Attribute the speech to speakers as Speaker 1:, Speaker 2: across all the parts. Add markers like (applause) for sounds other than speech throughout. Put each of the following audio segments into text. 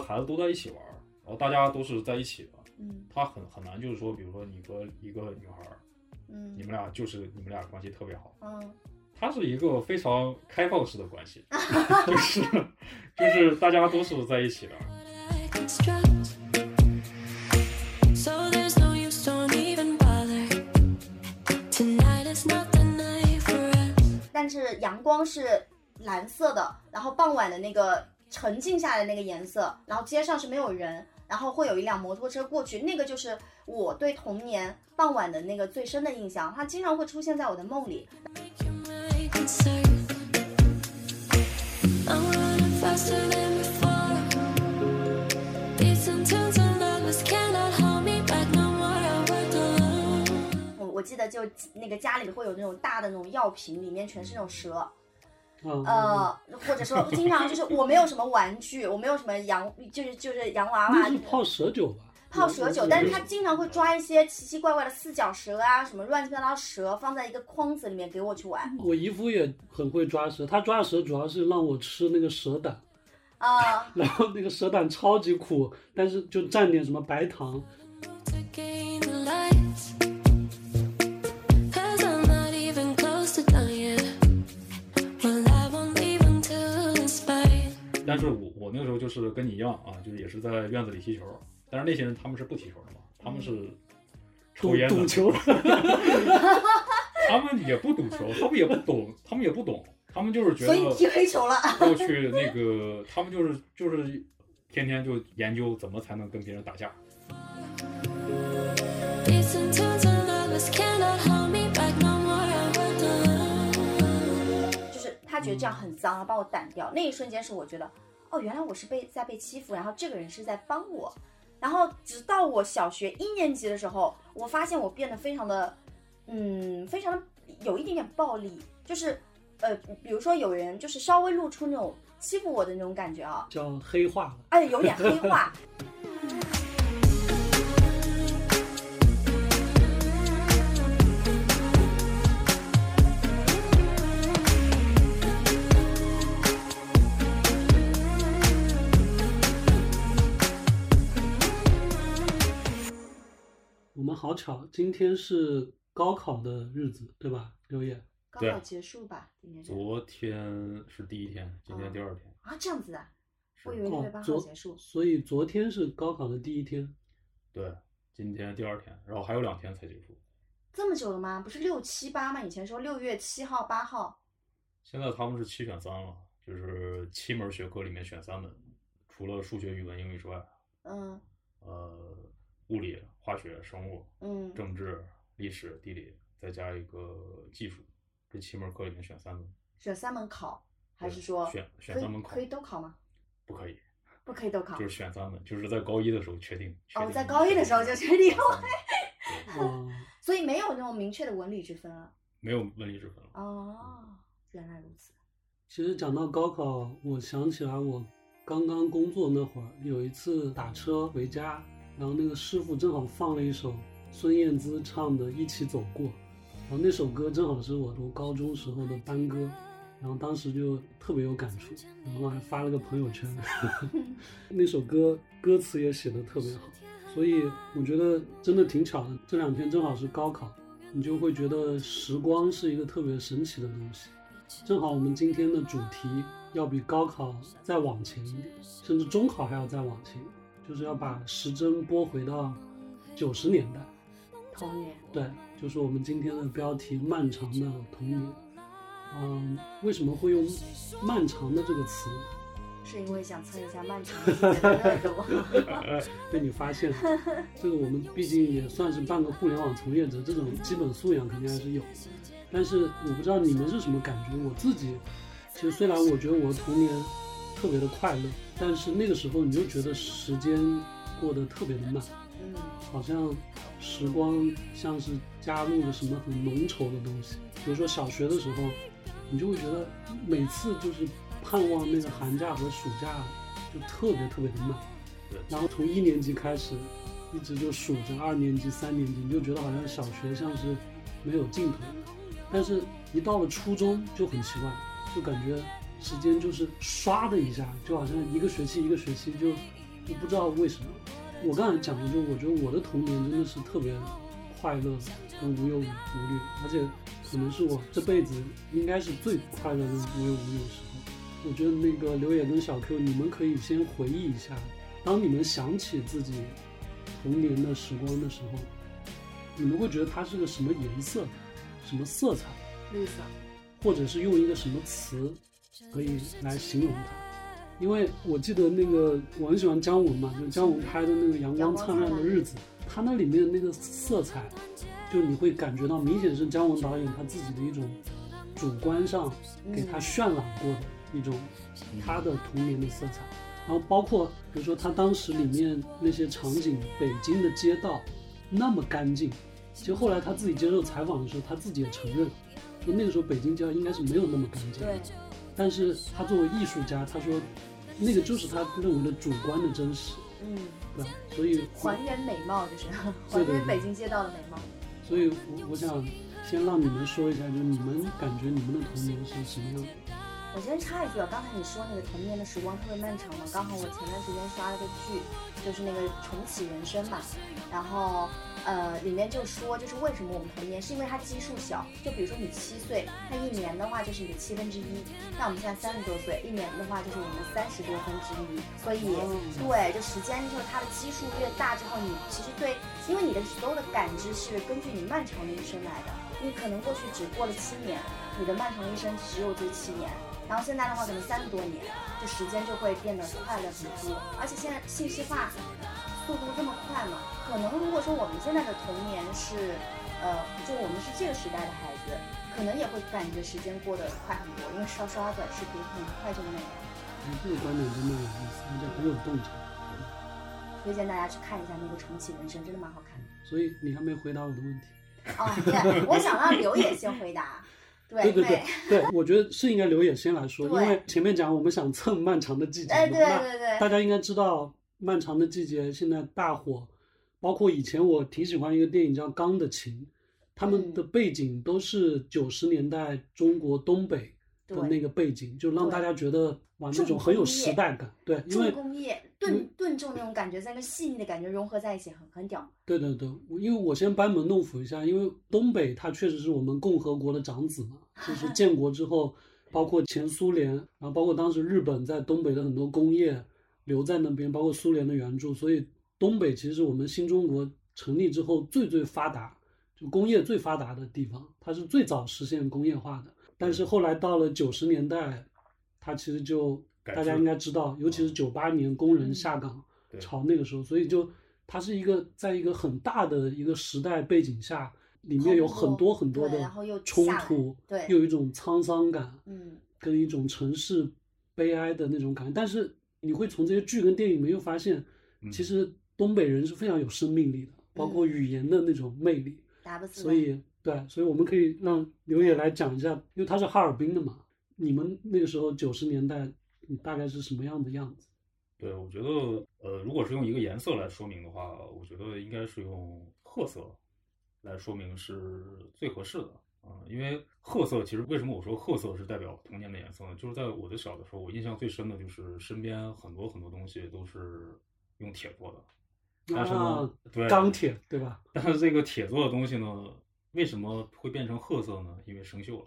Speaker 1: 孩子都在一起玩儿，然后大家都是在一起的，
Speaker 2: 嗯
Speaker 1: 他很很难就是说，比如说你和一个女孩儿，
Speaker 2: 嗯，
Speaker 1: 你们俩就是你们俩关系特别好，
Speaker 2: 嗯
Speaker 1: 它是一个非常开放式的关系， (laughs) 就是就是大家都是在一
Speaker 2: (laughs)
Speaker 1: 起的，
Speaker 3: I construct. So there's no use, don't even bother. Tonight is not the night for us.
Speaker 2: 但是阳光是蓝色的，然后傍晚的那个沉静下来的那个颜色，然后街上是没有人，然后会有一辆摩托车过去，那个就是我对童年傍晚的那个最深的印象，它经常会出现在我的梦里。
Speaker 3: Make your mind concern. I'm running faster than before. These intense lovers cannot hold me back no more. I work alone.
Speaker 2: 我我记得就那个家里会有那种大的那种药瓶，里面全是那种蛇，
Speaker 4: 嗯，
Speaker 2: 呃，或者说经常就是我没有什么玩具，我没有什么洋，就是就是洋娃娃
Speaker 4: (laughs) 那，是泡蛇酒吧？
Speaker 2: 泡蛇酒，
Speaker 4: 嗯
Speaker 2: 但是他经常会抓一些奇奇怪怪的四脚蛇啊，什么乱七八糟蛇，放在一个筐子里面给我去玩。
Speaker 4: 我姨夫也很会抓蛇，他抓蛇主要是让我吃那个蛇胆，
Speaker 2: (laughs) 啊、
Speaker 4: 然后那个蛇胆超级苦，但是就蘸点什么白糖，
Speaker 3: To gain the lights. Cause I'm not even close to done yet. Well, I won't leave until it's fine.
Speaker 1: 但是我我那个时候就是跟你一样啊，就是也是在院子里踢球，但是那些人他们是不踢球的嘛，他们
Speaker 2: 嗯
Speaker 1: 是抽
Speaker 4: 赌
Speaker 1: 烟的，(laughs)
Speaker 4: 赌球，
Speaker 1: 他们也不赌球，他们也不懂，他们也不懂，他们就是觉
Speaker 2: 所以
Speaker 1: 得
Speaker 2: 踢黑球了。
Speaker 1: 要去那个，他们就是就是天天就研究怎么才能跟别人打架，
Speaker 3: These intense lovers cannot hold me back no more. I work alone.
Speaker 2: 就是他觉得这样很脏，啊把我掸掉。那一瞬间是我觉得，哦，原来我是被在被欺负，然后这个人是在帮我。然后直到我小学一年级的时候，我发现我变得非常的，嗯，非常的有一点点暴力，就是，呃，比如说有人就是稍微露出那种欺负我的那种感觉啊，
Speaker 4: 叫黑化了。
Speaker 2: 哎，有点黑化。
Speaker 4: 我们好巧，今天是高考的日子，对吧？刘烨，
Speaker 2: 高
Speaker 1: 对啊
Speaker 2: 考结束吧，应该是
Speaker 1: 昨天是第一天，今天第二天，
Speaker 2: 啊，这样子的，我以
Speaker 1: 是
Speaker 2: 为六月
Speaker 4: 哦
Speaker 2: 八，号
Speaker 4: 昨
Speaker 2: 结束。
Speaker 4: 所以昨天是高考的第一天，
Speaker 1: 对，今天第二天，然后还有两天才结束，
Speaker 2: 这么久了吗？不是六七八吗？以前说六月七号、八号，
Speaker 1: 现在他们是七选三了，就是七门学科里面选三门，除了数学、语文、英语之外，
Speaker 2: 嗯
Speaker 1: 呃，物理、化学、生物、
Speaker 2: 嗯，
Speaker 1: 政治、历史、地理，再加一个技术，这七门课里面选三门，
Speaker 2: 选三门考，还
Speaker 1: 对
Speaker 2: 是说
Speaker 1: 选选
Speaker 2: 可以
Speaker 1: 三门考
Speaker 2: 可以都考吗？
Speaker 1: 不可以，
Speaker 2: 不可以都考
Speaker 1: 就。是选三门，就是在高一的时候确定。确
Speaker 2: 哦
Speaker 1: 定
Speaker 2: 在高一的时候就确定
Speaker 1: 选三门对
Speaker 4: 哦，
Speaker 2: 所以没有那种明确的文理之分啊。
Speaker 1: 没有文理之分了。
Speaker 2: 哦，原来如此。
Speaker 4: 其实讲到高考，我想起来我刚刚工作那会儿，有一次打车回家，然后那个师傅正好放了一首孙燕姿唱的《一起走过》，然后那首歌正好是我读高中时候的班歌，然后当时就特别有感触，然后还发了个朋友圈。 (laughs) 那首歌歌词也写得特别好，所以我觉得真的挺巧的。这两天正好是高考，你就会觉得时光是一个特别神奇的东西。正好我们今天的主题要比高考再往前一点，甚至中考还要再往前，就是要把时针拨回到九十年代。
Speaker 2: 童年，
Speaker 4: 对，就是我们今天的标题《漫长的童年》。嗯，为什么会用“漫长的”这个词？
Speaker 2: 是因为想蹭一下漫长
Speaker 1: (laughs)
Speaker 2: 的时间的热度。
Speaker 4: 被你发现，这个我们毕竟也算是半个互联网从业者，这种基本素养肯定还是有。但是我不知道你们是什么感觉，我自己其实虽然我觉得我的童年特别的快乐，但是那个时候你就觉得时间过得特别的慢，
Speaker 2: 嗯，
Speaker 4: 好像时光像是加入了什么很浓稠的东西。比如说小学的时候，你就会觉得每次就是盼望那个寒假和暑假就特别特别的慢。
Speaker 1: 对，
Speaker 2: 哦
Speaker 4: 然后从一年级开始，一直就数着二年级、三年级，你就觉得好像小学像是没有尽头。但是，一到了初中就很奇怪，就感觉时间就是唰的一下，就好像一个学期一个学期就我不知道为什么。我刚才讲的就是，我觉得我的童年真的是特别快乐跟无忧无虑，而且可能是我这辈子应该是最快乐跟无忧无虑的时候。我觉得那个刘野跟小 Q，你们可以先回忆一下，当你们想起自己童年的时光的时候，你们会觉得它是个什么颜色、什么色彩，
Speaker 5: 绿色，
Speaker 4: 或者是用一个什么词可以来形容它？因为我记得那个我很喜欢姜文嘛，就姜文拍的那个《阳光灿烂的日子》，他那里面的那个色彩，就你会感觉到明显是姜文导演他自己的一种主观上给他渲染过的一种他的童年的色彩。然后包括比如说他当时里面那些场景，北京的街道那么干净，其实后来他自己接受采访的时候，他自己也承认，说那个时候北京街道应该是没有那么干净的。
Speaker 2: 对，
Speaker 4: 但是他作为艺术家，他说那个就是他认为的主观的真实，
Speaker 2: 嗯，
Speaker 4: 对吧？所以，
Speaker 2: 还原美貌就是还原北京街道的美貌。
Speaker 4: 所以我我想先让你们说一下，就是你们感觉你们的童年是什么样的？
Speaker 2: 我先插一句啊，刚才你说那个童年的时光特别漫长嘛，刚好我前段时间刷了个剧，就是那个《重启人生》嘛，然后呃里面就说，就是为什么我们童年，是因为它基数小，就比如说你七岁，那一年的话就是你的七分之一，那我们现在三十多岁，一年的话就是我们三十多分之一，所以对，就时间就是它的基数越大之后，你其实对，因为你的所有的感知是根据你漫长的一生来的，你可能过去只过了七年，你的漫长一生只有这七年。然后现在的话，可能三十多年，这时间就会变得快了很多。而且现在信息化速度这么快嘛，可能如果说我们现在的童年是，呃，就我们是这个时代的孩子，可能也会感觉时间过得快很多，因为刷刷短视频很快就没了。
Speaker 4: 哎，这个观点真的有意思，而且很有洞察。
Speaker 2: 推荐大家去看一下那个《重启人生》，真的蛮好看的。
Speaker 4: 所以你还没回答我的问题。
Speaker 2: 哦，对， (laughs) 我想让刘也先回答。对
Speaker 4: 对
Speaker 2: 因
Speaker 4: 对对
Speaker 2: 为，
Speaker 4: 对，我觉得是应该刘野先来说，因
Speaker 2: 对
Speaker 4: 为前面讲我们想蹭《漫长的季节》
Speaker 2: 哎，
Speaker 4: 嘛，
Speaker 2: 对
Speaker 4: 那
Speaker 2: 对对，
Speaker 4: 大家应该知道，《漫长的季节》现在大火，包括以前我挺喜欢一个电影叫《钢的琴》，
Speaker 2: 嗯
Speaker 4: 他们的背景都是九十年代中国东北的
Speaker 2: 对
Speaker 4: 那个背景，就让
Speaker 2: 对
Speaker 4: 大家觉得哇，那
Speaker 2: 重
Speaker 4: 种很有
Speaker 2: 工
Speaker 4: 时
Speaker 2: 业
Speaker 4: 代感。对，因
Speaker 2: 重
Speaker 4: 为
Speaker 2: 工业
Speaker 4: 因
Speaker 2: 顿
Speaker 4: 为
Speaker 2: 顿重那种感觉，在跟细腻的感觉融合在一起，很很屌。
Speaker 4: 对对对，我因为我先班门弄斧一下，因为东北它确实是我们共和国的长子嘛，就是
Speaker 2: (laughs)
Speaker 4: 建国之后，包括前苏联，然后包括当时日本在东北的很多工业留在那边，包括苏联的援助，所以东北其实是我们新中国成立之后最最发达，就工业最发达的地方，它是最早实现工业化的。但
Speaker 2: 嗯
Speaker 4: 是后来到了九十年代，它其实就
Speaker 1: 改
Speaker 4: 大家
Speaker 1: 制
Speaker 4: 应该知道，尤
Speaker 2: 嗯
Speaker 4: 其是九八年工人下岗
Speaker 1: 对
Speaker 4: 潮那个时候，所以就它是一个在一个很大的一个时代背景下，里面有很多很多
Speaker 2: 对
Speaker 4: 的
Speaker 2: 然后又
Speaker 4: 冲
Speaker 2: 下来
Speaker 4: 突，
Speaker 2: 对
Speaker 4: 又有一种沧桑感，
Speaker 2: 嗯，
Speaker 4: 跟一种城市悲哀的那种感觉。但是你会从这些剧跟电影里面又发现，
Speaker 1: 嗯
Speaker 4: 其实东北人是非常有生命力的，包括语言的那种魅力。
Speaker 2: 打不死的。
Speaker 4: 所以对，所以我们可以让刘野来讲一下，因为他是哈尔滨的嘛，你们那个时候九十年代，你大概是什么样的样子？
Speaker 1: 对，我觉得，呃，如果是用一个颜色来说明的话，我觉得应该是用褐色来说明是最合适的啊、因为褐色其实为什么我说褐色是代表童年的颜色呢？就是在我的小的时候，我印象最深的就是身边很多很多东西都是用铁做的，
Speaker 2: 哦
Speaker 1: 但是呢，
Speaker 4: 啊，
Speaker 1: 对
Speaker 4: 钢铁对吧？
Speaker 1: 但是这个铁做的东西呢，为什么会变成褐色呢？因为生锈了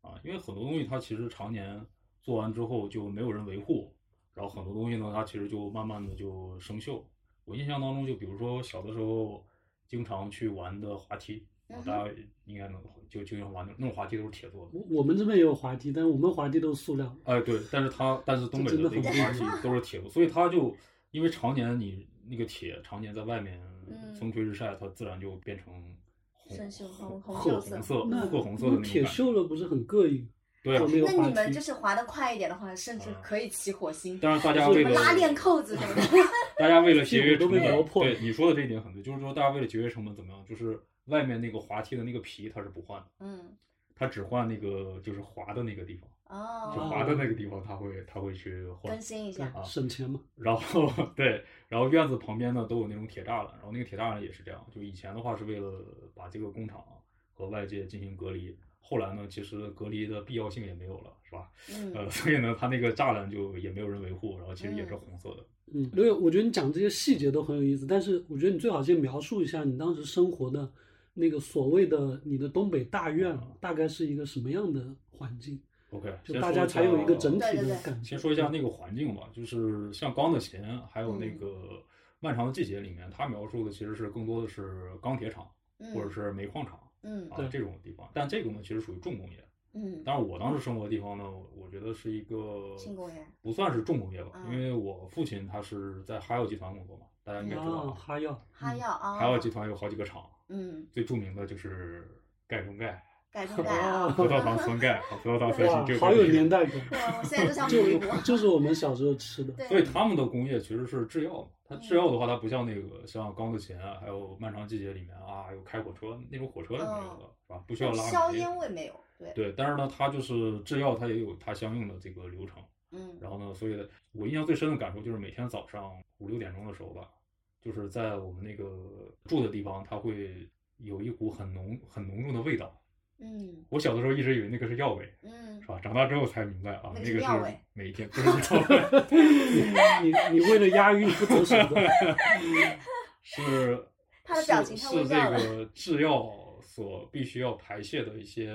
Speaker 1: 啊，因为很多东西它其实常年做完之后就没有人维护，然后很多东西呢，它其实就慢慢的就生锈。我印象当中，就比如说小的时候经常去玩的滑梯，啊
Speaker 2: 嗯，哼
Speaker 1: 大家应该能就经常玩那种那种滑梯都是铁做的。
Speaker 4: 我我们这边也有滑梯，但是我们滑梯都是塑料的。
Speaker 1: 哎，对，但是它但是东北
Speaker 4: 这真的
Speaker 1: 这个
Speaker 4: 很
Speaker 1: 滑
Speaker 4: 不一
Speaker 1: 梯
Speaker 4: 样
Speaker 1: 都是铁路，所以它就因为常年你那个铁常年在外面
Speaker 2: 嗯
Speaker 1: 风吹日晒，它自然就变成红
Speaker 2: 生锈
Speaker 1: 红
Speaker 2: 红
Speaker 1: 褐红
Speaker 2: 红色嗯
Speaker 1: 色
Speaker 4: 那
Speaker 1: 褐红色的那种
Speaker 4: 铁
Speaker 1: 感觉
Speaker 4: 锈了不是很膈应？
Speaker 1: 对啊
Speaker 4: 我，们有
Speaker 2: 那
Speaker 4: 滑
Speaker 2: 你们
Speaker 4: 梯
Speaker 2: 就。是滑得快一点的话，甚至
Speaker 1: 嗯
Speaker 2: 可以起火星，
Speaker 1: 但是大家
Speaker 4: 就是
Speaker 1: 为
Speaker 2: 什么
Speaker 1: 了
Speaker 2: 拉链扣
Speaker 1: (laughs)
Speaker 2: 子什么的。
Speaker 1: 大家为了节约
Speaker 4: 屁股
Speaker 1: 成
Speaker 4: 都被磨
Speaker 1: 本，
Speaker 4: 破了
Speaker 1: 对你说的这一点很对，就是说大家为了节约成本怎么样？就是外面那个滑梯的那个皮它是不换的，
Speaker 2: 嗯，
Speaker 1: 它只换那个就是滑的那个地方，就
Speaker 2: 哦，
Speaker 1: 滑的那个地方它会它会去换
Speaker 2: 更。新一
Speaker 4: 对
Speaker 2: 下。
Speaker 1: 啊
Speaker 4: 省钱嘛，
Speaker 1: 然后 (laughs) 对，然后院子旁边呢都有那种铁栅栏，然后那个铁栅栏也是这样，就以前的话是为了把这个工厂和外界进行隔离，后来呢其实隔离的必要性也没有了，是吧？(laughs)
Speaker 2: 嗯，
Speaker 1: 呃，所以呢它那个栅栏就也没有人维护，然后其实也是
Speaker 2: 嗯
Speaker 1: 红色的，
Speaker 4: 嗯，刘友，我觉得你讲这些细节都很有意思，但是我觉得你最好先描述一下你当时生活的那个所谓的你的东北大院
Speaker 1: 嗯，
Speaker 4: 大概是一个什么样的环境，
Speaker 1: OK，
Speaker 4: 就
Speaker 1: 先
Speaker 4: 大
Speaker 1: 说
Speaker 4: 家才有一个整
Speaker 1: 下啊
Speaker 4: 体
Speaker 2: 对对
Speaker 4: 的
Speaker 2: 对
Speaker 4: 感觉。
Speaker 1: 先说一下那个环境吧，就是像《钢的琴》还有那
Speaker 2: 嗯
Speaker 1: 个《漫长的季节》里面，它描述的其实是更多的是钢铁厂
Speaker 2: 嗯
Speaker 1: 呃或者是煤矿厂
Speaker 2: 嗯
Speaker 1: 啊
Speaker 4: 对
Speaker 1: 这种地方，但这个呢其实属于重工业。
Speaker 2: 嗯
Speaker 1: 但是我当时生活的地方呢，我我觉得是一个
Speaker 2: 轻工业
Speaker 1: 不算是重工业吧，
Speaker 2: 嗯
Speaker 1: 因为我父亲他是在哈药集团工作嘛，大家应该知道
Speaker 4: 啊，
Speaker 1: 吧。
Speaker 4: 哈药，
Speaker 1: 嗯
Speaker 2: 哈药啊，
Speaker 1: 哈药集团有好几个厂，
Speaker 2: 嗯
Speaker 1: 最著名的就是钙中钙、 (laughs)
Speaker 2: 改不改啊？
Speaker 1: 葡萄
Speaker 2: (laughs)
Speaker 1: 糖酸钙、和葡萄糖酸
Speaker 4: 哇
Speaker 1: 锌这，
Speaker 4: 好有
Speaker 1: 个
Speaker 4: 年代感，
Speaker 2: 我我现
Speaker 1: (laughs)
Speaker 2: 在都想补一
Speaker 4: 就
Speaker 2: 补。
Speaker 4: 就是我们小时候吃的，
Speaker 2: 对，
Speaker 1: 所以他们的工业其实是制药嘛，它
Speaker 2: 嗯
Speaker 1: 制药的话，它不像那个像《钢的琴》啊，还有《漫长季节》里面啊，有开火车那种火车是没有的，是吧？不需要拉煤
Speaker 2: 嗯硝烟味没有，对，
Speaker 1: 对，但是呢，它就是制药，它也有它相应的这个流程。
Speaker 2: 嗯
Speaker 1: 然后呢，所以我印象最深的感受就是每天早上五六点钟的时候吧，就是在我们那个住的地方，它会有一股很浓很浓重的味道。
Speaker 2: 嗯
Speaker 1: 我小的时候一直以为那个是药味，
Speaker 2: 嗯
Speaker 1: 是，吧？长大之后才明白啊，那
Speaker 2: 那个
Speaker 1: 个
Speaker 2: 是
Speaker 1: 是
Speaker 2: 尿味
Speaker 1: 每天不是药味。
Speaker 4: (laughs)
Speaker 1: (laughs)
Speaker 4: 你你为了押韵不择手段，
Speaker 2: (laughs)
Speaker 1: 是
Speaker 2: 他的表情
Speaker 1: 是
Speaker 2: 太微
Speaker 1: 是这
Speaker 2: 妙了
Speaker 1: 个制药所必须要排泄的一些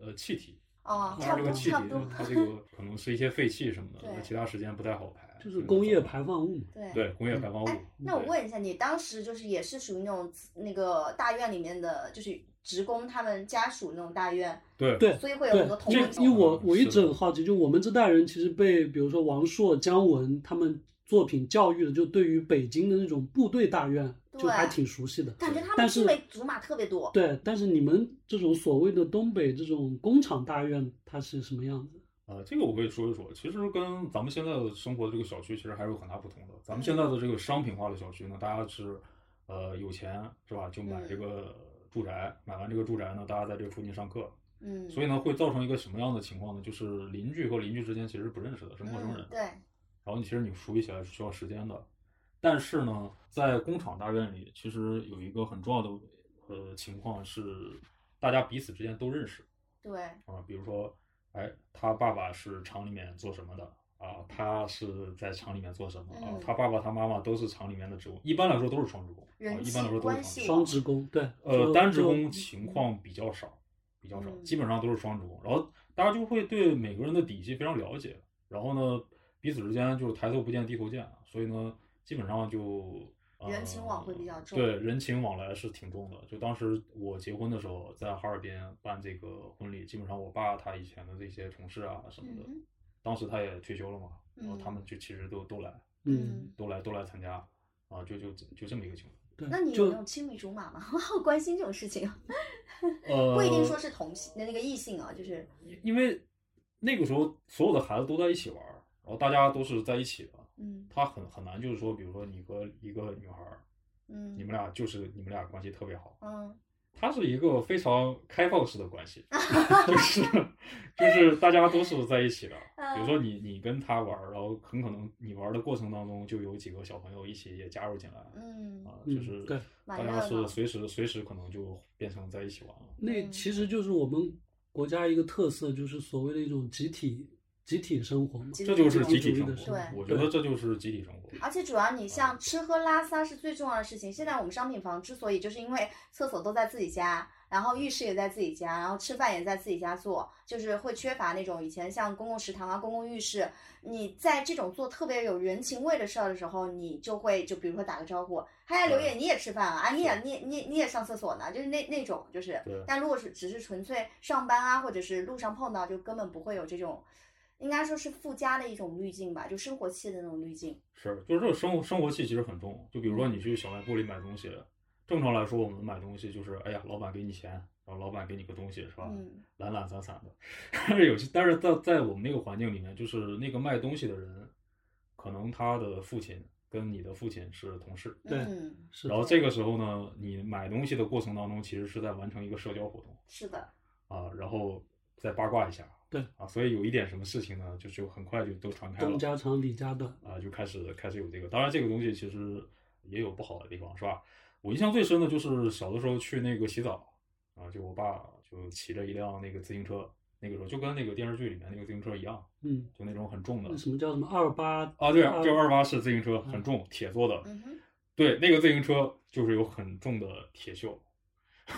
Speaker 1: 呃气体，
Speaker 2: 哦，
Speaker 1: 当
Speaker 2: 差
Speaker 1: 然这
Speaker 2: 不
Speaker 1: 个
Speaker 2: 多
Speaker 1: 气体
Speaker 2: 差不多，
Speaker 1: 它这个可能是一些废气什么的，
Speaker 2: 对
Speaker 1: 其他时间不太好排，
Speaker 4: 就是
Speaker 1: 所以
Speaker 4: 工业
Speaker 1: 造成
Speaker 4: 排放物嘛。
Speaker 2: 对。
Speaker 1: 对工业排放物
Speaker 2: 哎。那我
Speaker 1: 对
Speaker 2: 问一下，你当时就是也是属于那种那个大院里面的，就是职工他们家属那种大院，
Speaker 1: 对
Speaker 4: 对
Speaker 2: 所以会有很多同
Speaker 4: 对，
Speaker 2: 文
Speaker 4: 这
Speaker 2: 层
Speaker 4: 因为我我一
Speaker 1: 是
Speaker 4: 直
Speaker 1: 的
Speaker 4: 很好奇，就我们这代人其实被比如说王朔、姜文他们作品教育的，就对于北京的那种部队大院，就
Speaker 2: 对
Speaker 4: 还挺熟悉的。
Speaker 2: 感觉他们
Speaker 4: 但
Speaker 2: 青
Speaker 4: 是
Speaker 2: 梅竹马特别多。
Speaker 4: 对，但是你们这种所谓的东北这种工厂大院，它是什么样子？
Speaker 1: 呃，这个我可以说一说，其实跟咱们现在的生活的这个小区其实还是有很大不同的。咱们现在的这个商品化的小区呢，大家是呃有钱是吧，就买
Speaker 2: 嗯
Speaker 1: 这个住宅，买完这个住宅呢，大家在这个附近上课，
Speaker 2: 嗯，
Speaker 1: 所以呢，会造成一个什么样的情况呢？就是邻居和邻居之间其实是不认识的，是
Speaker 2: 嗯
Speaker 1: 陌生人。
Speaker 2: 对，
Speaker 1: 然后你其实你熟悉起来是需要时间的。但是呢，在工厂大院里，其实有一个很重要的呃情况是，大家彼此之间都认识
Speaker 2: 对，
Speaker 1: 啊。比如说，哎，他爸爸是厂里面做什么的啊？他是在厂里面做什么啊
Speaker 2: 嗯？
Speaker 1: 他爸爸他妈妈都是厂里面的职工，一般来说都是双职工啊，
Speaker 2: 人
Speaker 1: 一
Speaker 2: 际
Speaker 1: 般来说都是双
Speaker 2: 关
Speaker 1: 职
Speaker 2: 系
Speaker 1: 工。
Speaker 4: 双职工，对，
Speaker 1: 呃，
Speaker 4: 就
Speaker 1: 单职
Speaker 4: 就
Speaker 1: 工情况比较少，比较少，
Speaker 2: 嗯
Speaker 1: 基本上都是双职工。然后大家就会对每个人的底细非常了解，然后呢，彼此之间就是抬头不见低头见，啊所以呢，基本上就、呃、
Speaker 2: 人情往会比较重
Speaker 1: 对，人情往来是挺重的。就当时我结婚的时候，在哈尔滨办这个婚礼，基本上我爸他以前的这些同事啊什么的，
Speaker 2: 嗯
Speaker 1: 当时他也退休了嘛，然后他
Speaker 2: 嗯
Speaker 1: 们就其实都都来，
Speaker 4: 嗯，
Speaker 1: 都来，都来参加啊，就就就这么一个情况。
Speaker 4: 对，
Speaker 2: 嗯那你有
Speaker 4: 就
Speaker 2: 那种青梅竹马吗？ (laughs) 我好关心这种事情，
Speaker 1: 呃，
Speaker 2: 不一定说是同性那个异性啊，就是
Speaker 1: 因因为那个时候所有的孩子都在一起玩儿，然后大家都是在一起的，
Speaker 2: 嗯
Speaker 1: 他很很难就是说，比如说你和一个女孩儿，
Speaker 2: 嗯，
Speaker 1: 你们俩就是你们俩关系特别好，
Speaker 2: 嗯
Speaker 1: 它是一个非常开放式的关
Speaker 2: (laughs)
Speaker 1: 系，就是就是大家都是在一起的，
Speaker 2: 嗯呃
Speaker 1: 比如说你你跟他玩儿，然后很可能你玩儿的过程当中就有几个小朋友一起也加入进来，
Speaker 2: 嗯
Speaker 1: 啊，
Speaker 4: 嗯
Speaker 1: 就是
Speaker 4: 对
Speaker 1: 大
Speaker 2: 蛮热
Speaker 1: 家
Speaker 2: 闹
Speaker 1: 是随时随时可能就变成在一起玩了。
Speaker 4: 那
Speaker 2: 嗯
Speaker 4: 其实就是我们国家一个特色，就是所谓的一种集体集体生活嘛。
Speaker 2: 集
Speaker 1: 这就是
Speaker 2: 生活
Speaker 1: 集体生
Speaker 4: 对
Speaker 1: 活，我觉
Speaker 4: 对
Speaker 1: 得这就是集体生活。
Speaker 2: 而且主要你像吃喝拉撒是最重要的事情。现在我们商品房之所以就是因为厕所都在自己家，然后浴室也在自己家，然后吃饭也在自己家做，就是会缺乏那种以前像公共食堂啊、公共浴室。你在这种做特别有人情味的事儿的时候，你就会就比如说打个招呼，嗨呀，刘烨，你也吃饭啊？啊，你也你也你也你也上厕所呢？就是那那种就是
Speaker 1: 对，
Speaker 2: 但如果是只是纯粹上班啊，或者是路上碰到，就根本不会有这种。应该说是附加的一种滤镜吧，就生活气的那种滤镜。
Speaker 1: 是，就是这个生活生活气其实很重。就比如说你去小卖部里买东西，正常来说我们买东西就是，哎呀，老板给你钱，然后老板给你个东西，是吧？
Speaker 4: 啊
Speaker 2: 嗯，
Speaker 1: 懒懒散散的。 (laughs) 但是有些，但是在在我们那个环境里面，就是那个卖东西的人，可能他的父亲跟你的父亲是同事，
Speaker 4: 对
Speaker 2: 嗯，
Speaker 4: 是
Speaker 1: 然后这个时候呢，你买东西的过程当中，其实是在完成一个社交活动
Speaker 2: 是的，
Speaker 1: 啊，然后再八卦一下。
Speaker 4: 对
Speaker 1: 啊，所以有一点什么事情呢，就就很快就都传开了。
Speaker 4: 东家长李家短，
Speaker 1: 啊，就开始开始有这个。当然，这个东西其实也有不好的地方，是吧？我印象最深的就是小的时候去那个洗澡啊，就我爸就骑着一辆那个自行车，那个时候就跟那个电视剧里面那个自行车一样，
Speaker 4: 嗯，
Speaker 1: 就那种很重的
Speaker 4: 那什么叫什么二八
Speaker 1: 啊，对啊，
Speaker 4: 二
Speaker 1: 就二八式自行车，很重，铁做的，
Speaker 2: 嗯哼，
Speaker 1: 对，那个自行车就是有很重的铁锈。 (laughs)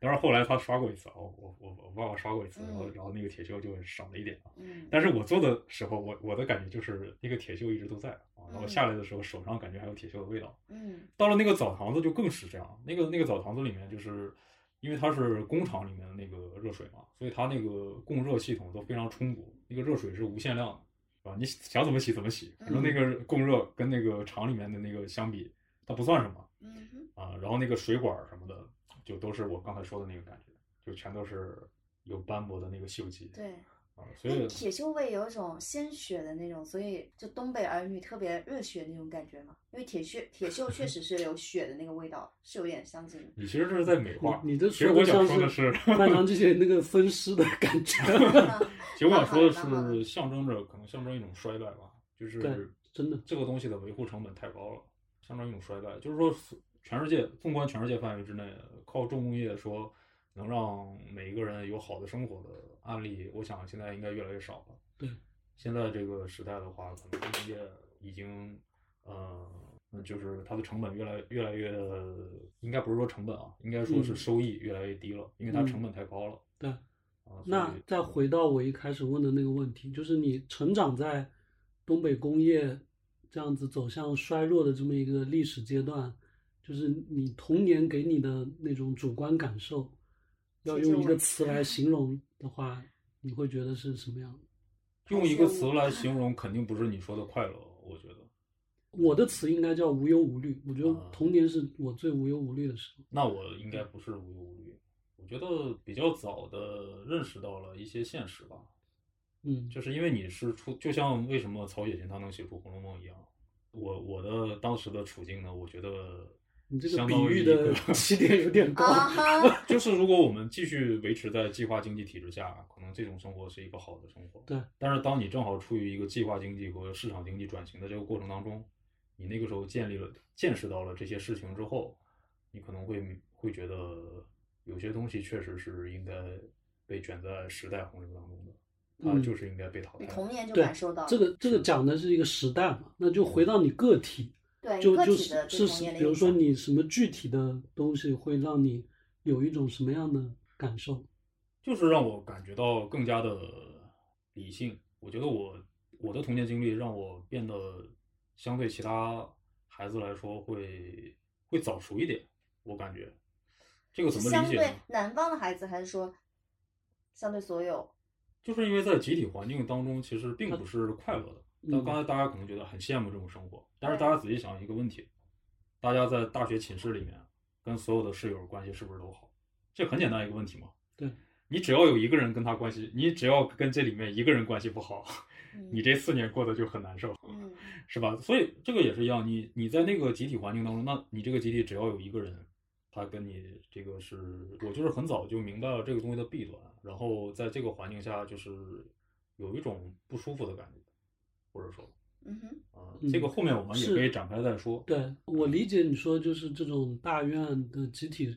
Speaker 1: 当然后来他刷过一次啊，我我我我爸爸刷过一次，然后
Speaker 2: 嗯
Speaker 1: 然后那个铁锈就少了一点啊。
Speaker 2: 嗯，
Speaker 1: 但是我做的时候，我我的感觉就是那个铁锈一直都在啊，然后
Speaker 2: 嗯
Speaker 1: 下来的时候手上感觉还有铁锈的味道。
Speaker 2: 嗯
Speaker 1: 到了那个澡堂子就更是这样，那个那个澡堂子里面就是，因为它是工厂里面的那个热水嘛，所以它那个供热系统都非常充足，那个热水是无限量的，是吧？你想怎么洗怎么洗，反正
Speaker 2: 嗯
Speaker 1: 那个供热跟那个厂里面的那个相比，它不算什么
Speaker 2: 嗯哼，
Speaker 1: 啊。然后那个水管什么的，就都是我刚才说的那个感觉，就全都是有斑驳的那个锈迹
Speaker 2: 对。
Speaker 1: 啊，所以
Speaker 2: 那铁锈味有一种鲜血的那种，所以就东北儿女特别热血那种感觉嘛。因为铁血铁锈确实是有血的那个味道，是有点相近。
Speaker 1: 你其实这是在美化。
Speaker 4: 你你这
Speaker 1: 其实
Speaker 4: 说
Speaker 1: 我
Speaker 4: 的
Speaker 1: 想
Speaker 4: 像
Speaker 1: 说的是
Speaker 4: 是漫长之前那个分尸的感
Speaker 1: (laughs)
Speaker 4: 觉，嗯
Speaker 1: 其实我想说的
Speaker 2: 蛮好的蛮好
Speaker 1: 是，
Speaker 2: 的
Speaker 1: 象征着可能象征一种衰败吧，就
Speaker 4: 对
Speaker 1: 是
Speaker 4: 真的
Speaker 1: 这个东西的维护成本太高了，象征一种衰败。就是说，全世界纵观全世界范围之内，靠重工业说能让每一个人有好的生活的案例，我想现在应该越来越少了。
Speaker 4: 对，
Speaker 1: 现在这个时代的话，可能重工业已经呃。嗯就是它的成本越来越来越，应该不是说成本啊，应该说是
Speaker 4: 嗯
Speaker 1: 收益越来越低了，因为它
Speaker 4: 嗯
Speaker 1: 成本太高了。
Speaker 4: 对。
Speaker 1: 啊，所
Speaker 4: 那
Speaker 1: 以
Speaker 4: 再回到我一开始问的那个问题，就是你成长在东北工业这样子走向衰弱的这么一个历史阶段，就是你童年给你的那种主观感受，要
Speaker 2: 其实
Speaker 4: 用一
Speaker 2: 我
Speaker 4: 个
Speaker 2: (laughs)
Speaker 4: 词来形容的话，你会觉得是什么样的？
Speaker 1: 用一个词来形
Speaker 4: (laughs)
Speaker 1: 容，肯定不是你说的快乐，我觉得。
Speaker 4: 我的词应该叫无忧无虑，我觉得
Speaker 1: 啊
Speaker 4: 童年是我最无忧无虑的时候。
Speaker 1: 那我应
Speaker 4: 嗯
Speaker 1: 该不是无忧无虑，我觉得比较早的认识到了一些现实吧，
Speaker 4: 嗯，
Speaker 1: 就是因为你是出，就像为什么曹雪芹他能写出《红楼梦》一样，我我的当时的处境呢，我觉得
Speaker 4: 你这个
Speaker 1: 相
Speaker 4: 比
Speaker 1: 当于
Speaker 4: 喻
Speaker 1: 一个
Speaker 4: 的
Speaker 1: (laughs)
Speaker 4: 起点有点高。
Speaker 2: (laughs) 啊哈，
Speaker 1: 就是如果我们继续维持在计划经济体制下，可能这种生活是一个好的生活。
Speaker 4: 对。
Speaker 1: 但是当你正好处于一个计划经济和市场经济转型的这个过程当中，你那个时候建立了、见识到了这些事情之后，你可能会会觉得有些东西确实是应该被卷在时代洪流当中的，它
Speaker 4: 嗯
Speaker 1: 就是应该被淘汰
Speaker 2: 你
Speaker 1: 的。
Speaker 2: 童年就
Speaker 4: 对
Speaker 2: 感受到了
Speaker 4: 这个这个讲的是一个时代嘛，那就回到你个体，
Speaker 2: 对
Speaker 4: 就
Speaker 2: 个
Speaker 4: 就
Speaker 2: 体的
Speaker 4: 是
Speaker 2: 对
Speaker 4: 是
Speaker 2: 童年的
Speaker 4: 比如
Speaker 2: 影
Speaker 4: 说
Speaker 2: 响
Speaker 4: 你什么具体的东西会让你有一种什么样的感受？
Speaker 1: 就是让我感觉到更加的理性。我觉得我我的童年经历让我变得相对其他孩子来说会会早熟一点，我感觉这个
Speaker 2: 是
Speaker 1: 怎么
Speaker 2: 相
Speaker 1: 理解
Speaker 2: 对
Speaker 1: 呢？
Speaker 2: 南方的孩子，还是说相对所有？
Speaker 1: 就是因为在集体环境当中，其实并不是快乐的。那
Speaker 4: 嗯
Speaker 1: 刚才大家可能觉得很羡慕这种生活，但是大家仔细想一个问题：大家在大学寝室里面跟所有的室友关系是不是都好？这很简单一个问题嘛。
Speaker 4: 对，
Speaker 1: 你只要有一个人跟他关系，你只要跟这里面一个人关系不好， (laughs)
Speaker 2: 嗯
Speaker 1: 你这四年过得就很难受，
Speaker 2: 嗯
Speaker 1: 是吧？所以这个也是一样，你你在那个集体环境当中，那你这个集体只要有一个人，他跟你这个是，我就是很早就明白了这个东西的弊端，然后在这个环境下就是有一种不舒服的感觉，或者说
Speaker 2: 嗯哼，
Speaker 1: 啊、
Speaker 4: 嗯
Speaker 1: 这个后面我们也
Speaker 4: 是
Speaker 1: 可以展开再说。
Speaker 4: 对我理解你说就是这种大院的集体，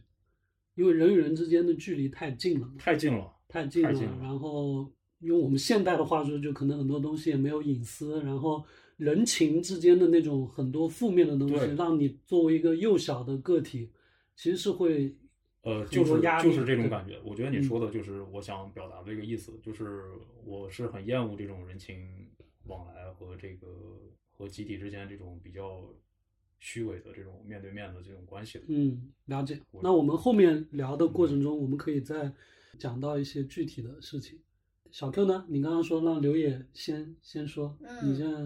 Speaker 4: 因为人与人之间的距离太近了，
Speaker 1: 太近了，
Speaker 4: 太近
Speaker 1: 太
Speaker 4: 了，
Speaker 1: 近了
Speaker 4: 然后用我们现代的话说，就可能很多东西也没有隐私，然后人情之间的那种很多负面的东西
Speaker 1: 对，
Speaker 4: 让你作为一个幼小的个体，其实是会
Speaker 1: 呃，
Speaker 4: 很
Speaker 1: 就
Speaker 4: 多
Speaker 1: 是
Speaker 4: 压
Speaker 1: 就
Speaker 4: 力
Speaker 1: 是这种
Speaker 4: 对嗯
Speaker 1: 感觉。我觉得你说的就是我想表达的这个意思，就是我是很厌恶这种人情往来和这个和集体之间这种比较虚伪的这种面对面的这种关系的。
Speaker 4: 嗯，了解
Speaker 1: 我。嗯
Speaker 4: 那我们后面聊的过程中，我们可以再讲到一些具体的事情。小 Q 呢？你刚刚说让刘野先先说，
Speaker 2: 嗯
Speaker 4: 你现在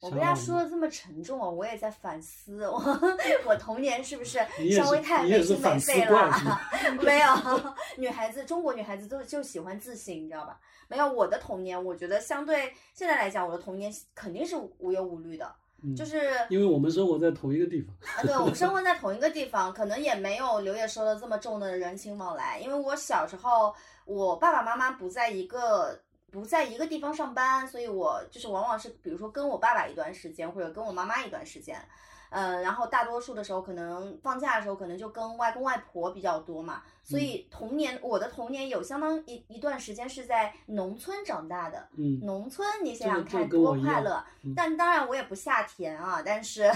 Speaker 2: 我
Speaker 4: 想
Speaker 2: 被他
Speaker 4: 好了
Speaker 2: 说
Speaker 4: 吗
Speaker 2: 的这么沉重哦，我也在反思，我 (laughs) 我童年是不是
Speaker 4: 你也
Speaker 2: 稍微
Speaker 4: 是
Speaker 2: 太
Speaker 4: 你也
Speaker 2: 没
Speaker 4: 是
Speaker 2: 心没
Speaker 4: 反思
Speaker 2: 肺
Speaker 4: 怪
Speaker 2: 了？ (laughs) 没有，女孩子，中国女孩子都就喜欢自信，你知道吧？没有我的童年，我觉得相对现在来讲，我的童年肯定是无忧无虑的，
Speaker 4: 嗯，
Speaker 2: 就是
Speaker 4: 因为我们生活在同一个地方，
Speaker 2: 啊，对，我们生活在同一个地方，可能也没有刘烨说的这么重的人情往来。因为我小时候，我爸爸妈妈不在一个不在一个地方上班，所以我就是往往是比如说跟我爸爸一段时间，或者跟我妈妈一段时间。嗯，然后大多数的时候可能放假的时候可能就跟外公外婆比较多嘛，所以童年我的童年有相当一一段时间是在农村长大的，
Speaker 4: 嗯，
Speaker 2: 农村，你想想
Speaker 4: 这个
Speaker 2: 看
Speaker 4: 跟我
Speaker 2: 多
Speaker 4: 一
Speaker 2: 快
Speaker 4: 样
Speaker 2: 乐
Speaker 4: 嗯！
Speaker 2: 但当然我也不下田啊，但是，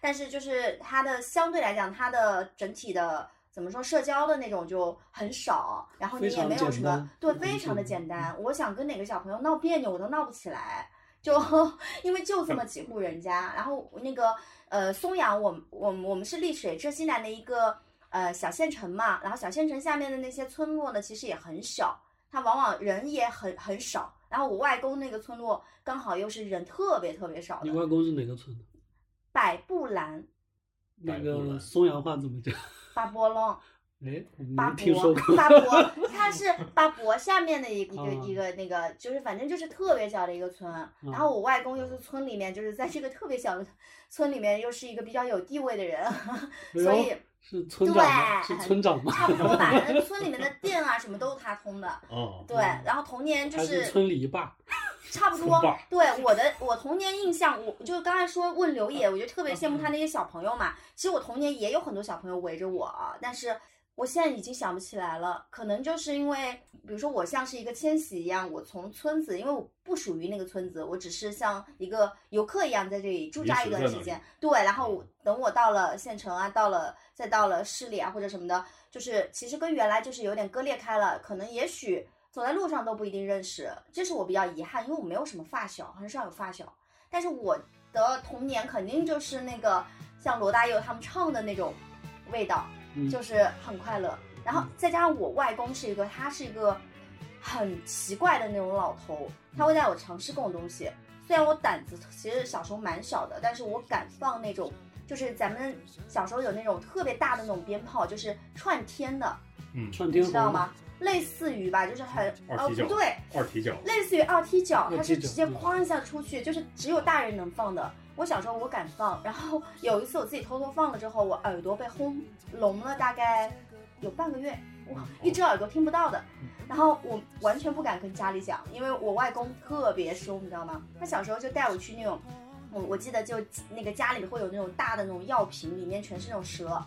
Speaker 2: 但是就是它的相对来讲，它的整体的怎么说，社交的那种就很少，然后你
Speaker 4: 非
Speaker 2: 也
Speaker 4: 常
Speaker 2: 没有
Speaker 4: 简
Speaker 2: 什么
Speaker 4: 单，
Speaker 2: 对，
Speaker 4: 嗯
Speaker 2: 非常的简
Speaker 4: 嗯
Speaker 2: 单。我想跟哪个小朋友闹别扭，我都闹不起来。就 (laughs) 因为就这么几户人家，然后那个呃松阳，我们我们我们是丽水浙西南的一个呃小县城嘛，然后小县城下面的那些村落呢，其实也很小，它往往人也很很少。然后我外公那个村落刚好又是人特别特别少
Speaker 4: 你
Speaker 2: 的，
Speaker 4: 外公是哪个村的？
Speaker 2: 百步兰、
Speaker 4: 那
Speaker 1: 百步
Speaker 4: 个
Speaker 1: 兰
Speaker 4: 松阳话怎么讲？
Speaker 2: 巴波浪、
Speaker 4: 哎，我
Speaker 2: 巴
Speaker 4: 没听说
Speaker 2: 博、(laughs)
Speaker 4: 过。
Speaker 2: 巴博，它是巴博下面的一个一个
Speaker 4: 啊
Speaker 2: 一个那个，就是反正就是特别小的一个村。然
Speaker 4: 嗯
Speaker 2: 后我外公又是村里面，就是在这个特别小的村里面，又是一个比较有地位的人，
Speaker 4: 哎呦
Speaker 2: 所以
Speaker 4: (laughs) (laughs) 是村长吗？
Speaker 2: 对
Speaker 4: 是村长吗？
Speaker 2: 差不多吧。那村里面的电啊什么都是他通的。
Speaker 1: 哦，
Speaker 2: 对，然后童年就
Speaker 4: 嗯还
Speaker 2: 是
Speaker 4: 是村里一霸？
Speaker 2: 差不
Speaker 1: 很
Speaker 2: 多
Speaker 1: 棒。
Speaker 2: 对我的我童年印象，我就刚才说问刘野，我就特别羡慕
Speaker 1: 嗯
Speaker 2: 他那些小朋友嘛。其实我童年也有很多小朋友围着我，啊，但是我现在已经想不起来了。可能就是因为，比如说我像是一个迁徙一样，我从村子，因为我不属于那个村子，我只是像一个游客一样在这里驻扎一段时
Speaker 1: 临时在那
Speaker 2: 间
Speaker 1: 里。
Speaker 2: 对，然后我等我到了县城啊，到了再到了市里啊或者什么的，就是其实跟原来就是有点割裂开了，可能也许走在路上都不一定认识，这是我比较遗憾，因为我没有什么发小，很少有发小。但是我的童年肯定就是那个像罗大佑他们唱的那种味道，
Speaker 4: 嗯，
Speaker 2: 就是很快乐。然后再加上我外公是一个，他是一个很奇怪的那种老头，他会带我尝试各种东西。虽然我胆子其实小时候蛮小的，但是我敢放那种，就是咱们小时候有那种特别大的那种鞭炮，就是串天的，
Speaker 1: 嗯，
Speaker 4: 串
Speaker 2: 你
Speaker 4: 天
Speaker 2: 知道
Speaker 4: 猴
Speaker 2: 吗？？类似于吧，就是很
Speaker 1: 二
Speaker 2: 呃
Speaker 1: 踢脚
Speaker 2: 不对，
Speaker 1: 二踢脚，
Speaker 2: 类似于二踢脚，嗯它是直接
Speaker 4: 二踢脚
Speaker 2: 哐一下出去，就是只有大人能放的。我小时候我敢放，然后有一次我自己偷偷放了之后，我耳朵被轰聋了，大概有半个月，我一只耳朵听不到的。然后我完全不敢跟家里讲，因为我外公特别凶，你知道吗？他小时候就带我去那种，我我记得就那个家里会有那种大的那种药瓶，里面全是那种蛇，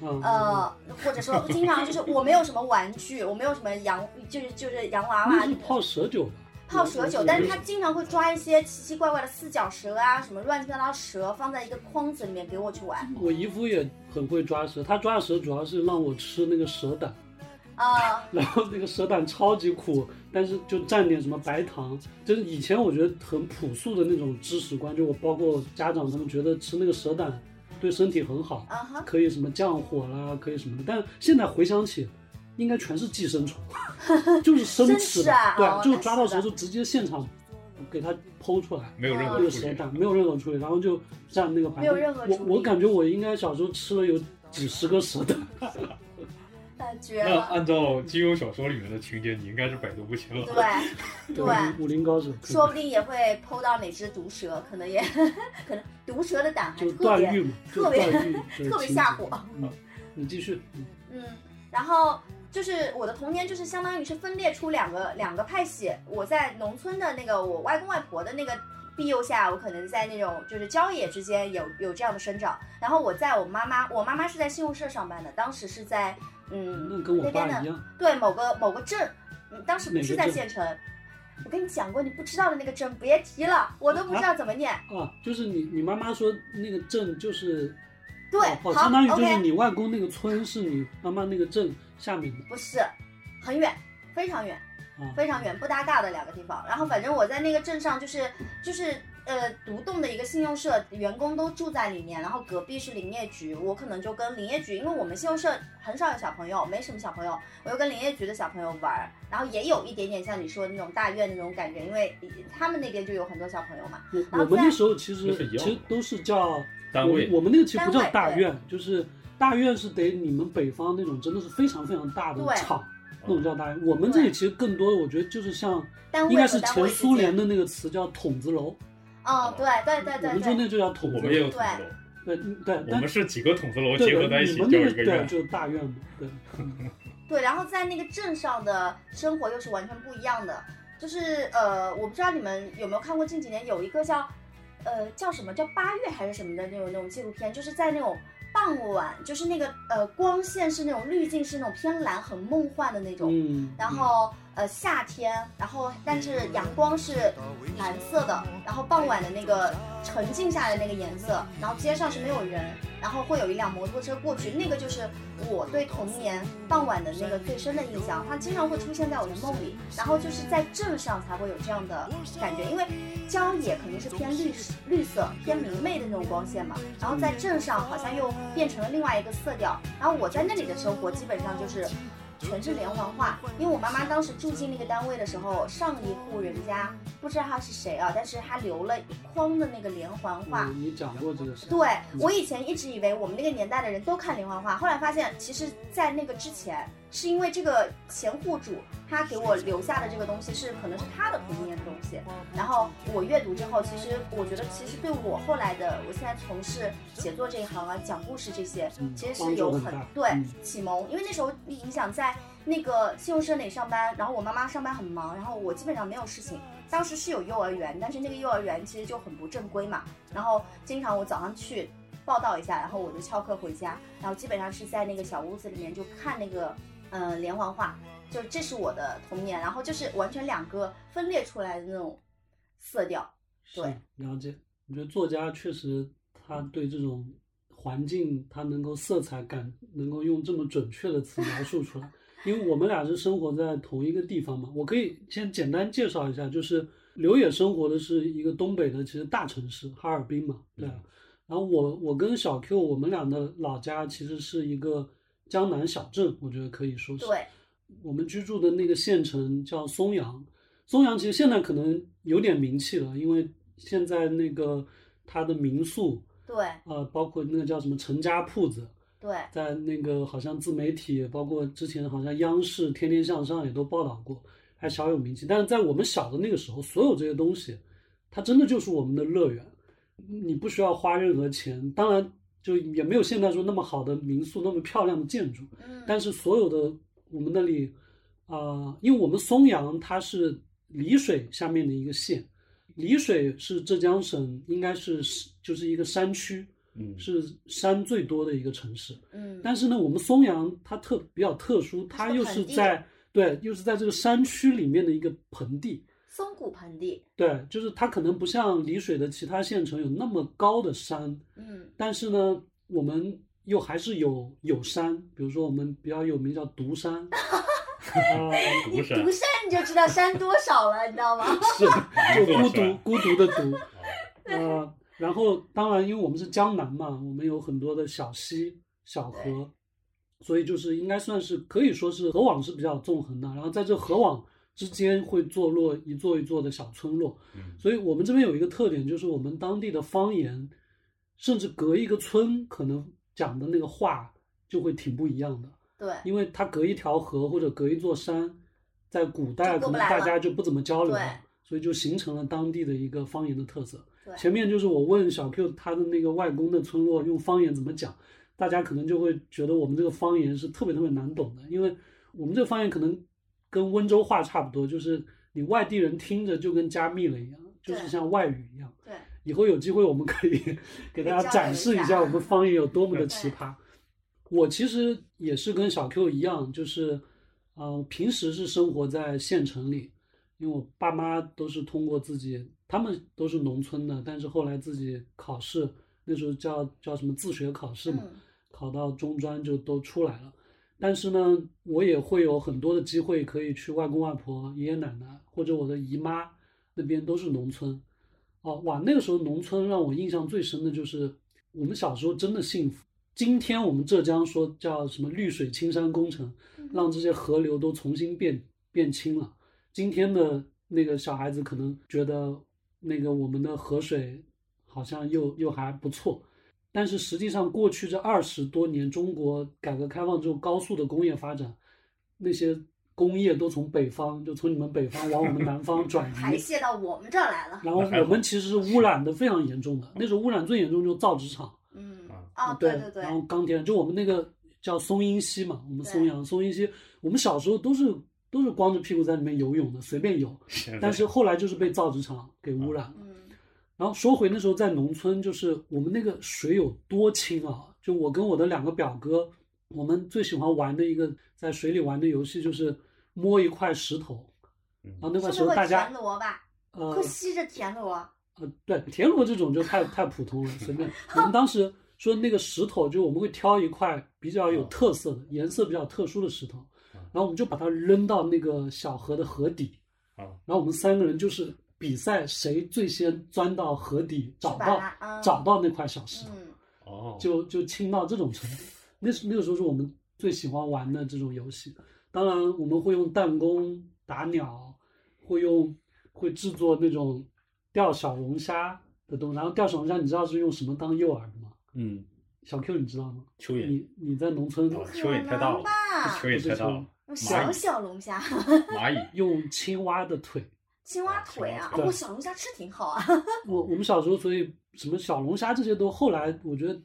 Speaker 4: 嗯，
Speaker 2: 呃，或者说经常就是我没有什么玩具，我没有什么洋，就是就是洋娃
Speaker 4: 那
Speaker 2: (laughs) 娃
Speaker 4: 是泡蛇酒吧？
Speaker 2: 泡蛇酒，
Speaker 4: 嗯
Speaker 2: 但是他经常会抓一些奇奇怪怪的四脚蛇啊，什么乱七八糟蛇，放在一个筐子里面给我去玩。
Speaker 4: 我姨夫也很会抓蛇，他抓蛇主要是让我吃那个蛇胆，
Speaker 2: 啊、
Speaker 4: 然后那个蛇胆超级苦，但是就蘸点什么白糖，就是以前我觉得很朴素的那种知识观，就我包括家长他们觉得吃那个蛇胆对身体很好，
Speaker 2: 啊哈，
Speaker 4: 可以什么降火啦，可以什么的，但现在回想起，应该全是寄生虫， (laughs) 就是生吃
Speaker 2: 生吃啊哦
Speaker 4: 对，就
Speaker 2: 那
Speaker 4: 抓到
Speaker 2: 是的
Speaker 4: 蛇就直接现场给它剖出来。
Speaker 1: 没有任
Speaker 4: 那
Speaker 1: 何
Speaker 4: 个
Speaker 1: 处
Speaker 4: 蛇
Speaker 1: 理，
Speaker 4: 胆没有任何处理，然后就蘸那个白。
Speaker 2: 没有任何
Speaker 4: 我
Speaker 2: 处理
Speaker 4: 我感觉我应该小时候吃了有几十个蛇胆，
Speaker 2: 那绝
Speaker 1: 那
Speaker 4: 啊
Speaker 2: 了，
Speaker 1: 按照金庸小说里面的情节，你应该是百毒不侵了。
Speaker 4: (laughs)
Speaker 2: 对对，
Speaker 4: 武林高手，
Speaker 2: 说不定也会剖到哪只毒蛇，可能也 (laughs) 可能毒蛇的胆还
Speaker 4: 就
Speaker 2: 特
Speaker 4: 段
Speaker 2: 别
Speaker 4: 誉嘛，就
Speaker 2: 特别 (laughs)
Speaker 4: 段誉，
Speaker 2: 特别吓唬。
Speaker 4: 嗯，你继续，嗯
Speaker 2: 嗯，然后就是我的童年，就是相当于是分裂出两个两个派系。我在农村的那个我外公外婆的那个庇佑下，我可能在那种就是郊野之间有有这样的生长。然后我在我妈妈，我妈妈是在信用社上班的，当时是在嗯
Speaker 4: 那跟我
Speaker 2: 那
Speaker 4: 爸
Speaker 2: 边的
Speaker 4: 一样，
Speaker 2: 对某个某个镇，嗯，当时不是
Speaker 4: 哪
Speaker 2: 在
Speaker 4: 个镇
Speaker 2: 县城。我跟你讲过，你不知道的那个镇别提了，我都不知道怎么念。
Speaker 4: 啊，就是你你妈妈说那个镇就是，
Speaker 2: 对，
Speaker 4: 哦
Speaker 2: 好
Speaker 4: 哦，相当于就
Speaker 2: o
Speaker 4: 是
Speaker 2: k
Speaker 4: 你外公那个村是你妈妈那个镇下面的
Speaker 2: 不是，很远，非常远。
Speaker 4: 啊，
Speaker 2: 非常远不搭嘎的两个地方。然后反正我在那个镇上就是就是呃独栋的一个信用社，员工都住在里面，然后隔壁是林业局，我可能就跟林业局，因为我们信用社很少有小朋友，没什么小朋友，我就跟林业局的小朋友玩儿，然后也有一点点像你说的那种大院那种感觉，因为他们那边就有很多小朋友嘛。
Speaker 4: 我
Speaker 2: 然后
Speaker 4: 我们那
Speaker 2: 在
Speaker 4: 时候其实
Speaker 1: 都是一
Speaker 4: 其
Speaker 1: 样
Speaker 4: 实都是叫
Speaker 1: 单位
Speaker 4: 我我们那个其实不
Speaker 2: 单
Speaker 4: 叫
Speaker 2: 位
Speaker 4: 大
Speaker 2: 对
Speaker 4: 院，就是大院是得你们北方那种真的是非常非常大的
Speaker 2: 对
Speaker 4: 厂，
Speaker 1: 啊
Speaker 4: 那种叫大院。我们这里其实更多，我觉得就是像
Speaker 2: 单位
Speaker 4: 应该
Speaker 2: 和
Speaker 4: 是
Speaker 2: 单位
Speaker 4: 前
Speaker 2: 之
Speaker 4: 苏
Speaker 2: 间，
Speaker 4: 联的那个词叫筒子楼，
Speaker 2: 嗯，对对对
Speaker 4: 我们就
Speaker 2: 对对，
Speaker 4: 那就叫筒子
Speaker 1: 我们也
Speaker 4: 楼。
Speaker 1: 有筒子楼，
Speaker 4: 对嗯对，
Speaker 1: 我
Speaker 4: 但
Speaker 1: 们是几个筒子楼
Speaker 4: 对
Speaker 1: 结
Speaker 4: 的
Speaker 1: 合在一起
Speaker 4: 你们
Speaker 1: 叫
Speaker 4: 那
Speaker 1: 一个
Speaker 4: 个对
Speaker 1: 院。
Speaker 4: 就是大院嘛，对，
Speaker 2: 对，然后在那个镇上的生活又是完全不一样的。就是呃，我不知道你们有没有看过近几年有一个叫呃叫什么叫八月还是什么的那种那种纪录片，就是在那种傍晚，就是那个呃光线是那种滤镜是那种偏蓝，很梦幻的那种。
Speaker 4: 嗯，
Speaker 2: 然后呃夏天，然后但是阳光是蓝色的，然后傍晚的那个沉静下来的那个颜色，然后街上是没有人，然后会有一辆摩托车过去，那个就是我对童年傍晚的那个最深的印象，它经常会出现在我的梦里，然后就是在镇上才会有这样的感觉，因为郊野肯定是偏绿绿色、偏明媚的那种光线嘛，然后在镇上好像又变成了另外一个色调，然后我在那里的生活基本上就是全是连环画，因为我妈妈当时住进那个单位的时候，上一户人家不知道她是谁啊，但是她留了一筐的那个连环画。
Speaker 4: 嗯你你讲过这个事，
Speaker 2: 对我以前一直以为我们那个年代的人都看连环画，后来发现其实，在那个之前，是因为这个前户主他给我留下的这个东西是可能是他的童年的东西，然后我阅读之后，其实我觉得其实对我后来的我现在从事写作这一行啊，讲故事这些，
Speaker 4: 嗯
Speaker 2: 其实是
Speaker 4: 帮
Speaker 2: 有
Speaker 4: 助很
Speaker 2: 很
Speaker 4: 大
Speaker 2: 对
Speaker 4: 嗯
Speaker 2: 启蒙，因为那时候你你想在那个信用社那里上班，然后我妈妈上班很忙，然后我基本上没有事情。当时是有幼儿园，但是那个幼儿园其实就很不正规嘛，然后经常我早上去报道一下，然后我就翘课回家，然后基本上是在那个小屋子里面就看那个呃连环画，就这是我的童年，然后就是完全两个分裂出来的那种色调。
Speaker 4: 是
Speaker 2: 对
Speaker 4: 了解。我觉得作家确实他对这种环境，他能够色彩感，能够用这么准确的词描述出来。因为我们俩是生活在同一个地方嘛，我可以先简单介绍一下，就是刘也生活的是一个东北的其实大城市哈尔滨嘛，对啊。
Speaker 2: 嗯
Speaker 4: 然后我我跟小 Q 我们俩的老家其实是一个江南小镇，我觉得可以说是。
Speaker 2: 对，
Speaker 4: 我们居住的那个县城叫松阳，松阳其实现在可能有点名气了，因为现在那个它的民宿，
Speaker 2: 对
Speaker 4: 呃，包括那个叫什么陈家铺子，
Speaker 2: 对，
Speaker 4: 在那个好像自媒体，包括之前好像央视《天天向上》也都报道过，还小有名气。但是在我们小的那个时候，所有这些东西，它真的就是我们的乐园，你不需要花任何钱，当然就也没有现在说那么好的民宿，那么漂亮的建筑，
Speaker 2: 嗯，
Speaker 4: 但是所有的我们那里，啊、因为我们松阳它是丽水下面的一个县，丽水是浙江省应该是就是一个山区，
Speaker 1: 嗯，
Speaker 4: 是山最多的一个城市。
Speaker 2: 嗯，
Speaker 4: 但是呢，我们松阳它特比较特殊，
Speaker 2: 它
Speaker 4: 它
Speaker 2: 是个
Speaker 4: 又
Speaker 2: 盆
Speaker 4: 是
Speaker 2: 地
Speaker 4: 在对，又是在这个山区里面的一个盆地。
Speaker 2: 松骨盆地，
Speaker 4: 对，就是它可能不像丽水的其他县城有那么高的山，
Speaker 2: 嗯
Speaker 4: 但是呢，我们又还是有有山，比如说我们比较有名叫独山，
Speaker 1: (laughs)
Speaker 4: 啊、
Speaker 1: 独山
Speaker 2: 独，山你就知道山多少了，你知道吗？ (laughs)
Speaker 4: 是就
Speaker 1: 座
Speaker 4: 孤
Speaker 1: 山哦
Speaker 4: 独孤独的独， (laughs) 呃，然后当然因为我们是江南嘛，我们有很多的小溪小河，所以就是应该算是可以说是河网是比较纵横的，然后在这河网之间会坐落一座一座的小村落，
Speaker 1: 嗯
Speaker 4: 所以我们这边有一个特点，就是我们当地的方言，甚至隔一个村可能讲的那个话就会挺不一样的，
Speaker 2: 对
Speaker 4: 因为它隔一条河或者隔一座山，在古代
Speaker 2: 就过
Speaker 4: 可
Speaker 2: 不
Speaker 4: 能
Speaker 2: 来
Speaker 4: 大
Speaker 2: 了
Speaker 4: 家就不怎么交流
Speaker 2: 对
Speaker 4: 了，所以就形成了当地的一个方言的特色。
Speaker 2: 对，
Speaker 4: 前面就是我问小 Q 他的那个外公的村落用方言怎么讲，大家可能就会觉得我们这个方言是特别特别难懂的，因为我们这个方言可能跟温州话差不多，就是你外地人听着就跟加密了一样，就是
Speaker 2: 对
Speaker 4: 像外语一样。
Speaker 2: 对
Speaker 4: 以后有机会我们可以 (laughs) 给大家展示一下我们方言有多么的奇葩。我其实也是跟小 Q 一样，就是，嗯、呃，平时是生活在县城里，因为我爸妈都是通过自己，他们都是农村的，但是后来自己考试，那时候叫叫什么自学考试嘛，
Speaker 2: 嗯
Speaker 4: 考到中专就都出来了。但是呢，我也会有很多的机会可以去外公外婆、爷爷奶奶或者我的姨妈那边都是农村。哦，哇，那个时候农村让我印象最深的就是我们小时候真的幸福。今天我们浙江说叫什么绿水青山工程，让这些河流都重新变变清了。今天的那个小孩子可能觉得那个我们的河水好像又又还不错，但是实际上，过去这二十多年，中国改革开放之后高速的工业发展，那些工业都从北方，就从你们北方往我们南方
Speaker 2: (laughs)
Speaker 4: 转
Speaker 2: 排
Speaker 4: 移，
Speaker 2: 泄到我们这儿来了，
Speaker 4: 然后我们其实是污染的非常严重的。那时候污染最严重就是造纸厂，
Speaker 2: 嗯
Speaker 1: 啊
Speaker 2: 啊，
Speaker 4: 对
Speaker 2: 对对
Speaker 4: 然，后钢铁，就我们那个叫松阴溪嘛，我们松阳松阴溪，我们小时候都是都是光着屁股在里面游泳的，随便游，
Speaker 1: 现在
Speaker 4: 但是后来就是被造纸厂给污染了。
Speaker 2: 嗯
Speaker 4: 然后说回那时候在农村，就是我们那个水有多清啊！就我跟我的两个表哥，我们最喜欢玩的一个在水里玩的游戏就是摸一块石头，
Speaker 1: 嗯
Speaker 4: 然后那块石
Speaker 2: 是
Speaker 4: 头
Speaker 2: 不是
Speaker 4: 大
Speaker 2: 会
Speaker 4: 家
Speaker 2: 田螺吧？
Speaker 4: 呃
Speaker 2: 会吸着田螺，
Speaker 4: 呃，对，田螺这种就太太普通了，随便。我们当时说那个石头，就我们会挑一块比较有特色的、颜色比较特殊的石头，
Speaker 1: 嗯
Speaker 4: 然后我们就把它扔到那个小河的河底，
Speaker 1: 啊
Speaker 4: 然后我们三个人就是比赛谁最先钻到河底，找
Speaker 2: 把
Speaker 4: 到
Speaker 2: 它嗯
Speaker 4: 找到那块小石头，
Speaker 2: 嗯，
Speaker 1: 哦，
Speaker 4: 就就轻到这种程度。那是那个时候是我们最喜欢玩的这种游戏。当然，我们会用弹弓打鸟，会用会制作那种钓小龙虾的东西。然后钓小龙虾，你知道是用什么当诱饵的吗？
Speaker 1: 嗯，
Speaker 4: 小 Q，你知道吗？
Speaker 1: 蚯蚓，
Speaker 4: 你你在农村
Speaker 1: 哦，
Speaker 2: 可
Speaker 1: 蚯蚓太大了
Speaker 2: 能，吧
Speaker 1: 蚯蚓太大了，蚂
Speaker 2: 用小
Speaker 1: 蚁
Speaker 2: 小龙虾、
Speaker 4: 啊
Speaker 1: 蚂蚁，
Speaker 4: (laughs) 用青蛙的腿，
Speaker 2: 青蛙腿啊，
Speaker 1: 青蛙
Speaker 4: 腿
Speaker 2: 哦，小龙虾吃挺好啊。
Speaker 4: 我我们小时候所以什么小龙虾这些都后来我觉得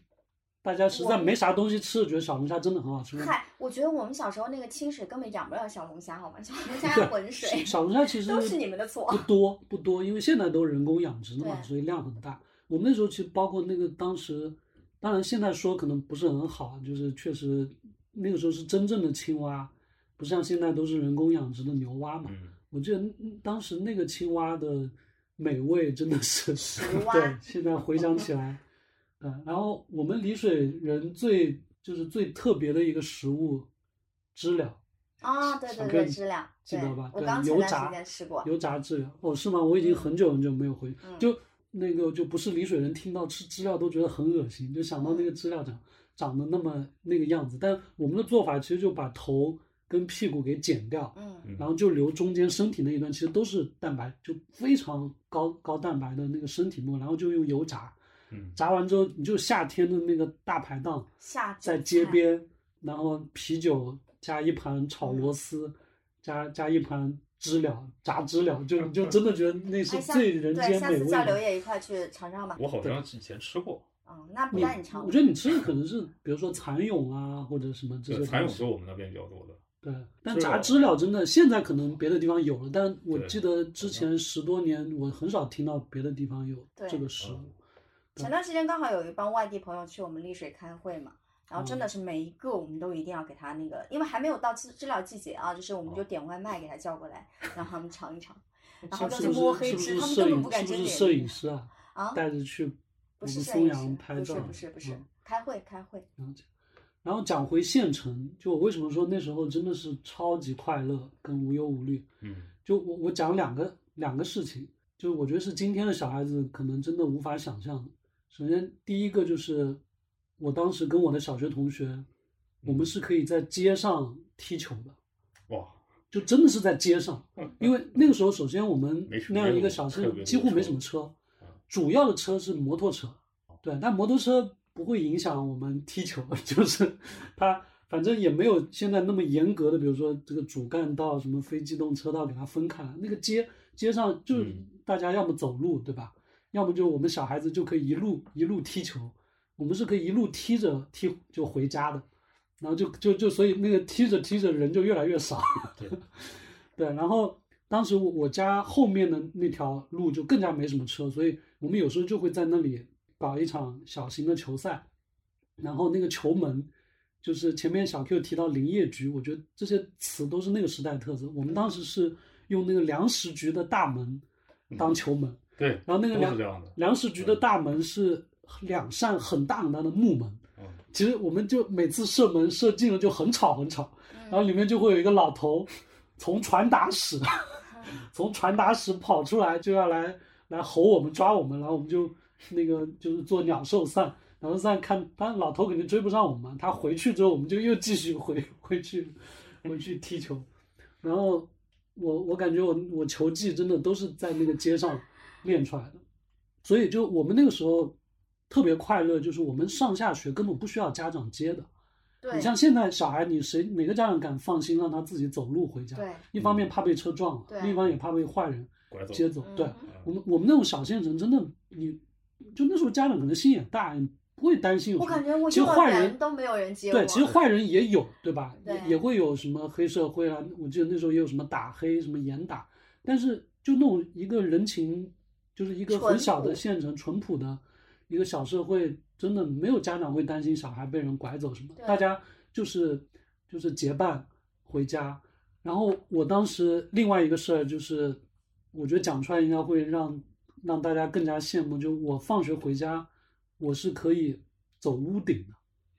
Speaker 4: 大家实在
Speaker 2: 我
Speaker 4: 没啥东西吃，觉得小龙虾真的很好吃。
Speaker 2: 嗨，我觉得我们小时候那个清水根本养不了小龙虾，好吗？小龙
Speaker 4: 对
Speaker 2: 虾浑水
Speaker 4: 小。小
Speaker 2: (laughs)
Speaker 4: 龙虾其实
Speaker 2: 都是你们的错
Speaker 4: 不多不多，因为现在都人工养殖的嘛，
Speaker 2: 对
Speaker 4: 所以量很大。我们那时候其实包括那个当时，当然现在说可能不是很好，啊就是确实那个时候是真正的青蛙，不像现在都是人工养殖的牛蛙嘛。
Speaker 1: 嗯，
Speaker 4: 我记得嗯当时那个青蛙的美味真的是 (laughs)
Speaker 2: 蛙
Speaker 4: 对，现在回想起来，嗯，然后我们丽水人最就是最特别的一个食物，知了。
Speaker 2: 啊，对
Speaker 4: 小
Speaker 2: 对
Speaker 4: 哥
Speaker 2: 对，
Speaker 4: 你
Speaker 2: 知了，
Speaker 4: 记
Speaker 2: 对
Speaker 4: 得吧，？
Speaker 2: 我
Speaker 4: 对
Speaker 2: 刚前
Speaker 4: 油
Speaker 2: 段时
Speaker 4: 炸
Speaker 2: 间吃过。
Speaker 4: 油炸知了。哦，是吗？我已经很久很久没有回，
Speaker 2: 嗯
Speaker 4: 就那个就不是丽水人，听到吃知了都觉得很恶心，就想到那个知了长长得那么那个样子。但我们的做法其实就把头跟屁股给剪掉，
Speaker 2: 嗯，
Speaker 1: 嗯
Speaker 4: 然后就留中间身体那一段，其实都是蛋白，就非常高高蛋白的那个身体末，然后就用油炸，
Speaker 1: 嗯
Speaker 4: 炸完之后你就夏天的那个大排档，
Speaker 2: 下酒
Speaker 4: 在街
Speaker 2: 菜
Speaker 4: 边，然后啤酒加一盘炒
Speaker 2: 嗯
Speaker 4: 螺丝，加加一盘知了炸知了，就
Speaker 1: 嗯
Speaker 4: 你就真的觉得那是
Speaker 2: 哎，下
Speaker 4: 最人
Speaker 2: 对，
Speaker 4: 间
Speaker 2: 下
Speaker 4: 美
Speaker 2: 次
Speaker 4: 味
Speaker 2: 叫刘
Speaker 4: 的。
Speaker 2: 烨一块去尝尝吧。
Speaker 1: 我好像以前吃过，
Speaker 2: 嗯，那不
Speaker 4: 你
Speaker 2: 带你尝
Speaker 4: 我。觉得你吃的可能是比如说蚕蛹啊或者什么这
Speaker 1: 对，
Speaker 4: 些
Speaker 1: 蚕
Speaker 4: 东
Speaker 1: 蛹是
Speaker 4: 西，
Speaker 1: 我们那边比较多的，
Speaker 4: 对。但
Speaker 1: 知
Speaker 4: 炸
Speaker 1: 了
Speaker 4: 知了真的现在可能别的地方有了，但我
Speaker 1: 对嗯
Speaker 4: 记得之
Speaker 1: 好像
Speaker 4: 前十多年我很少听到别的地方有
Speaker 2: 对
Speaker 4: 这个食物
Speaker 1: 嗯。
Speaker 2: 前段时间刚好有一帮外地朋友去我们丽水开会嘛，然后真
Speaker 4: 哦
Speaker 2: 的是每一个我们都一定要给他那个，因为还没有到知知了季节啊，就是我们就
Speaker 4: 哦
Speaker 2: 点外卖给他叫过来，让他们尝一
Speaker 4: (laughs)
Speaker 2: 尝。然后都
Speaker 4: 是不
Speaker 2: 摸
Speaker 4: 是
Speaker 2: 黑
Speaker 4: 是不
Speaker 2: 吃，
Speaker 4: 是
Speaker 2: 他们
Speaker 4: 摄
Speaker 2: 根本
Speaker 4: 影
Speaker 2: 不敢
Speaker 4: 是
Speaker 2: 睁
Speaker 4: 不是
Speaker 2: 眼
Speaker 4: 摄影师啊？ (laughs)
Speaker 2: 啊，
Speaker 4: 带着去
Speaker 2: 不
Speaker 4: 我们
Speaker 2: 是摄
Speaker 4: 松
Speaker 2: 影
Speaker 4: 阳
Speaker 2: 师
Speaker 4: 拍
Speaker 2: 不
Speaker 4: 照
Speaker 2: 是
Speaker 4: 的，
Speaker 2: 不是不是
Speaker 4: 嗯，
Speaker 2: 开会开会，
Speaker 4: 了解。然后讲回县城，就我为什么说那时候真的是超级快乐跟无忧无虑？
Speaker 1: 嗯
Speaker 4: 就我我讲两个两个事情，就我觉得是今天的小孩子可能真的无法想象的。首先第一个就是我当时跟我的小学同学，我们是可以在街上踢球的，
Speaker 1: 哇，
Speaker 4: 就真的是在
Speaker 1: (laughs)
Speaker 4: 街上，因为那个时候首先我们
Speaker 1: 没什么
Speaker 4: 那样一个
Speaker 1: 路
Speaker 4: 小
Speaker 1: 特
Speaker 4: 镇
Speaker 1: 别
Speaker 4: 几乎
Speaker 1: 多
Speaker 4: 没
Speaker 1: 车
Speaker 4: 什么车
Speaker 1: 嗯，哦
Speaker 4: 主要的车是摩托车，对，但摩托车不会影响我们踢球， (laughs) 就是它反正也没有现在那么严格的，比如说这个主干道什么非机动车道给它分开了，那个街街上就是
Speaker 1: 嗯
Speaker 4: 大家要么走路，对吧？要么就我们小孩子就可以一路一路踢球，我们是可以一路踢着踢就回家的，然后就就就所以那个踢着踢着人就越来越少，
Speaker 1: 对，
Speaker 4: 对，然后当时我我家后面的那条路就更加没什么车，所以我们有时候就会在那里搞一场小型的球赛，然后那个球门。就是前面小 Q 提到林业局，我觉得这些词都是那个时代的特色。我们当时是用那个粮食局的大门当球门，
Speaker 1: 对，
Speaker 4: 然后那个
Speaker 1: 都是
Speaker 4: 粮
Speaker 1: 这样的，
Speaker 4: 粮食局的大门是两扇很大很大的木门，
Speaker 1: 嗯，
Speaker 4: 其实我们就每次射门射进了就很吵很吵，
Speaker 2: 嗯
Speaker 4: 然后里面就会有一个老头从传达室 (laughs) 从传达室跑出来就要来来吼我们抓我们，然后我们就那个就是做鸟兽散。鸟兽散看，但老头肯定追不上我们嘛，他回去之后，我们就又继续回回去 (laughs) 回去踢球。然后我我感觉我我球技真的都是在那个街上练出来的，所以就我们那个时候特别快乐，就是我们上下学根本不需要家长接的。
Speaker 2: 对
Speaker 4: 你像现在小孩，你谁哪个家长敢放心让他自己走路回家？
Speaker 2: 对，
Speaker 4: 一方面怕被车撞了，
Speaker 2: 对
Speaker 4: 另一方面也怕被坏人
Speaker 1: 拐走，
Speaker 4: 接走。对
Speaker 2: 嗯
Speaker 1: 嗯
Speaker 4: 我们我们那种小县城，真的你就那时候家长可能心也大，你不会担心有
Speaker 2: 我
Speaker 4: 什么。
Speaker 2: 感觉我
Speaker 4: 其
Speaker 2: 幼
Speaker 4: 实坏
Speaker 2: 儿
Speaker 4: 人
Speaker 2: 园都没有人接我。
Speaker 4: 对，其实坏人也有，对吧？
Speaker 2: 对
Speaker 4: 也也会有什么黑社会啊，我记得那时候也有什么打黑、什么严打，但是就那种一个人情就是一个
Speaker 2: 淳
Speaker 4: 很小的
Speaker 2: 朴
Speaker 4: 县城，淳朴的一个小社会，真的没有家长会担心小孩被人拐走什么，
Speaker 2: 对
Speaker 4: 大家就是就是结伴回家。然后我当时另外一个事儿就是，我觉得讲出来应该会让让大家更加羡慕，就我放学回家，我是可以走屋顶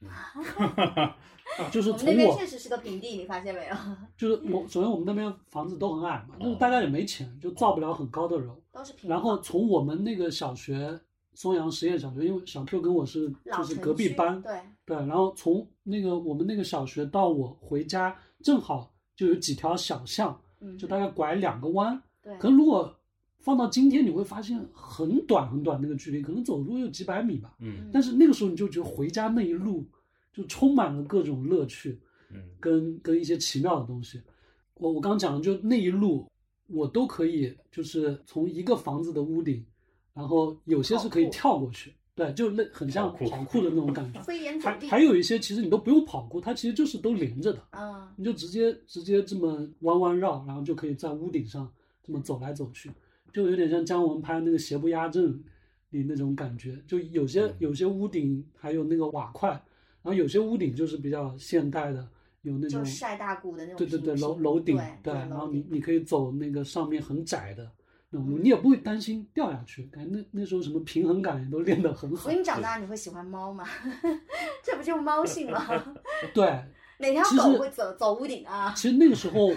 Speaker 4: 的， (laughs) 就是
Speaker 2: 我们
Speaker 4: 从
Speaker 2: 那边
Speaker 4: 我
Speaker 2: 确实是个平地，你发现没有？
Speaker 4: 就是我，首先我们那边房子都很矮嘛，就是
Speaker 1: 哦
Speaker 4: 大家也没钱，就造不了很高的楼。
Speaker 2: 都是平。
Speaker 4: 然后从我们那个小学，松阳实验小学，因为小 Q 跟我是
Speaker 2: 老
Speaker 4: 就是
Speaker 2: 城
Speaker 4: 隔壁
Speaker 2: 区
Speaker 4: 班，
Speaker 2: 对，
Speaker 4: 对，然后从那个我们那个小学到我回家，正好就有几条小巷，
Speaker 2: 嗯，
Speaker 4: 就大概拐两个弯。
Speaker 2: 对，
Speaker 4: 可能如果放到今天，你会发现很短很短那个距离，可能走路有几百米吧。
Speaker 1: 嗯
Speaker 4: 但是那个时候你就觉得回家那一路就充满了各种乐趣。
Speaker 1: 嗯
Speaker 4: 跟跟一些奇妙的东西。我我刚讲的就那一路，我都可以，就是从一个房子的屋顶，然后有些是可以跳过去，对，就那很像
Speaker 1: 跑酷
Speaker 4: 跑酷的那种感觉。
Speaker 2: 飞檐走 (laughs)
Speaker 4: 还
Speaker 2: 壁。
Speaker 4: 还有一些其实你都不用跑酷，它其实就是都连着的，
Speaker 2: 嗯，
Speaker 4: 你就直接直接这么弯弯绕，然后就可以在屋顶上这么走来走去，就有点像姜文拍那个《邪不压正》里那种感觉。就有些
Speaker 1: 嗯
Speaker 4: 有些屋顶还有那个瓦块，然后有些屋顶就是比较现代的，有那
Speaker 2: 就
Speaker 4: 种
Speaker 2: 是晒大鼓的那种
Speaker 4: 对对对，
Speaker 2: 平
Speaker 4: 楼
Speaker 2: 平
Speaker 4: 楼顶，
Speaker 2: 对，
Speaker 4: 然后
Speaker 2: 楼
Speaker 4: 你
Speaker 2: 顶
Speaker 4: 你可以走那个上面很窄的那种路，
Speaker 2: 嗯
Speaker 4: 你也不会担心掉下去。感觉那那时候什么平衡感也都练得很好
Speaker 2: 所以。你长大你会喜欢猫吗？ (laughs) 这不就
Speaker 4: (laughs)
Speaker 2: 猫性吗？
Speaker 4: 对，
Speaker 2: 哪条
Speaker 4: 其
Speaker 2: 狗
Speaker 4: 实
Speaker 2: 会走走屋顶啊？
Speaker 4: 其实那个时候，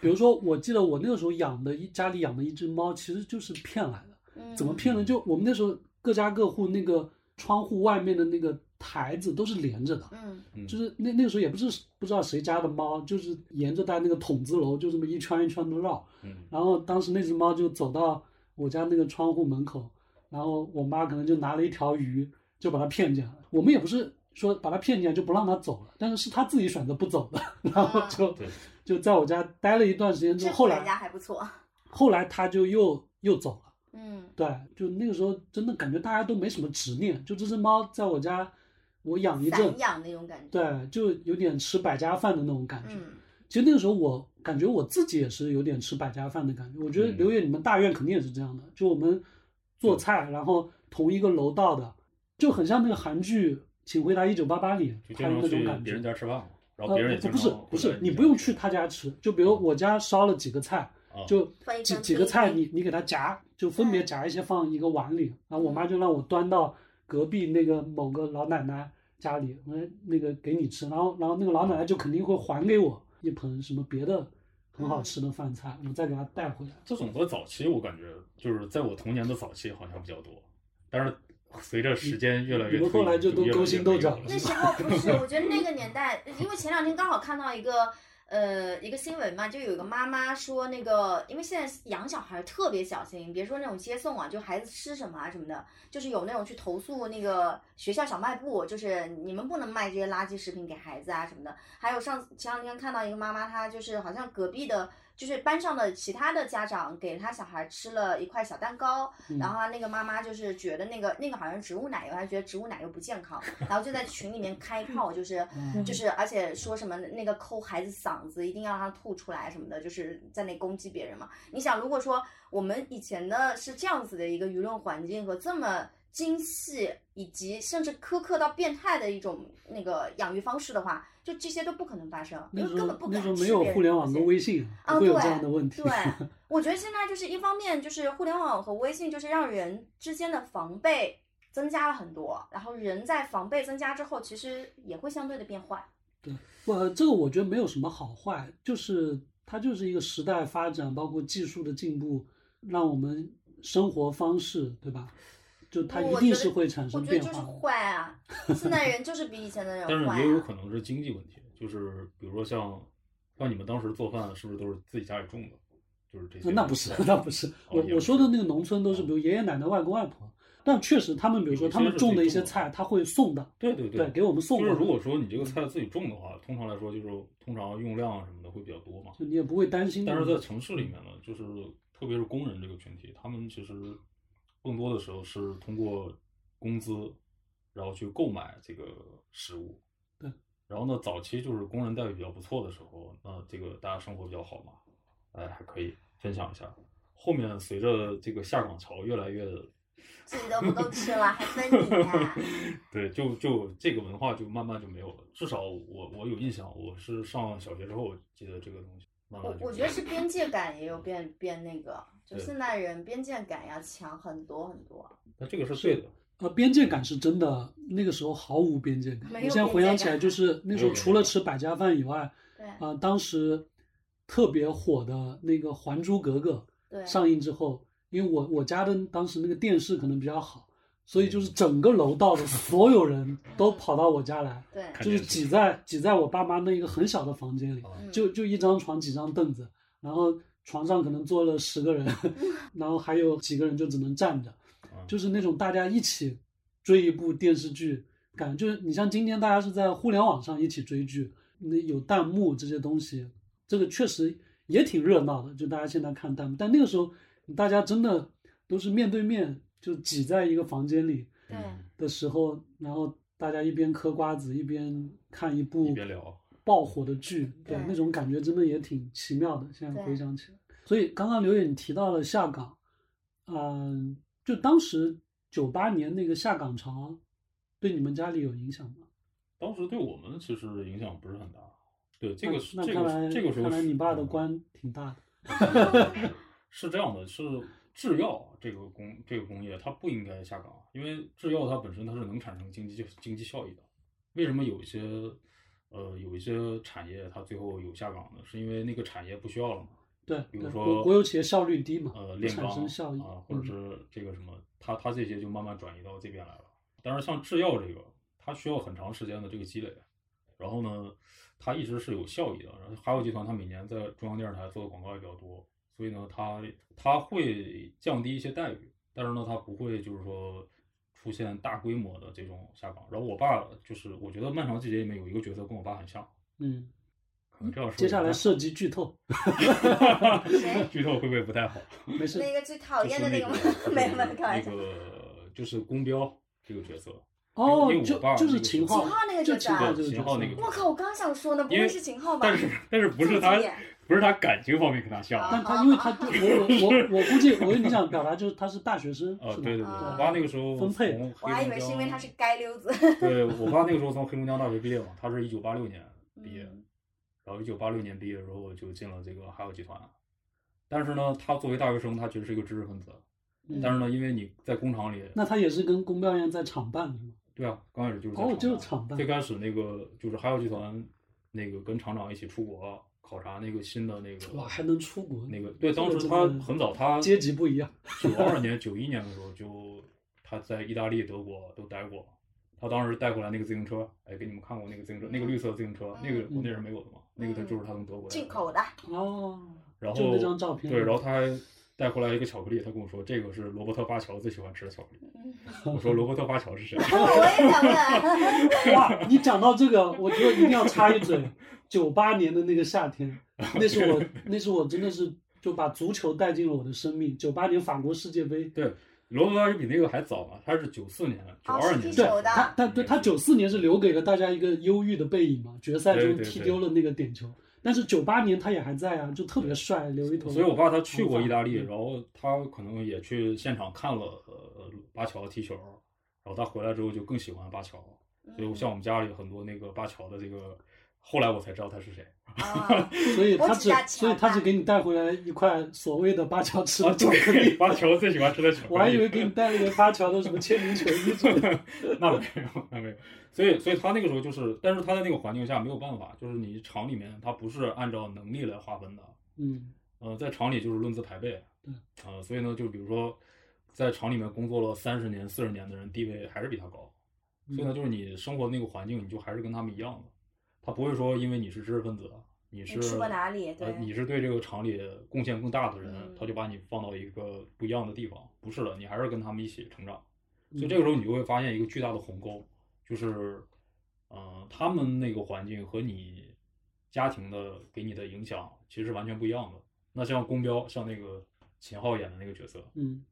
Speaker 4: 比如说，我记得我那个时候养的一家里养的一只猫，其实就是骗来的。
Speaker 2: 嗯
Speaker 4: 怎么？骗呢？就我们那时候各家各户那个窗户外面的那个台子都是连着的，
Speaker 2: 嗯，
Speaker 1: 嗯，
Speaker 4: 就是那那个时候也不是不知道谁家的猫，就是沿着带那个筒子楼就这么一圈一圈的绕。
Speaker 1: 嗯
Speaker 4: 然后当时那只猫就走到我家那个窗户门口，然后我妈可能就拿了一条鱼，就把它骗进来了。我们也不是说把它骗进来就不让它走了，但是是它自己选择不走的， (laughs) 然后就
Speaker 1: 对
Speaker 4: 就在我家待了一段时间之
Speaker 2: 这
Speaker 4: 后，后
Speaker 2: 人家
Speaker 4: 来
Speaker 2: 还不错。
Speaker 4: 后来它就又又走了。
Speaker 2: 嗯，
Speaker 4: 对，就那个时候真的感觉大家都没什么执念，就这只猫在我家我养一阵
Speaker 2: 散，养那种感觉。
Speaker 4: 对，就有点吃百家饭的那种感觉。
Speaker 2: 嗯，
Speaker 4: 其实那个时候我感觉我自己也是有点吃百家饭的感觉。我觉得
Speaker 1: 嗯
Speaker 4: 刘烨你们大院肯定也是这样的，就我们做菜，然后同一个楼道的，就很像那个韩剧《请回答一九八八》里
Speaker 1: 就经
Speaker 4: 拍的
Speaker 1: 常
Speaker 4: 那
Speaker 1: 去
Speaker 4: 种感
Speaker 1: 别
Speaker 4: 觉
Speaker 1: 人。家吃饭嘛，然
Speaker 4: 呃，
Speaker 1: 后别人也
Speaker 4: 不
Speaker 1: 经
Speaker 4: 不
Speaker 1: 常
Speaker 4: 是不是，你不用去他家吃，就比如
Speaker 1: 嗯
Speaker 4: 我家烧了几个菜，
Speaker 1: 啊
Speaker 4: 就
Speaker 2: 分一
Speaker 4: 几
Speaker 2: 分
Speaker 4: 几
Speaker 2: 配
Speaker 4: 个
Speaker 2: 一
Speaker 4: 菜
Speaker 2: 分
Speaker 4: 你你给它夹，就分别
Speaker 2: 嗯
Speaker 4: 夹一些放一个碗里，然后我妈就让我端到隔壁那个某个老奶奶家里，我说那个给你吃，然后然后那个老奶奶就肯定会还给我一盆什么别的很
Speaker 2: 嗯
Speaker 4: 好吃的饭菜，我再给她带回来。
Speaker 1: 这种在早期我感觉就是在我童年的早期好像比较多，但是随着时间越来越
Speaker 4: 你们
Speaker 1: 推移
Speaker 4: 后来就都
Speaker 1: 越来越
Speaker 4: 勾心斗角
Speaker 1: 没有
Speaker 4: 了
Speaker 2: 那时候不是，我觉得那个年代，因为前两天刚好看到一个呃一个新闻嘛，就有一个妈妈说那个，因为现在养小孩特别小心，别说那种接送啊，就孩子吃什么啊什么的，就是有那种去投诉那个学校小卖部，就是你们不能卖这些垃圾食品给孩子啊什么的。还有上前两天看到一个妈妈，她就是好像隔壁的。就是班上的其他的家长给她小孩吃了一块小蛋糕，
Speaker 4: 嗯
Speaker 2: 然后啊他那个妈妈就是觉得那个那个好像是植物奶油，她觉得植物奶油不健康，然后就在群里面开炮，就是
Speaker 4: 嗯
Speaker 2: 就是，而且说什么那个抠孩子嗓子，一定要让他吐出来什么的，就是在那攻击别人嘛。你想，如果说我们以前的是这样子的一个舆论环境和这么精细以及甚至苛刻到变态的一种那个养育方式的话，就这些都不可能发生，因
Speaker 4: 那
Speaker 2: 为
Speaker 4: 时
Speaker 2: 根
Speaker 4: 候
Speaker 2: 本不
Speaker 4: 那
Speaker 2: 敢
Speaker 4: 时候
Speaker 2: 吃
Speaker 4: 没有
Speaker 2: 别人
Speaker 4: 互联
Speaker 2: 的
Speaker 4: 网
Speaker 2: 东
Speaker 4: 跟
Speaker 2: 西
Speaker 4: 微信，
Speaker 2: 啊
Speaker 4: 不会有
Speaker 2: 对
Speaker 4: 这样的问题。 (laughs)
Speaker 2: 对，我觉得现在就是一方面就是互联网和微信，就是让人之间的防备增加了很多，然后人在防备增加之后，其实也会相对的变坏。
Speaker 4: 我呃这个我觉得没有什么好坏，就是它就是一个时代发展，包括技术的进步，让我们生活方式，对吧？就它一
Speaker 2: 我
Speaker 4: 定
Speaker 2: 觉得
Speaker 4: 是会产
Speaker 2: 我
Speaker 4: 生
Speaker 2: 觉得
Speaker 4: 变
Speaker 2: 就是
Speaker 4: 化的。
Speaker 2: 坏啊，现在人就是比以前的
Speaker 1: (laughs)
Speaker 2: 人
Speaker 1: 但是
Speaker 2: 坏、
Speaker 1: 也有
Speaker 2: 啊。
Speaker 1: 可能是经济问题，就是比如说像像你们当时做饭是不是都是自己家里种的？就是这些。
Speaker 4: 呃那不是，那不是，我
Speaker 1: 哦也
Speaker 4: 我
Speaker 1: 不
Speaker 4: 说
Speaker 1: 是
Speaker 4: 的那个农村都是，比如爷爷奶奶、外公外婆，但确实他们，比如
Speaker 1: 有
Speaker 4: 说
Speaker 1: 一
Speaker 4: 他
Speaker 1: 些
Speaker 4: 们
Speaker 1: 是
Speaker 4: 种
Speaker 1: 自
Speaker 4: 的
Speaker 1: 己
Speaker 4: 一些
Speaker 1: 种的
Speaker 4: 菜，他会送的，
Speaker 1: 对对
Speaker 4: 对，给我们送
Speaker 1: 就是
Speaker 4: 过来。
Speaker 1: 如果说你这个菜自己种的话，通常来说就是通常用量什么的会比较多嘛。
Speaker 4: 就你也不会担心那
Speaker 1: 但
Speaker 4: 种。
Speaker 1: 是在城市里面呢，就是特别是工人这个群体，他们其实更多的时候是通过工资，然后去购买这个食物。
Speaker 4: 对。
Speaker 1: 然后呢，早期就是工人待遇比较不错的时候，那这个大家生活比较好嘛，哎，还可以分享一下。后面随着这个下岗潮越来越，
Speaker 2: 自己都不够吃了，还
Speaker 1: (laughs)
Speaker 2: 分你呀？
Speaker 1: 对，就就这个文化就慢慢就没有了。至少我我有印象，我是上小学之后我记得这个东西慢慢
Speaker 2: 我
Speaker 1: 哦就
Speaker 2: 我
Speaker 1: 没
Speaker 2: 觉得
Speaker 1: 有
Speaker 2: 是边界感也有变变那个，就
Speaker 1: 对
Speaker 2: 现代人边界感要强很多很多。
Speaker 1: 那这个是对的，
Speaker 4: 呃，边界感是真的，那个时候毫无边界感。
Speaker 2: 没
Speaker 4: 我
Speaker 2: 有
Speaker 4: 现在回想起来，就是那时
Speaker 1: 没有
Speaker 4: 候除了吃百家饭以外，
Speaker 2: 对
Speaker 4: 啊、当时特别火的那个《还珠格格
Speaker 2: 对》，
Speaker 4: 上映之后，因为我我家的当时那个电视可能比较好，所以
Speaker 1: 嗯
Speaker 4: 就是整个楼道的所
Speaker 1: (laughs)
Speaker 4: 有人都跑到我家来，
Speaker 2: 对
Speaker 1: 看
Speaker 4: 就
Speaker 1: 电
Speaker 4: 是
Speaker 1: 视
Speaker 4: 挤在挤在我爸妈那一个很小的房间里，
Speaker 1: 啊
Speaker 2: 嗯
Speaker 4: 就就一张床几张凳子，然后床上可能坐了十
Speaker 2: (laughs)
Speaker 4: 个人，然后还有几个人就只能站着，
Speaker 1: 啊
Speaker 4: 就是那种大家一起追一部电视剧，感觉就是你像今天大家是在互联网上一起追剧，那有弹幕这些东西，这个确实也挺热闹的。就大家现在看弹幕，但那个时候大家真的都是面对面，就挤在一个房间里
Speaker 2: 对
Speaker 1: 嗯
Speaker 4: 的时候，然后大家一边嗑瓜子一边看一部
Speaker 1: 一边聊
Speaker 4: 爆火的剧，对
Speaker 2: 对
Speaker 4: 那种感觉真的也挺奇妙的。现在
Speaker 2: 对
Speaker 4: 回想起来，所以刚刚刘远提到了下岗，嗯、就当时九八年那个下岗潮，对你们家里有影响吗？
Speaker 1: 当时对我们其实影响不是很大。对这个是
Speaker 4: 那那
Speaker 1: 这
Speaker 4: 看来、
Speaker 1: 个这个时候
Speaker 4: 看来
Speaker 1: 是
Speaker 4: 你爸的
Speaker 1: 嗯
Speaker 4: 官挺大的。
Speaker 1: 是这样的，是制药这个工这个工业它不应该下岗，因为制药它本身它是能产生经济经济效益的。为什么有一些呃有一些产业它最后有下岗呢？是因为那个产业不需要了嘛？
Speaker 4: 对，
Speaker 1: 比如
Speaker 4: 对
Speaker 1: 说
Speaker 4: 国国有企业效率低嘛，
Speaker 1: 呃，
Speaker 4: 不
Speaker 1: 炼
Speaker 4: 产
Speaker 1: 钢
Speaker 4: 生效益
Speaker 1: 啊，或者
Speaker 4: 嗯
Speaker 1: 是这个什么，它它这些就慢慢转移到这边来了。但是像制药这个，它需要很长时间的这个积累，然后呢，它一直是有效益的。然后海沃集团它每年在中央电视台做的广告也比较多，所以呢，它它会降低一些待遇，但是呢，它不会就是说出现大规模的这种下岗。然后我爸就是，我觉得《漫长季节》里面有一个角色跟我爸很像，
Speaker 4: 嗯，
Speaker 1: 可能这样说
Speaker 4: 接下来
Speaker 1: 不
Speaker 4: 涉及剧透，
Speaker 1: (laughs) 太剧透会不会不太好？
Speaker 4: 没事，
Speaker 2: 那个最讨厌的
Speaker 1: 就是那个
Speaker 2: 那个吗？ (laughs) 没有没有，开
Speaker 1: 那
Speaker 2: 玩笑。
Speaker 1: 个就是公标这个角色，
Speaker 4: 哦
Speaker 1: 因为，我
Speaker 4: 就
Speaker 1: 爸
Speaker 4: 就
Speaker 1: 那
Speaker 4: 是
Speaker 1: 个
Speaker 4: 秦
Speaker 1: 秦
Speaker 4: 昊，
Speaker 2: 昊那个
Speaker 4: 就
Speaker 2: 角色
Speaker 4: 秦
Speaker 2: 啊
Speaker 4: 昊这个
Speaker 1: 秦
Speaker 4: 角
Speaker 1: 昊
Speaker 4: 色
Speaker 1: 那个
Speaker 2: 我靠！我刚想说呢，不
Speaker 1: 因
Speaker 2: 会
Speaker 1: 为
Speaker 2: 是秦昊
Speaker 1: (laughs)
Speaker 2: 吧？
Speaker 1: 但是但是不
Speaker 2: 这
Speaker 1: 是
Speaker 2: 么
Speaker 1: 他
Speaker 2: 经典
Speaker 1: 不是他感情方面跟他像
Speaker 2: 啊
Speaker 4: 但他因为他就我我我我估计我你想表达就是他是大学生，
Speaker 1: 啊，
Speaker 4: 是吧？
Speaker 1: 对对对，
Speaker 2: 啊
Speaker 1: 我爸那个时候
Speaker 4: 分
Speaker 1: 从
Speaker 4: 配
Speaker 1: 黑龙江，
Speaker 2: 我还以为是因为他是街溜子。
Speaker 1: (laughs) 对我爸那个时候从黑龙江大学毕业嘛，他是一九八六年毕业，
Speaker 2: 嗯
Speaker 1: 然后一九八六年毕业之后就进了这个海尔集团，啊但是呢，他作为大学生，他其实是一个知识分子，
Speaker 4: 嗯
Speaker 1: 但是呢，因为你在工厂里，
Speaker 4: 那他也是跟公标一样在厂办是吗？
Speaker 1: 对啊，刚开始就是在
Speaker 4: 哦
Speaker 1: 厂
Speaker 4: 就是
Speaker 1: 办
Speaker 4: 厂办
Speaker 1: 最开始那个就是海尔集团那个跟厂长一起出国考察那个新的那个
Speaker 4: 哇，还能出国？
Speaker 1: 那个对，
Speaker 4: 这
Speaker 1: 当时
Speaker 4: 真
Speaker 1: 他
Speaker 4: 的
Speaker 1: 很早，他
Speaker 4: 阶级不一样。
Speaker 1: 九二年、九一年的时候就他在意大利、德国都待过。他当时带回来那个自行车，哎，给你们看过那个自行车，那个绿色自行车，那个国内是没有的嘛，那个他就是他从德国带
Speaker 2: 嗯进
Speaker 1: 回来
Speaker 2: 口的， (laughs)
Speaker 4: 哦，
Speaker 1: 然后
Speaker 4: 就那张照片
Speaker 1: 对，然后他还带回来一个巧克力，他跟我说这个是罗伯特巴乔最喜欢吃的巧克
Speaker 4: (laughs)
Speaker 1: 力。我说罗伯特巴乔是谁？
Speaker 2: 我也想问，
Speaker 4: 哇，你讲到这个，我觉得一定要插一嘴。九八年的那个夏天，那是我，那是我真的是就把足球带进了我的生命。九八年法国世界杯，
Speaker 1: 对，罗伯特巴乔比那个还早嘛，他是九四年、九
Speaker 2: 哦
Speaker 1: 二
Speaker 2: 是
Speaker 1: 年，
Speaker 2: 踢
Speaker 4: 对
Speaker 2: 球的
Speaker 4: 他，但对
Speaker 1: 嗯
Speaker 4: 他九四年是留给了大家一个忧郁的背影嘛，决赛
Speaker 1: 对
Speaker 4: 中
Speaker 1: 对
Speaker 4: 踢
Speaker 1: 对
Speaker 4: 丢了那个点球。但是九八年他也还在啊，就特别帅，留一头。
Speaker 1: 所以我爸他去过意大利，
Speaker 4: 嗯
Speaker 1: 然后他可能也去现场看了呃巴乔踢球，然后他回来之后就更喜欢巴乔， (laughs) 所以像我们家里很多那个巴乔的这个，后来我才知道他
Speaker 4: (laughs)
Speaker 1: 是谁。
Speaker 2: 啊
Speaker 4: 所以
Speaker 2: 我
Speaker 4: 他
Speaker 2: 只
Speaker 4: 只
Speaker 2: 要，吃
Speaker 4: 所以
Speaker 2: 完
Speaker 4: 他只
Speaker 2: 饭
Speaker 4: 给你带回来一块所谓的巴乔吃
Speaker 1: 啊，
Speaker 4: 的巧克
Speaker 1: 对，
Speaker 4: 力。
Speaker 1: 巴乔最喜欢吃的巧克力。
Speaker 4: 我还以为给你带了个巴乔的什么签名球衣之类的。
Speaker 1: (laughs) 那没有，那没有。所以，所以他那个时候就是，但是他在那个环境下没有办法，就是你厂里面他不是按照能力来划分的，
Speaker 4: 嗯，
Speaker 1: 呃，在厂里就是论资排辈，
Speaker 4: 对，
Speaker 1: 呃，所以呢，就比如说在厂里面工作了三十年、四十年的人，地位还是比他高，所以
Speaker 2: 嗯
Speaker 1: 呢，就是你生活的那个环境，你就还是跟他们一样的，他不会说因为你是知识分子，你是
Speaker 2: 你去过哪里
Speaker 1: 呃
Speaker 2: 对，
Speaker 1: 你是对这个厂里贡献更大的人，
Speaker 2: 嗯
Speaker 1: 他就把你放到一个不一样的地方，不是的，你还是跟他们一起成长，
Speaker 4: 嗯
Speaker 1: 所以这个时候你就会发现一个巨大的鸿沟，就是，呃，他们那个环境和你家庭的给你的影响其实是完全不一样的。那像公标，像那个秦昊演的那个角色，
Speaker 4: 嗯，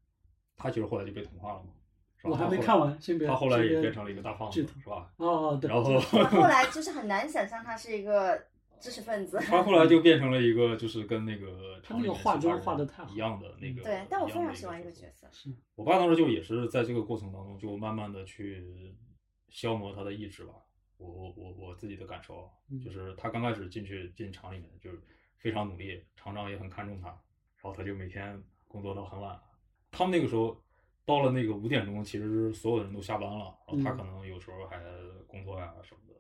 Speaker 1: 他其实后来就被同化了嘛。是吧
Speaker 4: 我还
Speaker 1: 他
Speaker 4: 没
Speaker 1: 后来
Speaker 4: 看完，先别。
Speaker 1: 他后来
Speaker 4: 先
Speaker 1: 也
Speaker 4: 别
Speaker 1: 变成了一个大胖
Speaker 4: 剧
Speaker 1: 子 (laughs)
Speaker 4: 透，
Speaker 1: 是吧？
Speaker 4: 哦哦，对。
Speaker 1: 然后
Speaker 2: 我后来就是很难想象他是一个知识分子。
Speaker 1: (laughs) 他后来就变成了一个，就是跟那个
Speaker 4: 他那个化妆化得太好嗯
Speaker 1: 一样的那个。
Speaker 2: 对，但我非常喜
Speaker 1: 一
Speaker 2: 欢
Speaker 1: 样
Speaker 2: 这
Speaker 1: 的
Speaker 2: 个
Speaker 1: 一
Speaker 2: 角色。
Speaker 4: 是
Speaker 1: 我爸当时就也是在这个过程当中，就慢慢的去消磨他的意志吧。我我我我自己的感受啊
Speaker 4: 嗯，
Speaker 1: 就是他刚开始进去进厂里面，就是非常努力，厂长也很看重他，然后他就每天工作到很晚。他们那个时候到了那个五点钟，其实所有人都下班了，然后他
Speaker 4: 嗯
Speaker 1: 可能有时候还工作呀、什么的。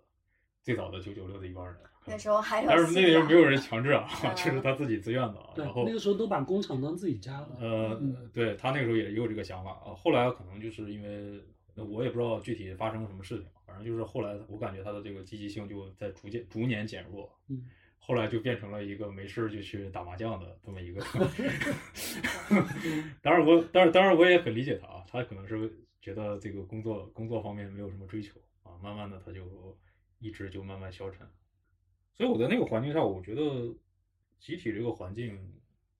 Speaker 1: 最早的九九六的一帮人，
Speaker 2: 那时候还有
Speaker 1: 但是那
Speaker 2: 希
Speaker 1: 个时候
Speaker 2: 腊
Speaker 1: 没有人强制啊，
Speaker 2: 嗯
Speaker 1: (laughs) 就是他自己自愿的啊。
Speaker 4: 对
Speaker 1: 然后
Speaker 4: 那个时候都把工厂当自己家了。
Speaker 1: 呃
Speaker 4: 嗯，
Speaker 1: 对他那个时候也有这个想法啊。后来可能就是因为呃我也不知道具体发生了什么事情，反正就是后来我感觉他的这个积极性就在逐渐逐年减弱。
Speaker 4: 嗯，
Speaker 1: 后来就变成了一个没事儿就去打麻将的这么一
Speaker 4: (laughs)
Speaker 1: 个。当然我，当然当然我也很理解他啊，他可能是觉得这个工作工作方面没有什么追求啊，慢慢的他就意志就慢慢消沉。所以我在那个环境下，我觉得集体这个环境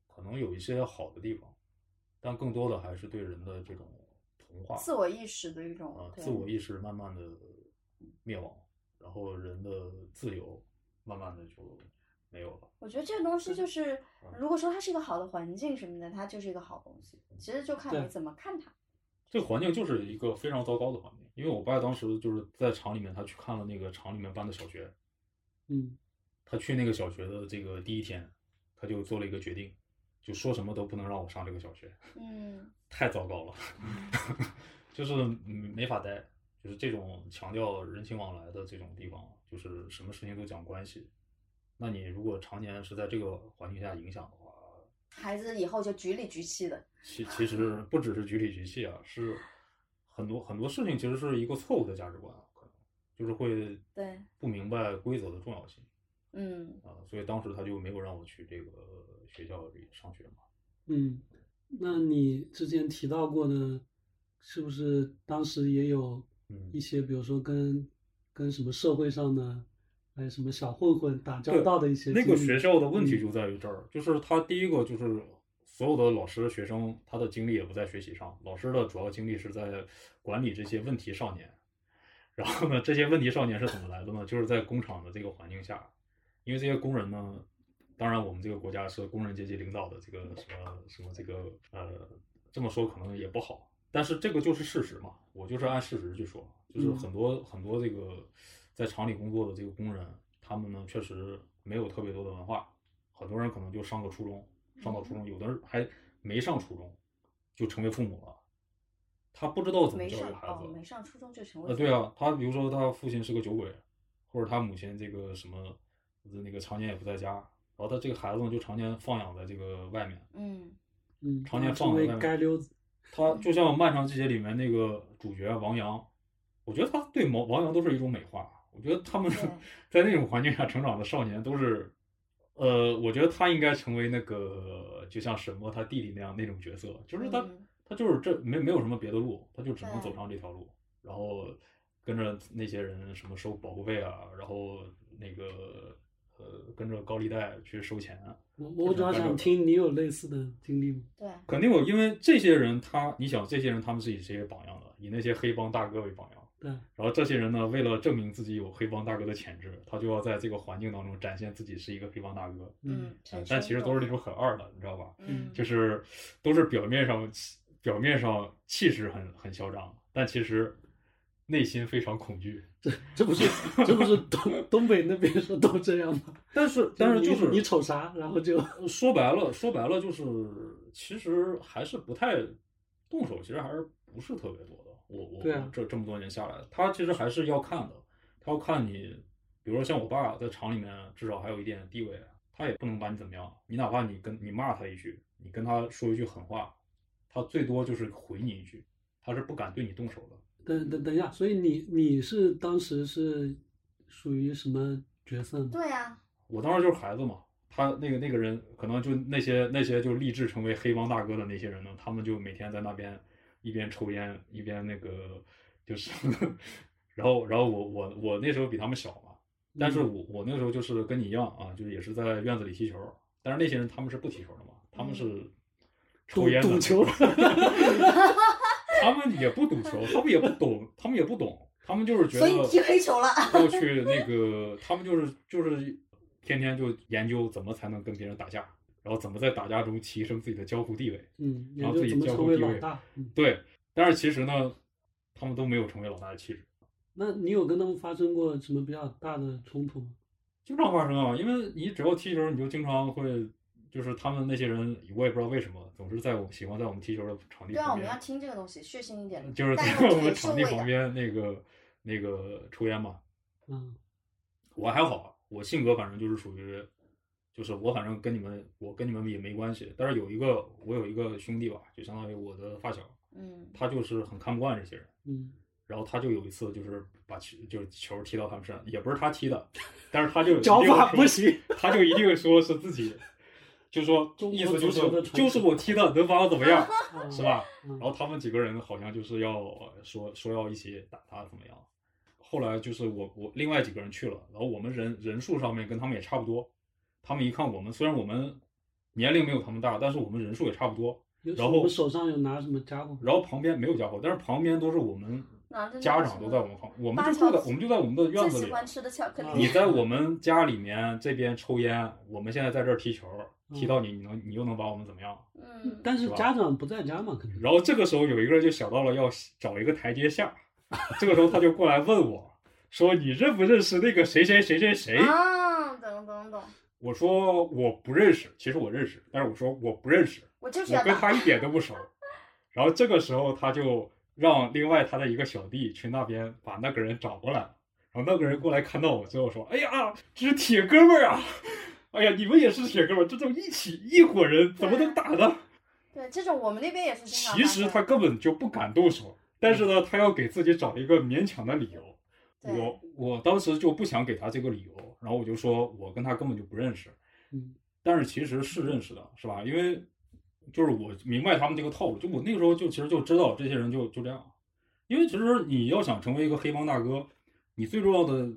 Speaker 1: 可能有一些好的地方，但更多的还是对人的这种同化、
Speaker 2: 自我意识的一
Speaker 1: 啊
Speaker 2: 种，对
Speaker 1: 自我意识慢慢的灭亡，然后人的自由慢慢的就没有了。
Speaker 2: 我觉得这个东西就是
Speaker 1: 嗯，
Speaker 2: 如果说它是一个好的环境什么的，它就是一个好东西。其实就看
Speaker 4: 对
Speaker 2: 你怎么
Speaker 1: (laughs)
Speaker 2: 看它。
Speaker 1: 这个环境就是一个非常糟糕的环境，因为我爸当时就是在厂里面，他去看了那个厂里面办的小学，
Speaker 4: 嗯
Speaker 1: 他去那个小学的这个第一天，他就做了一个决定，就说什么都不能让我上这个小学，
Speaker 2: 嗯，
Speaker 1: 太糟糕了， (laughs) 就是嗯没法待，就是这种强调人情往来的这种地方，就是什么事情都讲关系。那你如果常年是在这个环境下影响的话，
Speaker 2: 孩子以后就局里局气的。
Speaker 1: 其其实不只是局里局气啊，是很多很多事情其实是一个错误的价值观，啊可能就是会
Speaker 2: 对
Speaker 1: 不明白规则的重要性
Speaker 2: 嗯，
Speaker 1: 啊、所以当时他就没有让我去这个学校里上学嘛。
Speaker 4: 嗯，那你之前提到过的，是不是当时也有
Speaker 1: 嗯
Speaker 4: 一，些，比如说跟跟什么社会上的，哎，什么小混混打交道的一些
Speaker 1: 那个
Speaker 4: 经历
Speaker 1: 学校的问题就在于这儿，就是他第一个就是所有的老师、学生，他的精力也不在学习上，老师的主要精力是在管理这些问题少年。然后呢，这些问题少年是怎么来的呢？就是在工厂的这个环境下，因为这些工人呢，当然我们这个国家是工人阶级领导的这个什么什么这个呃，这么说可能也不好，但是这个就是事实嘛，我就是按事实去说，就是
Speaker 4: 嗯
Speaker 1: 很多、很多这个在厂里工作的这个工人，他们呢确实没有特别多的文化，很多人可能就上个初中，上到初
Speaker 2: 嗯
Speaker 1: 中，有的人还没上初中就成为父母了，他不知道怎么
Speaker 2: 没
Speaker 1: 教育
Speaker 2: 上
Speaker 1: 孩
Speaker 2: 哦
Speaker 1: 子，，
Speaker 2: 没上初中就成为
Speaker 1: 呃，对啊，他比如说他父亲是个酒鬼，或者他母亲这个什么，那个常年也不在家，然后他这个孩子呢就常年放养在这个外面，
Speaker 2: 嗯
Speaker 4: 嗯，
Speaker 1: 常年
Speaker 4: 成
Speaker 1: 放
Speaker 4: 为
Speaker 1: 在外面
Speaker 4: 街溜子，
Speaker 1: 他就像《漫长季节》里面那个主角王阳，我觉得他对王王阳都是一种美化。我觉得他们 (laughs) 在那种环境下成长的少年都是，呃，我觉得他应该成为那个就像沈墨他弟弟那样那种角色，就是他、
Speaker 2: 嗯
Speaker 1: 他就是这没没有什么别的路，他就只能
Speaker 2: 对
Speaker 1: 走上这条路，然后跟着那些人什么收保护费啊，然后那个呃跟着高利贷去收钱啊、
Speaker 4: 我我主要想听你有类似的经历吗？
Speaker 2: 对，
Speaker 1: 肯定有，因为这些人他，你想，这些人他们是以谁为榜样的？以那些黑帮大哥为榜样。
Speaker 4: 对，
Speaker 1: 然后这些人呢，为了证明自己有黑帮大哥的潜质，他就要在这个环境当中展现自己是一个黑帮大哥。
Speaker 2: 嗯，
Speaker 1: 呃
Speaker 2: 产
Speaker 1: 但
Speaker 2: 生
Speaker 1: 其实
Speaker 2: 这
Speaker 1: 都是那种很二的，你知道吧？
Speaker 2: 嗯，
Speaker 1: 就是都是表面上气表面上气势很很嚣张，但其实内心非常恐惧。
Speaker 4: 这这不是这不是东东北那边说都这样吗？
Speaker 1: 但是但是就是
Speaker 4: 你你瞅啥，然后就
Speaker 1: 呃说白了，说白了就是，其实还是不太动手，其实还是不是特别多的。我我
Speaker 4: 对啊
Speaker 1: 这这么多年下来，他其实还是要看的，他要看你，比如说像我爸在厂里面，至少还有一点地位，他也不能把你怎么样。你哪怕你跟你骂他一句，你跟他说一句狠话，他最多就是回你一句，他是不敢对你动手的。
Speaker 4: 等等等一下，所以你你是当时是属于什么角色呢？
Speaker 2: 对啊，
Speaker 1: 我当时就是孩子嘛，他那个那个人可能就那些那些就立志成为黑帮大哥的那些人呢，他们就每天在那边一边抽烟一边那个就是， (laughs) 然后然后我我我那时候比他们小嘛，但是
Speaker 4: 嗯
Speaker 1: 我我那个时候就是跟你一样啊，就是也是在院子里踢球，但是那些人他们是不踢球的嘛，他们是抽
Speaker 4: 嗯赌
Speaker 1: 烟的
Speaker 4: 赌
Speaker 1: 那
Speaker 4: 球
Speaker 1: (laughs) 种他们也不赌球，他们也不懂，他们也不懂，他们就是觉得
Speaker 2: 所以踢黑球了
Speaker 1: 要去那个，他们就是就是天天就研究怎么才能跟别人打架，然后怎么在打架中提升自己的江湖地位。
Speaker 4: (laughs) 嗯，
Speaker 1: 然
Speaker 4: 研
Speaker 1: 后自
Speaker 4: 究
Speaker 1: 己
Speaker 4: 怎么
Speaker 1: 交
Speaker 4: 成
Speaker 1: 互
Speaker 4: 为
Speaker 1: 地
Speaker 4: 老
Speaker 1: 位
Speaker 4: 大。嗯，
Speaker 1: 对，但是其实呢，他们都没有成为老大的气质，
Speaker 4: 那你有跟他们发生过什么比较大的冲突吗？
Speaker 1: 经常发生啊。因为你只要踢球，你就经常会，就是他们那些人，我也不知道为什么，总是在我喜欢在我们踢球的场地
Speaker 2: 对啊，我
Speaker 1: 旁
Speaker 2: 们
Speaker 1: 边，
Speaker 2: 要听这个东西，血腥一点的。
Speaker 1: 呃就是
Speaker 2: 但
Speaker 1: 在
Speaker 2: 是
Speaker 1: 我
Speaker 2: 这
Speaker 1: 们
Speaker 2: 里是
Speaker 1: 场地
Speaker 2: 为
Speaker 1: 旁
Speaker 2: 的
Speaker 1: 边那个那个抽烟嘛。
Speaker 4: 嗯，
Speaker 1: 我还好，我性格反正就是属于，就是我反正跟你们，我跟你们也没关系。但是有一个，我有一个兄弟吧，就相当于我的发小，
Speaker 2: 嗯，
Speaker 1: 他就是很看不惯这些人。
Speaker 4: 嗯，
Speaker 1: 然后他就有一次就是把球就是球踢到他们身上，也不是他踢的，但是他
Speaker 4: (laughs)
Speaker 1: 就
Speaker 4: 脚法
Speaker 1: 一定
Speaker 4: 不
Speaker 1: 说，
Speaker 4: 行。
Speaker 1: 他就一定说是自己，就说
Speaker 4: 中国
Speaker 1: 意思就
Speaker 4: 足球
Speaker 1: 是
Speaker 4: 的传奇
Speaker 1: 就是我踢的，能把我怎么样，
Speaker 4: 啊
Speaker 1: 是？吧？
Speaker 4: 嗯
Speaker 1: 然后他们几个人好像就是要呃说说要一起打他怎么样？后来就是我我另外几个人去了，然后我们人人数上面跟他们也差不多。他们一看我们，虽然我们年龄没有他们大，但是我们人数也差不多。
Speaker 4: 有
Speaker 1: 然
Speaker 4: 我
Speaker 1: 后
Speaker 4: 们手上有拿什么家伙？
Speaker 1: 然后旁边没有家伙，但是旁边都是我们
Speaker 2: 拿着
Speaker 1: 家长都在我们旁，我们就
Speaker 2: 八
Speaker 1: 住在
Speaker 2: 角
Speaker 1: 我们就在我们的院
Speaker 2: 最
Speaker 1: 子
Speaker 2: 喜
Speaker 1: 里。啊
Speaker 2: 欢吃的巧克
Speaker 4: 嗯
Speaker 1: 你
Speaker 2: 力，
Speaker 1: 在我们家里面这边抽烟，我们现在在这儿踢球，
Speaker 4: 嗯
Speaker 1: 踢到你，你能你又能把我们怎么样？ (laughs)
Speaker 2: 嗯，
Speaker 4: 但是
Speaker 1: 是吧
Speaker 4: 家长不在家嘛，肯定。
Speaker 1: 然后这个时候有一个人就想到了要找一个台阶下，这个时候他就过来问我说：“你认不认识那个谁谁谁谁谁
Speaker 2: 啊，懂懂懂，？”
Speaker 1: 我说：“我不认识。”其实我认识，但是我说我不认识，
Speaker 2: 我就是
Speaker 1: 我
Speaker 2: 要
Speaker 1: 跟
Speaker 2: 打，
Speaker 1: 他一点都不熟。然后这个时候他就让另外他的一个小弟去那边把那个人找过来，然后那个人过来看到我之后说：“哎呀，这是铁哥们儿啊！ (laughs) 哎呀，你们也是铁哥们儿，这种一起一伙人怎么能打呢？”
Speaker 2: 对，这种我们那边也是经常
Speaker 1: 其
Speaker 2: 发
Speaker 1: 实
Speaker 2: 生
Speaker 1: 他根本就不敢动手，但是呢，他要给自己找一个勉强的理由。
Speaker 2: 对
Speaker 1: 我我当时就不想给他这个理由，然后我就说我跟他根本就不认识，
Speaker 4: 嗯，
Speaker 1: 但是其实是认识的，是吧？因为就是我明白他们这个套路，就我那个时候就其实就知道这些人就就这样，因为其实你要想成为一个黑帮大哥，你最重要的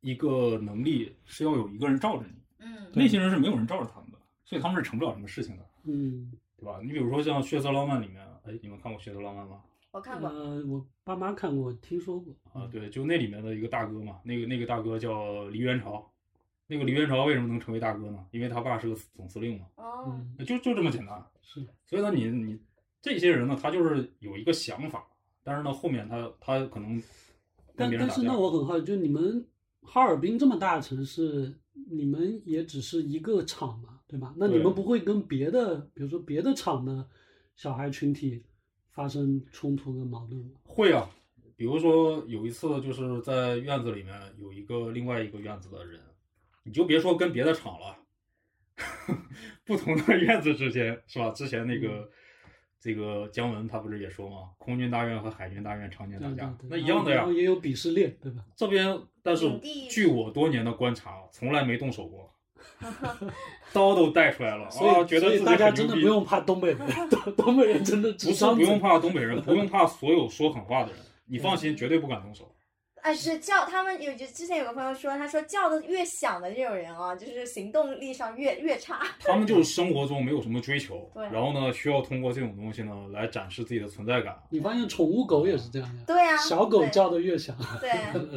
Speaker 1: 一个能力是要有一个人罩着你，
Speaker 2: 嗯，
Speaker 1: 那些人是没有人罩着他们的，所以他们是成不了什么事情的。
Speaker 4: 嗯，
Speaker 1: 对吧？你比如说像《血色浪漫》里面，哎，你们看过《血色浪漫》吗？
Speaker 2: 我看过，
Speaker 4: 呃，我爸妈看过，听说过。
Speaker 1: 啊，对，就那里面的一个大哥嘛，那个那个大哥叫黎元朝，那个黎元朝为什么能成为大哥呢？因为他爸是个总司令嘛，
Speaker 2: 哦，
Speaker 4: 嗯，
Speaker 1: 就就这么简单。
Speaker 4: 是，
Speaker 1: 所以呢，你你这些人呢，他就是有一个想法，但是呢，后面他他可能跟
Speaker 4: 但
Speaker 1: 别人
Speaker 4: 但
Speaker 1: 打
Speaker 4: 是
Speaker 1: 架
Speaker 4: 那我很好奇，就你们哈尔滨这么大的城市，你们也只是一个厂嘛，对吧？那你
Speaker 1: 对
Speaker 4: 们不会跟别的，比如说别的厂的小孩群体发生冲突跟矛盾吗？
Speaker 1: 会啊，比如说有一次就是在院子里面有一个另外一个院子的人，你就别说跟别的厂了， (laughs) 不同的院子之间是吧？之前那个、
Speaker 4: 嗯
Speaker 1: 这个姜文他不是也说嘛，空军大院和海军大院常年打
Speaker 4: 对
Speaker 1: 架，
Speaker 4: 对
Speaker 1: 那
Speaker 4: 对，
Speaker 1: 一
Speaker 4: 然
Speaker 1: 样
Speaker 4: 后
Speaker 1: 的呀
Speaker 4: 然后。也有鄙视链，对吧？
Speaker 1: 这边但是
Speaker 2: 领地
Speaker 1: 据我多年的观察，啊从来没动手过。刀都带出来了
Speaker 4: 所以、
Speaker 1: 啊！觉得
Speaker 4: 所
Speaker 1: 自
Speaker 4: 以
Speaker 1: 己
Speaker 4: 大家
Speaker 1: 很牛
Speaker 4: 真的不
Speaker 1: 逼
Speaker 4: 用怕东北
Speaker 1: (laughs)
Speaker 4: 人，东东北人真的
Speaker 1: 不
Speaker 4: 智
Speaker 1: 是
Speaker 4: 商
Speaker 1: 不用
Speaker 4: 贼
Speaker 1: 怕东北人，不用怕所有说狠话
Speaker 4: (laughs)
Speaker 1: 的人，你放心，绝对不敢动手。
Speaker 2: 哎，是叫他们有就之前有个朋友说，他说叫的越响的这种人啊，就是行动力上越越差，
Speaker 1: 他们就是生活中没有什么追求，
Speaker 2: 对
Speaker 1: 然后呢，需要通过这种东西呢来展示自己的存在感。
Speaker 4: 你发现宠物狗也是这样的，
Speaker 2: 对啊，
Speaker 4: 小狗
Speaker 2: 对
Speaker 4: 叫的
Speaker 1: (laughs)
Speaker 4: 越响，
Speaker 2: 对，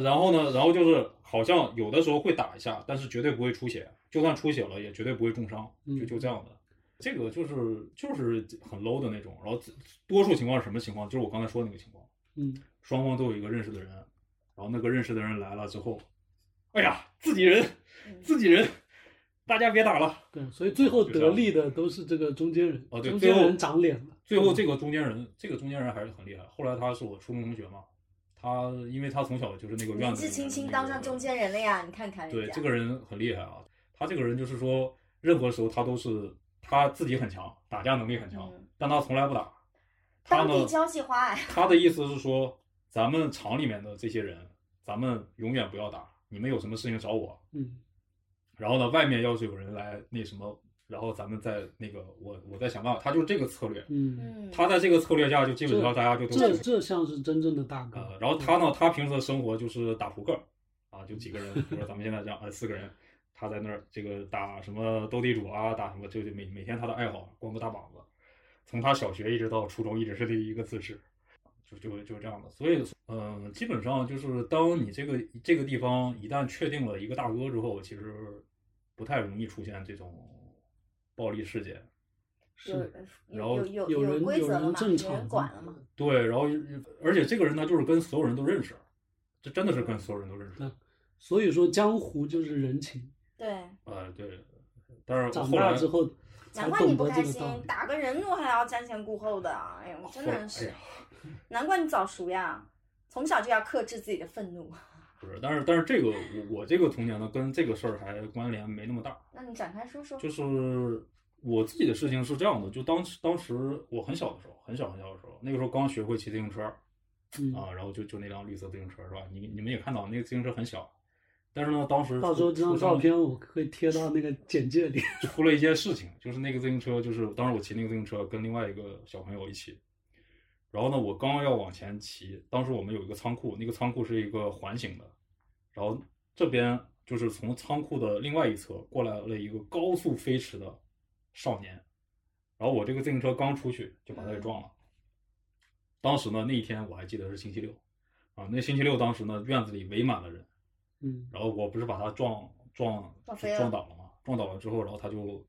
Speaker 1: 然后呢，然后就是好像有的时候会打一下，但是绝对不会出血，就算出血了也绝对不会重伤，
Speaker 4: 嗯
Speaker 1: 就就这样的。这个就是就是很 low 的那种。然后多数情况是什么情况？就是我刚才说的那个情况，
Speaker 4: 嗯，
Speaker 1: 双方都有一个认识的人，然后那个认识的人来了之后，哎呀，自己人，自己人，大家别打了。
Speaker 4: 对，所以最后得利的都是这个中间人，
Speaker 1: 哦对
Speaker 4: 中
Speaker 1: 最
Speaker 4: 间
Speaker 1: 后
Speaker 4: 人长脸了，
Speaker 1: 最后这个中间人，这个中间人还是很厉害。后来他是我初中同学嘛，他因为他从小就是那个
Speaker 2: 年
Speaker 1: 院子里面的那个，
Speaker 2: 纪轻轻当上中间人了呀，你看看人
Speaker 1: 对
Speaker 2: 家，
Speaker 1: 这个人很厉害啊，他这个人就是说，任何时候他都是他自己很强，打架能力很强，
Speaker 2: 嗯
Speaker 1: 但他从来不打。他
Speaker 2: 当
Speaker 1: 呢
Speaker 2: 地，交际花哎，
Speaker 1: 他的意思是说，咱们厂里面的这些人，咱们永远不要打，你们有什么事情找我。
Speaker 4: 嗯，
Speaker 1: 然后呢，外面要是有人来那什么，然后咱们再那个，我我再想办法。他就是这个策略，
Speaker 4: 嗯，
Speaker 2: 嗯，
Speaker 1: 他在这个策略下，就基本上大家就都
Speaker 4: 这
Speaker 1: 是
Speaker 4: 这像是真正的大哥
Speaker 1: 呃，。然后他呢，他平时的生活就是打扑克，啊，就几个人，比如说咱们现在这样，呃，四个人，他在那儿这个打什么斗地主啊，打什么，就就每每天他的爱好，光个大膀子，从他小学一直到初中一直是这一个姿势，就就就这样的。所以，嗯、基本上就是当你这个这个地方一旦确定了一个大哥之后，其实不太容易出现这种暴力事件。
Speaker 4: 是
Speaker 1: 然
Speaker 2: 有
Speaker 1: 后
Speaker 2: 有有
Speaker 4: 有人
Speaker 2: 规则了
Speaker 4: 人
Speaker 2: 嘛，
Speaker 4: 正
Speaker 2: 有
Speaker 4: 常嗯
Speaker 2: 人管了嘛。？
Speaker 1: 对，然后而且这个人呢，就是跟所有人都认识，这真的是跟所有人都认识
Speaker 4: 对。所以说江湖就是人情，
Speaker 2: 对，
Speaker 1: 啊，对。但是我
Speaker 4: 长
Speaker 1: 嗯后
Speaker 4: 大
Speaker 1: 来
Speaker 4: 之后才
Speaker 2: 难怪你
Speaker 4: 懂
Speaker 2: 不
Speaker 4: 得
Speaker 2: 开
Speaker 4: 这个道
Speaker 2: 心，
Speaker 4: 理。
Speaker 2: 打个人我还要瞻前顾后的，哎呀，我真
Speaker 1: 后来
Speaker 2: 的
Speaker 1: 哎
Speaker 2: 是
Speaker 1: 呀，
Speaker 2: (laughs) 难怪你早熟呀，从小就要克制自己的愤怒。
Speaker 1: 不是，但是但是这个我我这个童年呢，跟这个事儿还关联没那么大。
Speaker 2: 那你展开说说，
Speaker 1: 就是我自己的事情是这样的，就当时当时我很小的时候，很小很小的时候，那个时候刚学会骑自行车
Speaker 4: 嗯，
Speaker 1: 啊，然后就就那辆绿色自行车是吧？你你们也看到那个自行车很小，但是呢，当时
Speaker 4: 到时候
Speaker 1: 出
Speaker 4: 这张
Speaker 1: 出
Speaker 4: 照
Speaker 1: 生
Speaker 4: 片我会贴到那个简
Speaker 1: (laughs)
Speaker 4: 介里。
Speaker 1: 出了一件事情，就是那个自行车，就是当时我骑那个自行车跟另外一个小朋友一起，然后呢，我刚要往前骑，当时我们有一个仓库，那个仓库是一个环形的，然后这边就是从仓库的另外一侧过来了一个高速飞驰的少年，然后我这个自行车刚出去就把他给撞了。当时呢，那一天我还记得是星期六，啊，那星期六当时呢，院子里围满了人，
Speaker 4: 嗯，
Speaker 1: 然后我不是把他撞撞就
Speaker 2: 撞飞了
Speaker 1: 撞倒了嘛，撞倒了之后，然后他就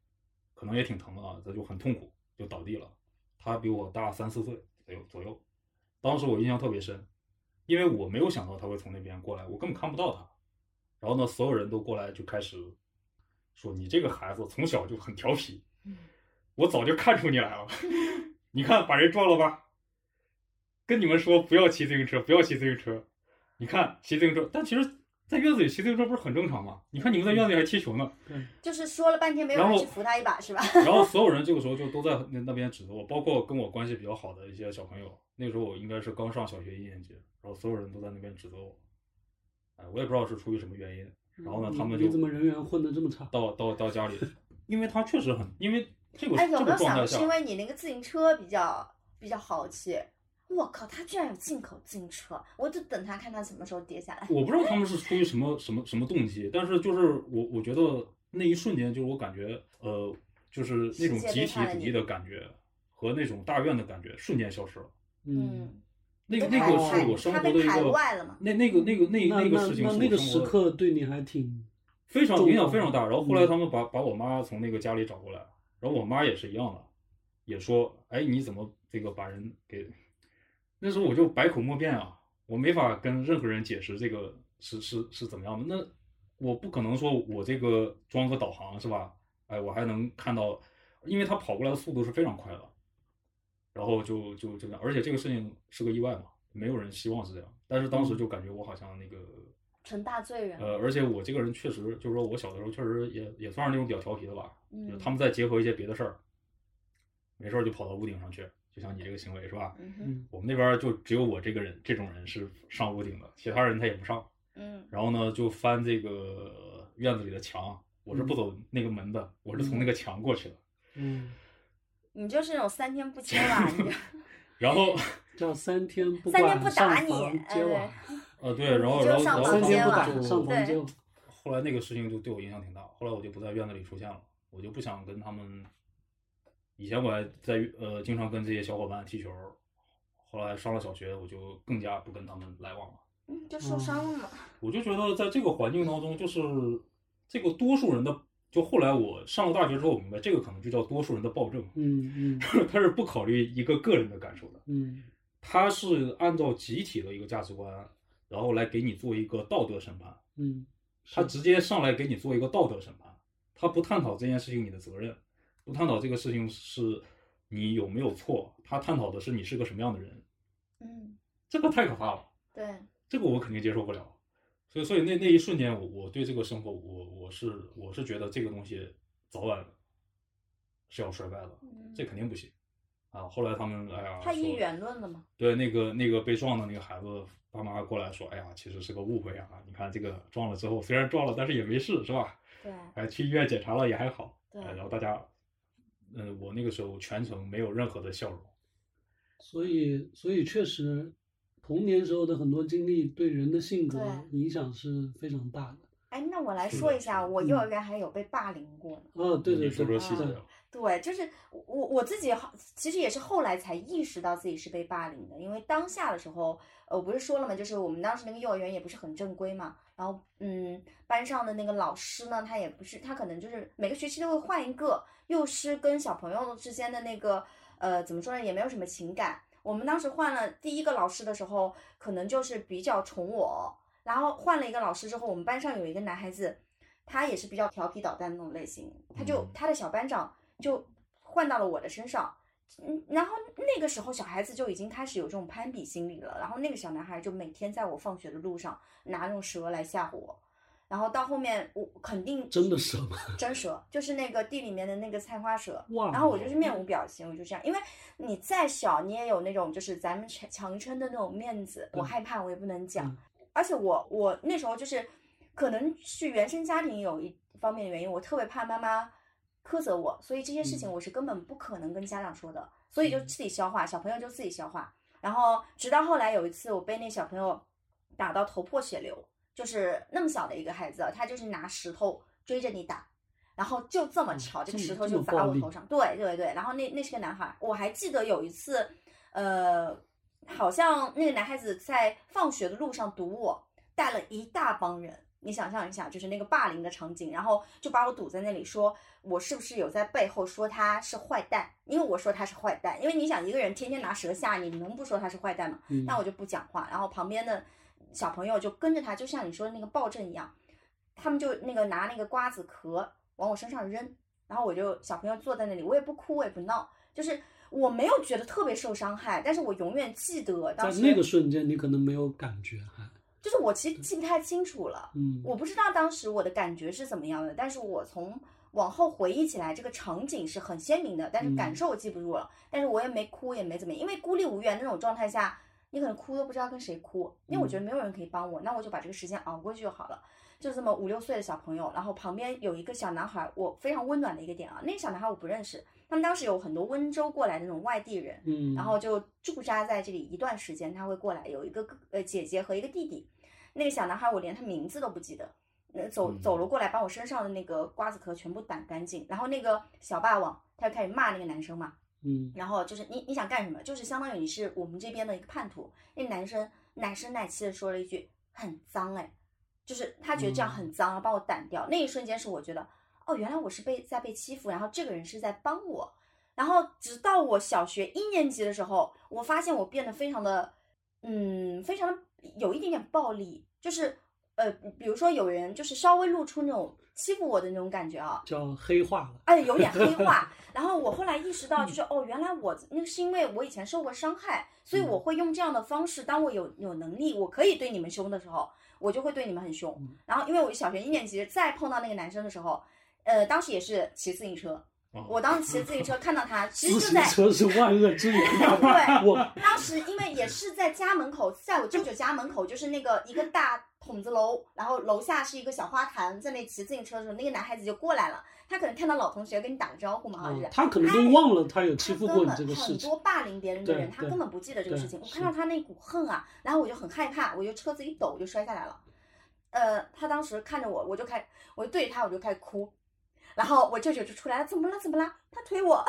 Speaker 1: 可能也挺疼的啊，他就很痛苦，就倒地了。他比我大三四岁左右左右，当时我印象特别深，因为我没有想到他会从那边过来，我根本看不到他。然后呢，所有人都过来就开始说：“你这个孩子从小就很调皮，
Speaker 2: 嗯
Speaker 1: 我早就看出你
Speaker 2: (laughs)
Speaker 1: 来了，你看把人撞了吧。”跟你们说不要骑自行车，不要骑自行车。你看骑自行车，但其实，在院子里骑自行车不是很正常吗？你看你
Speaker 2: 嗯
Speaker 1: 们在院子里还踢球
Speaker 2: (laughs)
Speaker 1: 呢，
Speaker 4: 对，
Speaker 2: 就是说了半天没有
Speaker 1: 然
Speaker 2: 人
Speaker 1: 后
Speaker 2: 去扶他一把
Speaker 1: (laughs)
Speaker 2: 是吧？
Speaker 1: 然后所有人这个时候就都在那那边指责我，包括跟我关系比较好的一些小朋友。那时候我应该是刚上小学一年级，然后所有人都在那边指责我。哎，我也不知道是出于什么原因。
Speaker 2: 嗯
Speaker 1: 然后呢，他们
Speaker 4: 你
Speaker 1: 就
Speaker 4: 你怎么人缘混得这么差？
Speaker 1: 到到到家里，
Speaker 2: (laughs)
Speaker 1: 因为他确实很，因为这个
Speaker 2: 哎，
Speaker 1: 这
Speaker 2: 有没
Speaker 1: 个
Speaker 2: 有
Speaker 1: 状
Speaker 2: 想
Speaker 1: 态
Speaker 2: 过
Speaker 1: 下
Speaker 2: 是因，为你那个自行车比较比较豪气？我靠，他居然有进口自行车，我就等他看他什么时候跌下来。
Speaker 1: 我不知道他们是出于什么什么什么动机，但是就是我我觉得那一瞬间，就是我感觉呃，就是那种
Speaker 2: 世界
Speaker 1: 集
Speaker 2: 背
Speaker 1: 体
Speaker 2: 叛了
Speaker 1: 主
Speaker 2: 你
Speaker 1: 义的感觉和那种大院的感觉瞬间消失了。
Speaker 4: 嗯，
Speaker 2: 嗯，
Speaker 1: 那个
Speaker 2: 被
Speaker 1: 那
Speaker 2: 排
Speaker 1: 个
Speaker 2: 外
Speaker 1: 是我生
Speaker 2: 他
Speaker 1: 活的
Speaker 2: 被
Speaker 1: 一
Speaker 2: 排
Speaker 1: 个
Speaker 2: 外了嘛
Speaker 1: 那那个那个那
Speaker 4: 那
Speaker 1: 那个事情
Speaker 4: 那
Speaker 1: 是
Speaker 4: 那
Speaker 1: 我
Speaker 4: 个
Speaker 1: 生
Speaker 4: 时
Speaker 1: 活的
Speaker 4: 刻对你还挺
Speaker 1: 非常
Speaker 4: 重
Speaker 1: 影响
Speaker 4: 要
Speaker 1: 非常大。然后后来
Speaker 4: 嗯
Speaker 1: 他们把把我妈从那个家里找过来，然后我妈也是一样的，也说，哎，你怎么这个把人给？那时候我就百口莫辩啊，我没法跟任何人解释这个是是是怎么样的。那我不可能说我这个装个导航是吧？哎，我还能看到，因为他跑过来的速度是非常快的，然后就就就这样，而且这个事情是个意外嘛，没有人希望是这样，但是当时就感觉我好像那个
Speaker 2: 成大罪人。
Speaker 1: 呃，而且我这个人确实，就是说我小的时候确实也也算是那种比较调皮的吧，就是
Speaker 2: 嗯
Speaker 1: 他们再结合一些别的事儿，没事儿就跑到屋顶上去，就像你这个行为是吧？
Speaker 2: 嗯哼
Speaker 4: 嗯
Speaker 1: 我们那边儿就只有我这个人这种人是上屋顶的，其他人他也不上。
Speaker 2: 嗯，
Speaker 1: 然后呢，就翻这个院子里的墙，我
Speaker 2: 嗯
Speaker 1: 是不走那个门的，我是从那个墙过去的。
Speaker 4: 嗯，
Speaker 2: 你就是那种三
Speaker 1: (laughs)
Speaker 2: 天不揭瓦，你就
Speaker 1: 然后，
Speaker 2: 哎
Speaker 4: 叫三天不
Speaker 2: 三天不
Speaker 4: 管
Speaker 2: 打
Speaker 4: 上
Speaker 2: 你
Speaker 4: 房
Speaker 2: 哎
Speaker 4: 揭
Speaker 2: 对
Speaker 4: 瓦，
Speaker 1: 呃，对，然后
Speaker 2: 你就
Speaker 1: 然后
Speaker 2: 上
Speaker 1: 然后
Speaker 4: 三
Speaker 2: 房
Speaker 4: 天
Speaker 2: 揭
Speaker 4: 不
Speaker 2: 瓦
Speaker 4: 敢上房
Speaker 2: 对
Speaker 4: 揭瓦。
Speaker 1: 后来那个事情就对我影响挺大，后来我就不在院子里出现了，我就不想跟他们。以前我还在呃经常跟这些小伙伴踢球，后来上了小学，我就更加不跟他们来往了。
Speaker 2: 嗯就受伤了嘛。
Speaker 1: 我就觉得在这个环境当中，就是这个多数人的，就后来我上了大学之后，我明白这个可能就叫多数人的暴政，
Speaker 4: 嗯嗯
Speaker 1: 他是不考虑一个个人的感受的。
Speaker 4: 嗯
Speaker 1: 他是按照集体的一个价值观，然后来给你做一个道德审判。
Speaker 4: 嗯，
Speaker 1: 他
Speaker 4: 是
Speaker 1: 直接上来给你做一个道德审判，他不探讨这件事情你的责任，不探讨这个事情是你有没有错，他探讨的是你是个什么样的人。
Speaker 2: 嗯，
Speaker 1: 这个太可怕了，
Speaker 2: 对，
Speaker 1: 这个我肯定接受不了。所以，所以那那一瞬间我，我对这个生活，我我是我是觉得这个东西早晚是要衰败的，
Speaker 2: 嗯
Speaker 1: 这肯定不行啊。后来他们，哎呀，
Speaker 2: 他一
Speaker 1: 说
Speaker 2: 元论了嘛。
Speaker 1: 对，那个那个被撞的那个孩子，爸妈过来说：“哎呀，其实是个误会啊！你看这个撞了之后，虽然撞了，但是也没事，是吧？
Speaker 2: 对，
Speaker 1: 哎，去医院检查了也还好。
Speaker 2: 对
Speaker 1: 哎然后大家，嗯、我那个时候全程没有任何的笑容。
Speaker 4: 所以，所以确实，童年时候的很多经历对人的性格
Speaker 2: 对
Speaker 4: 影响是非常大的。
Speaker 2: 哎，那我来
Speaker 1: 是的
Speaker 2: 说一
Speaker 1: 是
Speaker 2: 下，
Speaker 1: 的嗯
Speaker 2: 我幼儿园还有被霸凌过呢。
Speaker 4: 哦，对对
Speaker 1: 你说
Speaker 4: 对，
Speaker 1: 说细节
Speaker 4: 对
Speaker 1: 啊。
Speaker 2: 对，就是我我我自己好，其实也是后来才意识到自己是被霸凌的，因为当下的时候，呃，我不是说了嘛，就是我们当时那个幼儿园也不是很正规嘛，然后嗯，班上的那个老师呢，他也不是，他可能就是每个学期都会换一个，幼师跟小朋友之间的那个呃，怎么说呢，也没有什么情感。我们当时换了第一个老师的时候，可能就是比较宠我，然后换了一个老师之后，我们班上有一个男孩子，他也是比较调皮捣蛋那种类型，他就
Speaker 1: 嗯
Speaker 2: 他的小班长就换到了我的身上，嗯，然后那个时候小孩子就已经开始有这种攀比心理了，然后那个小男孩就每天在我放学的路上拿那种蛇来吓唬我，然后到后面我肯定
Speaker 4: 真
Speaker 2: (laughs)
Speaker 4: 的是吗？
Speaker 2: 真蛇，就是那个地里面的那个菜花蛇。
Speaker 4: 哇！
Speaker 2: 然后我就是面无表情，我就这样，因为你再小，你也有那种就是咱们强强撑的那种面子，我
Speaker 4: 嗯
Speaker 2: 害怕，我也不能讲
Speaker 4: 嗯。
Speaker 2: 而且我我那时候就是，可能是原生家庭有一方面的原因，我特别怕妈妈苛责我，所以这些事情
Speaker 4: 嗯
Speaker 2: 我是根本不可能跟家长说的，所以就自己消化，小朋友就自己消化。然后直到后来有一次，我被那小朋友打到头破血流，就是那么小的一个孩子，他就是拿石头追着你打，然后就这么
Speaker 4: 哦
Speaker 2: 巧，这个
Speaker 4: 这么
Speaker 2: 石头
Speaker 4: 这
Speaker 2: 就
Speaker 4: 么
Speaker 2: 砸到
Speaker 4: 暴
Speaker 2: 我
Speaker 4: 力
Speaker 2: 头上。对对对，然后那那是个男孩，我还记得有一次，呃，好像那个男孩子在放学的路上堵我，带了一大帮人。你想象一下，就是那个霸凌的场景，然后就把我堵在那里说，我是不是有在背后说他是坏蛋？因为我说他是坏蛋，因为你想一个人天天拿蛇吓你，你能不说他是坏蛋吗？
Speaker 4: 嗯，
Speaker 2: 那我就不讲话。然后旁边的小朋友就跟着他，就像你说的那个暴政一样，他们就那个拿那个瓜子壳往我身上扔，然后我就小朋友坐在那里，我也不哭，我也不闹，就是我没有觉得特别受伤害，但是我永远记得当
Speaker 4: 在
Speaker 2: 时，
Speaker 4: 那个瞬间你可能没有感觉，还
Speaker 2: 就是我其实记不太清楚了，
Speaker 4: 嗯，
Speaker 2: 我不知道当时我的感觉是怎么样的，但是我从。往后回忆起来，这个场景是很鲜明的，但是感
Speaker 4: 嗯
Speaker 2: 受我记不住了，但是我也没哭，也没怎么样，因为孤立无援那种状态下，你可能哭都不知道跟谁哭，因为我觉
Speaker 4: 嗯
Speaker 2: 得没有人可以帮我，那我就把这个时间熬过去就好了。就这么五六岁的小朋友，然后旁边有一个小男孩，我非常温暖的一个点啊，那个小男孩我不认识，他们当时有很多温州过来的那种外地人，
Speaker 4: 嗯，
Speaker 2: 然后就驻扎在这里一段时间，他会过来，有一个哥呃姐姐和一个弟弟，那个小男孩我连他名字都不记得。呃，走
Speaker 1: 嗯
Speaker 2: 走了过来，把我身上的那个瓜子壳全部掸干净。然后那个小霸王，他就开始骂那个男生嘛，
Speaker 4: 嗯，
Speaker 2: 然后就是你你想干什么，就是相当于你是我们这边的一个叛徒。那男生奶声奶气的说了一句“很脏哎”，就是他觉得这样很脏，然后把我掸掉。那一瞬间是我觉得，哦，原来我是被在被欺负，然后这个人是在帮我。然后直到我小学一年级的时候，我发现我变得非常的，嗯，非常的有一点点暴力，就是呃，比如说有人就是稍微露出那种欺负我的那种感觉啊，
Speaker 4: 叫黑化了，
Speaker 2: 哎，有点黑
Speaker 4: (laughs)
Speaker 2: 化。然后我后来意识到，
Speaker 4: 嗯
Speaker 2: 就是哦，原来我那是因为我以前受过伤害，所
Speaker 4: 嗯
Speaker 2: 以我会用这样的方式。当我有有能力，我可以对你们凶的时候，我就会对你们很凶
Speaker 4: 嗯。
Speaker 2: 然后，因为我小学一年级再碰到那个男生的时候，呃，当时也是骑自行车，
Speaker 1: 哦
Speaker 2: 我当时骑自行车看到他，其
Speaker 4: 自
Speaker 2: 实就
Speaker 4: 行
Speaker 2: 在
Speaker 4: 车是万恶之源。啊
Speaker 2: 对
Speaker 4: 我
Speaker 2: 当时因为也是在家门口，在我舅舅家门口，就是那个一个大筒子楼，然后楼下是一个小花坛，在那骑自行车的时候，那个男孩子就过来了。他可能看到老同学跟你打个招呼嘛，好像
Speaker 4: 嗯
Speaker 2: 是。
Speaker 4: 他可能
Speaker 2: 哎
Speaker 4: 都忘了他有
Speaker 2: 他
Speaker 4: 欺
Speaker 2: 根
Speaker 4: 负
Speaker 2: 本
Speaker 4: 过你这个事
Speaker 2: 很
Speaker 4: 情
Speaker 2: 多，霸凌别人的
Speaker 4: 对
Speaker 2: 人，他
Speaker 4: 对
Speaker 2: 根本不记得这个
Speaker 4: 对
Speaker 2: 事情。我
Speaker 4: 是
Speaker 2: 看到他那股恨啊，然后我就很害怕，我就车子一抖，我就摔下来了。呃，他当时看着我，我就开，我就对着他，我就开始哭。然后我舅舅就出来了，怎么了？怎么了？他推我。 (laughs)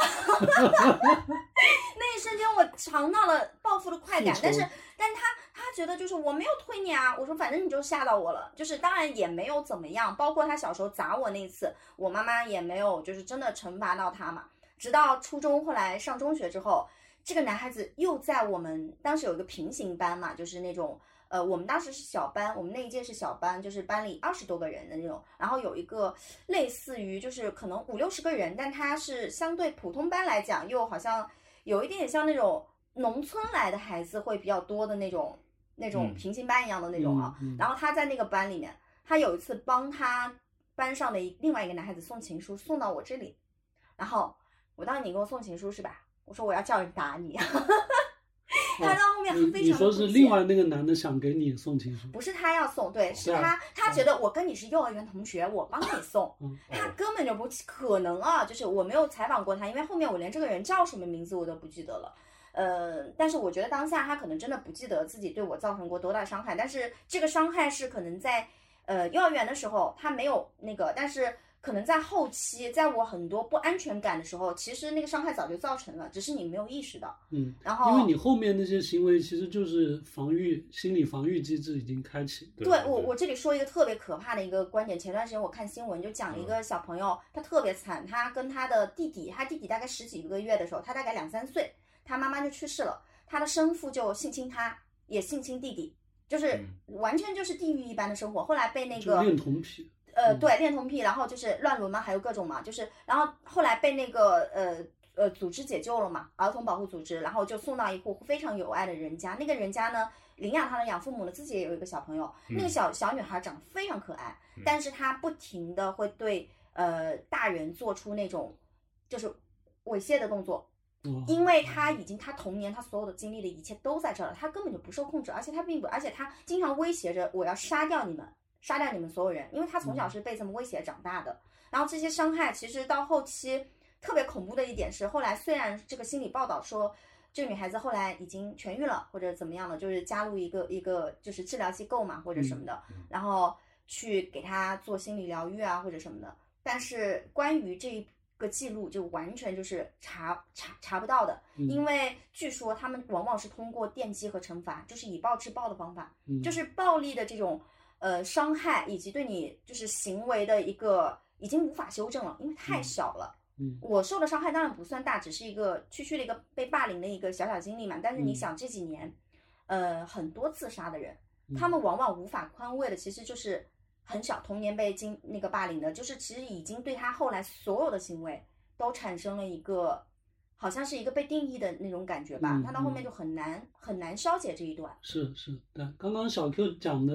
Speaker 2: 那一瞬间，我尝到了报复的快感
Speaker 4: 复，仇
Speaker 2: 但是，但他他觉得就是我没有推你啊，我说反正你就吓到我了，就是当然也没有怎么样，包括他小时候砸我那一次，我妈妈也没有就是真的惩罚到他嘛。直到初中，后来上中学之后，这个男孩子又在我们当时有一个平行班嘛，就是那种呃，我们当时是小班，我们那一届是小班，就是班里二十多个人的那种，然后有一个类似于就是可能五六十个人，但他是相对普通班来讲，又好像有一点点像那种农村来的孩子会比较多的那种那种
Speaker 1: 嗯
Speaker 2: 平行班一样的那种啊。
Speaker 4: 嗯嗯
Speaker 2: 然后他在那个班里面，他有一次帮他班上的一另外一个男孩子送情书，送到我这里，然后我当时你给我送情书是吧？我说我要叫人打你， (laughs) 他到后面
Speaker 4: 嗯你
Speaker 2: 非常
Speaker 4: 你说
Speaker 2: 地
Speaker 4: 是
Speaker 2: 不
Speaker 4: 另
Speaker 2: 屑
Speaker 4: 外那个男的想给你送情书，
Speaker 2: 不是他要送，对，是
Speaker 4: 对啊
Speaker 2: 他，他觉得我跟你是幼儿园同学，我帮你送
Speaker 4: 嗯，
Speaker 2: 他根本就不可能啊！就是我没有采访过他，因为后面我连这个人叫什么名字我都不记得了。呃，但是我觉得当下他可能真的不记得自己对我造成过多大伤害，但是这个伤害是可能在呃幼儿园的时候他没有那个，但是可能在后期，在我很多不安全感的时候，其实那个伤害早就造成了，只是你没有意识到。
Speaker 4: 嗯，
Speaker 2: 然
Speaker 4: 因
Speaker 2: 后
Speaker 4: 为你后面那些行为其实就是防御心理防御机制已经开启。
Speaker 1: 对
Speaker 2: 我，我这里说一个特别可怕的一个观点。前段时间我看新闻，就讲
Speaker 4: 嗯
Speaker 2: 一个小朋友，他特别惨，他跟他的弟弟，他弟弟大概十几个月的时候，他大概两三岁，他妈妈就去世了，他的生父就性侵他，也性侵弟弟，就是
Speaker 1: 嗯
Speaker 2: 完全就是地狱一般的生活。后来被那
Speaker 4: 就
Speaker 2: 个
Speaker 4: 恋童癖，
Speaker 2: 呃，
Speaker 4: 嗯
Speaker 2: 对，恋童癖，然后就是乱伦嘛，还有各种嘛，就是，然后后来被那个呃呃组织解救了嘛，儿童保护组织，然后就送到一户非常有爱的人家，那个人家呢领养他的养父母呢，自己也有一个小朋友，那个
Speaker 1: 嗯
Speaker 2: 小小女孩长得非常可爱，
Speaker 1: 嗯
Speaker 2: 但是她不停的会对呃大人做出那种就是猥亵的动作，
Speaker 4: 哦
Speaker 2: 因为他
Speaker 1: 嗯
Speaker 2: 已经他童年他所有的经历的一切都在这儿了，他根本就不受控制，而且他并不，而且他经常威胁着我要杀掉你们，杀掉你们所有人，因为他从
Speaker 1: 嗯
Speaker 2: 小是被这么威胁长大的。然后这些伤害其实到后期特别恐怖的一点是，后来虽然这个心理报道说这个女孩子后来已经痊愈了或者怎么样了，就是加入一个一个就是治疗机构嘛或者什么的
Speaker 1: 嗯嗯，
Speaker 2: 然后去给她做心理疗愈啊或者什么的，但是关于这个记录就完全就是查查查不到的，
Speaker 4: 嗯
Speaker 2: 因为据说他们往往是通过电击和惩罚，就是以暴制暴的方法，
Speaker 4: 嗯
Speaker 2: 就是暴力的这种呃伤害以及对你就是行为的一个已经无法修正了，因为太
Speaker 4: 嗯
Speaker 2: 少了。
Speaker 4: 嗯
Speaker 2: 我受的伤害当然不算大，只是一个区区的一个被霸凌的一个小小经历嘛。但是你
Speaker 4: 嗯
Speaker 2: 想这几年，呃，很多自杀的人，
Speaker 4: 嗯
Speaker 2: 他们往往无法宽慰的，其实就是很少童年被经那个霸凌的，就是其实已经对他后来所有的行为都产生了一个，好像是一个被定义的那种感觉吧
Speaker 4: 嗯。
Speaker 2: 他到后面
Speaker 4: 嗯
Speaker 2: 就很难很难消解这一段。
Speaker 4: 是是，对，刚刚小 Q 讲的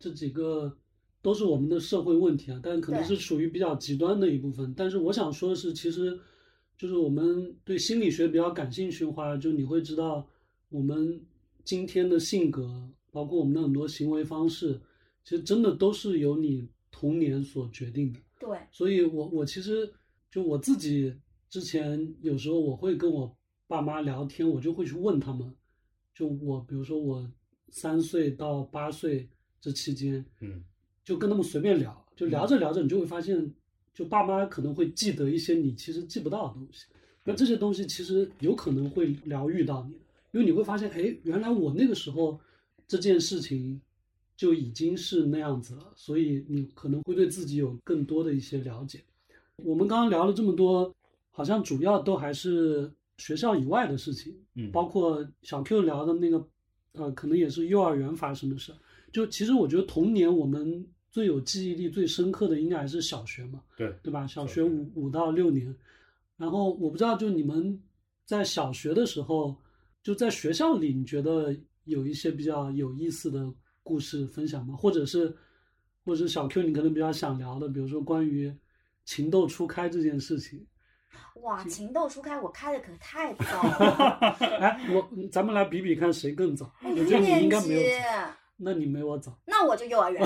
Speaker 4: 这几个都是我们的社会问题啊，但可能
Speaker 2: 对
Speaker 4: 是属于比较极端的一部分。但是我想说的是，其实就是我们对心理学比较感兴趣的话，就你会知道我们今天的性格，包括我们的很多行为方式，其实真的都是由你童年所决定的。
Speaker 2: 对，
Speaker 4: 所以我我其实就我自己之前有时候我会跟我爸妈聊天，我就会去问他们，就我比如说我三岁到八岁这期间，
Speaker 1: 嗯，
Speaker 4: 就跟他们随便聊，就聊着聊着你就会发现，就爸妈可能会记得一些你其实记不到的东西，那这些东西其实有可能会疗愈到你，因为你会发现，哎，原来我那个时候这件事情就已经是那样子了，所以你可能会对自己有更多的一些了解。我们刚刚聊了这么多，好像主要都还是学校以外的事情，
Speaker 1: 嗯
Speaker 4: 包括小 Q 聊的那个，呃，可能也是幼儿园发生的事。就其实我觉得童年我们最有记忆力最深刻的应该还是小学嘛，
Speaker 1: 对，
Speaker 4: 对吧？
Speaker 1: 小
Speaker 4: 小学
Speaker 1: 学
Speaker 4: 五五到六年，然后我不知道，就你们在小学的时候，就在学校里，你觉得有一些比较有意思的故事分享吗？或者是，或者是小 Q 你可能比较想聊的，比如说关于情窦初开这件事 (laughs) 情。
Speaker 2: 哇，情窦初开，我开的可太早了，
Speaker 4: 哎，我咱们来比比看谁更早。
Speaker 2: 我
Speaker 4: (laughs) 我觉得
Speaker 2: 一
Speaker 4: 你应
Speaker 2: 哎年
Speaker 4: 该没有
Speaker 2: 级
Speaker 4: 早，，那你没我早。
Speaker 2: (laughs) 那我就幼儿园，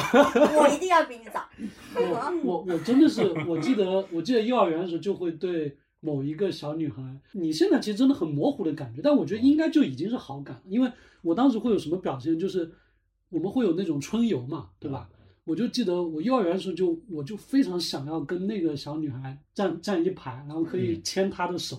Speaker 2: 我一定要比你早。
Speaker 4: 我我我真的是，我记得我记得幼儿园的时候就会对某一个小女孩，你现在其实真的很模糊的感觉，但我觉得应该就已经是好感了，因为我当时会有什么表现，就是我们会有那种春游嘛，对吧？
Speaker 1: 嗯
Speaker 4: 我就记得我幼儿园的时候就我就非常想要跟那个小女孩站站一排，然后可以
Speaker 1: 嗯
Speaker 4: 牵她的手，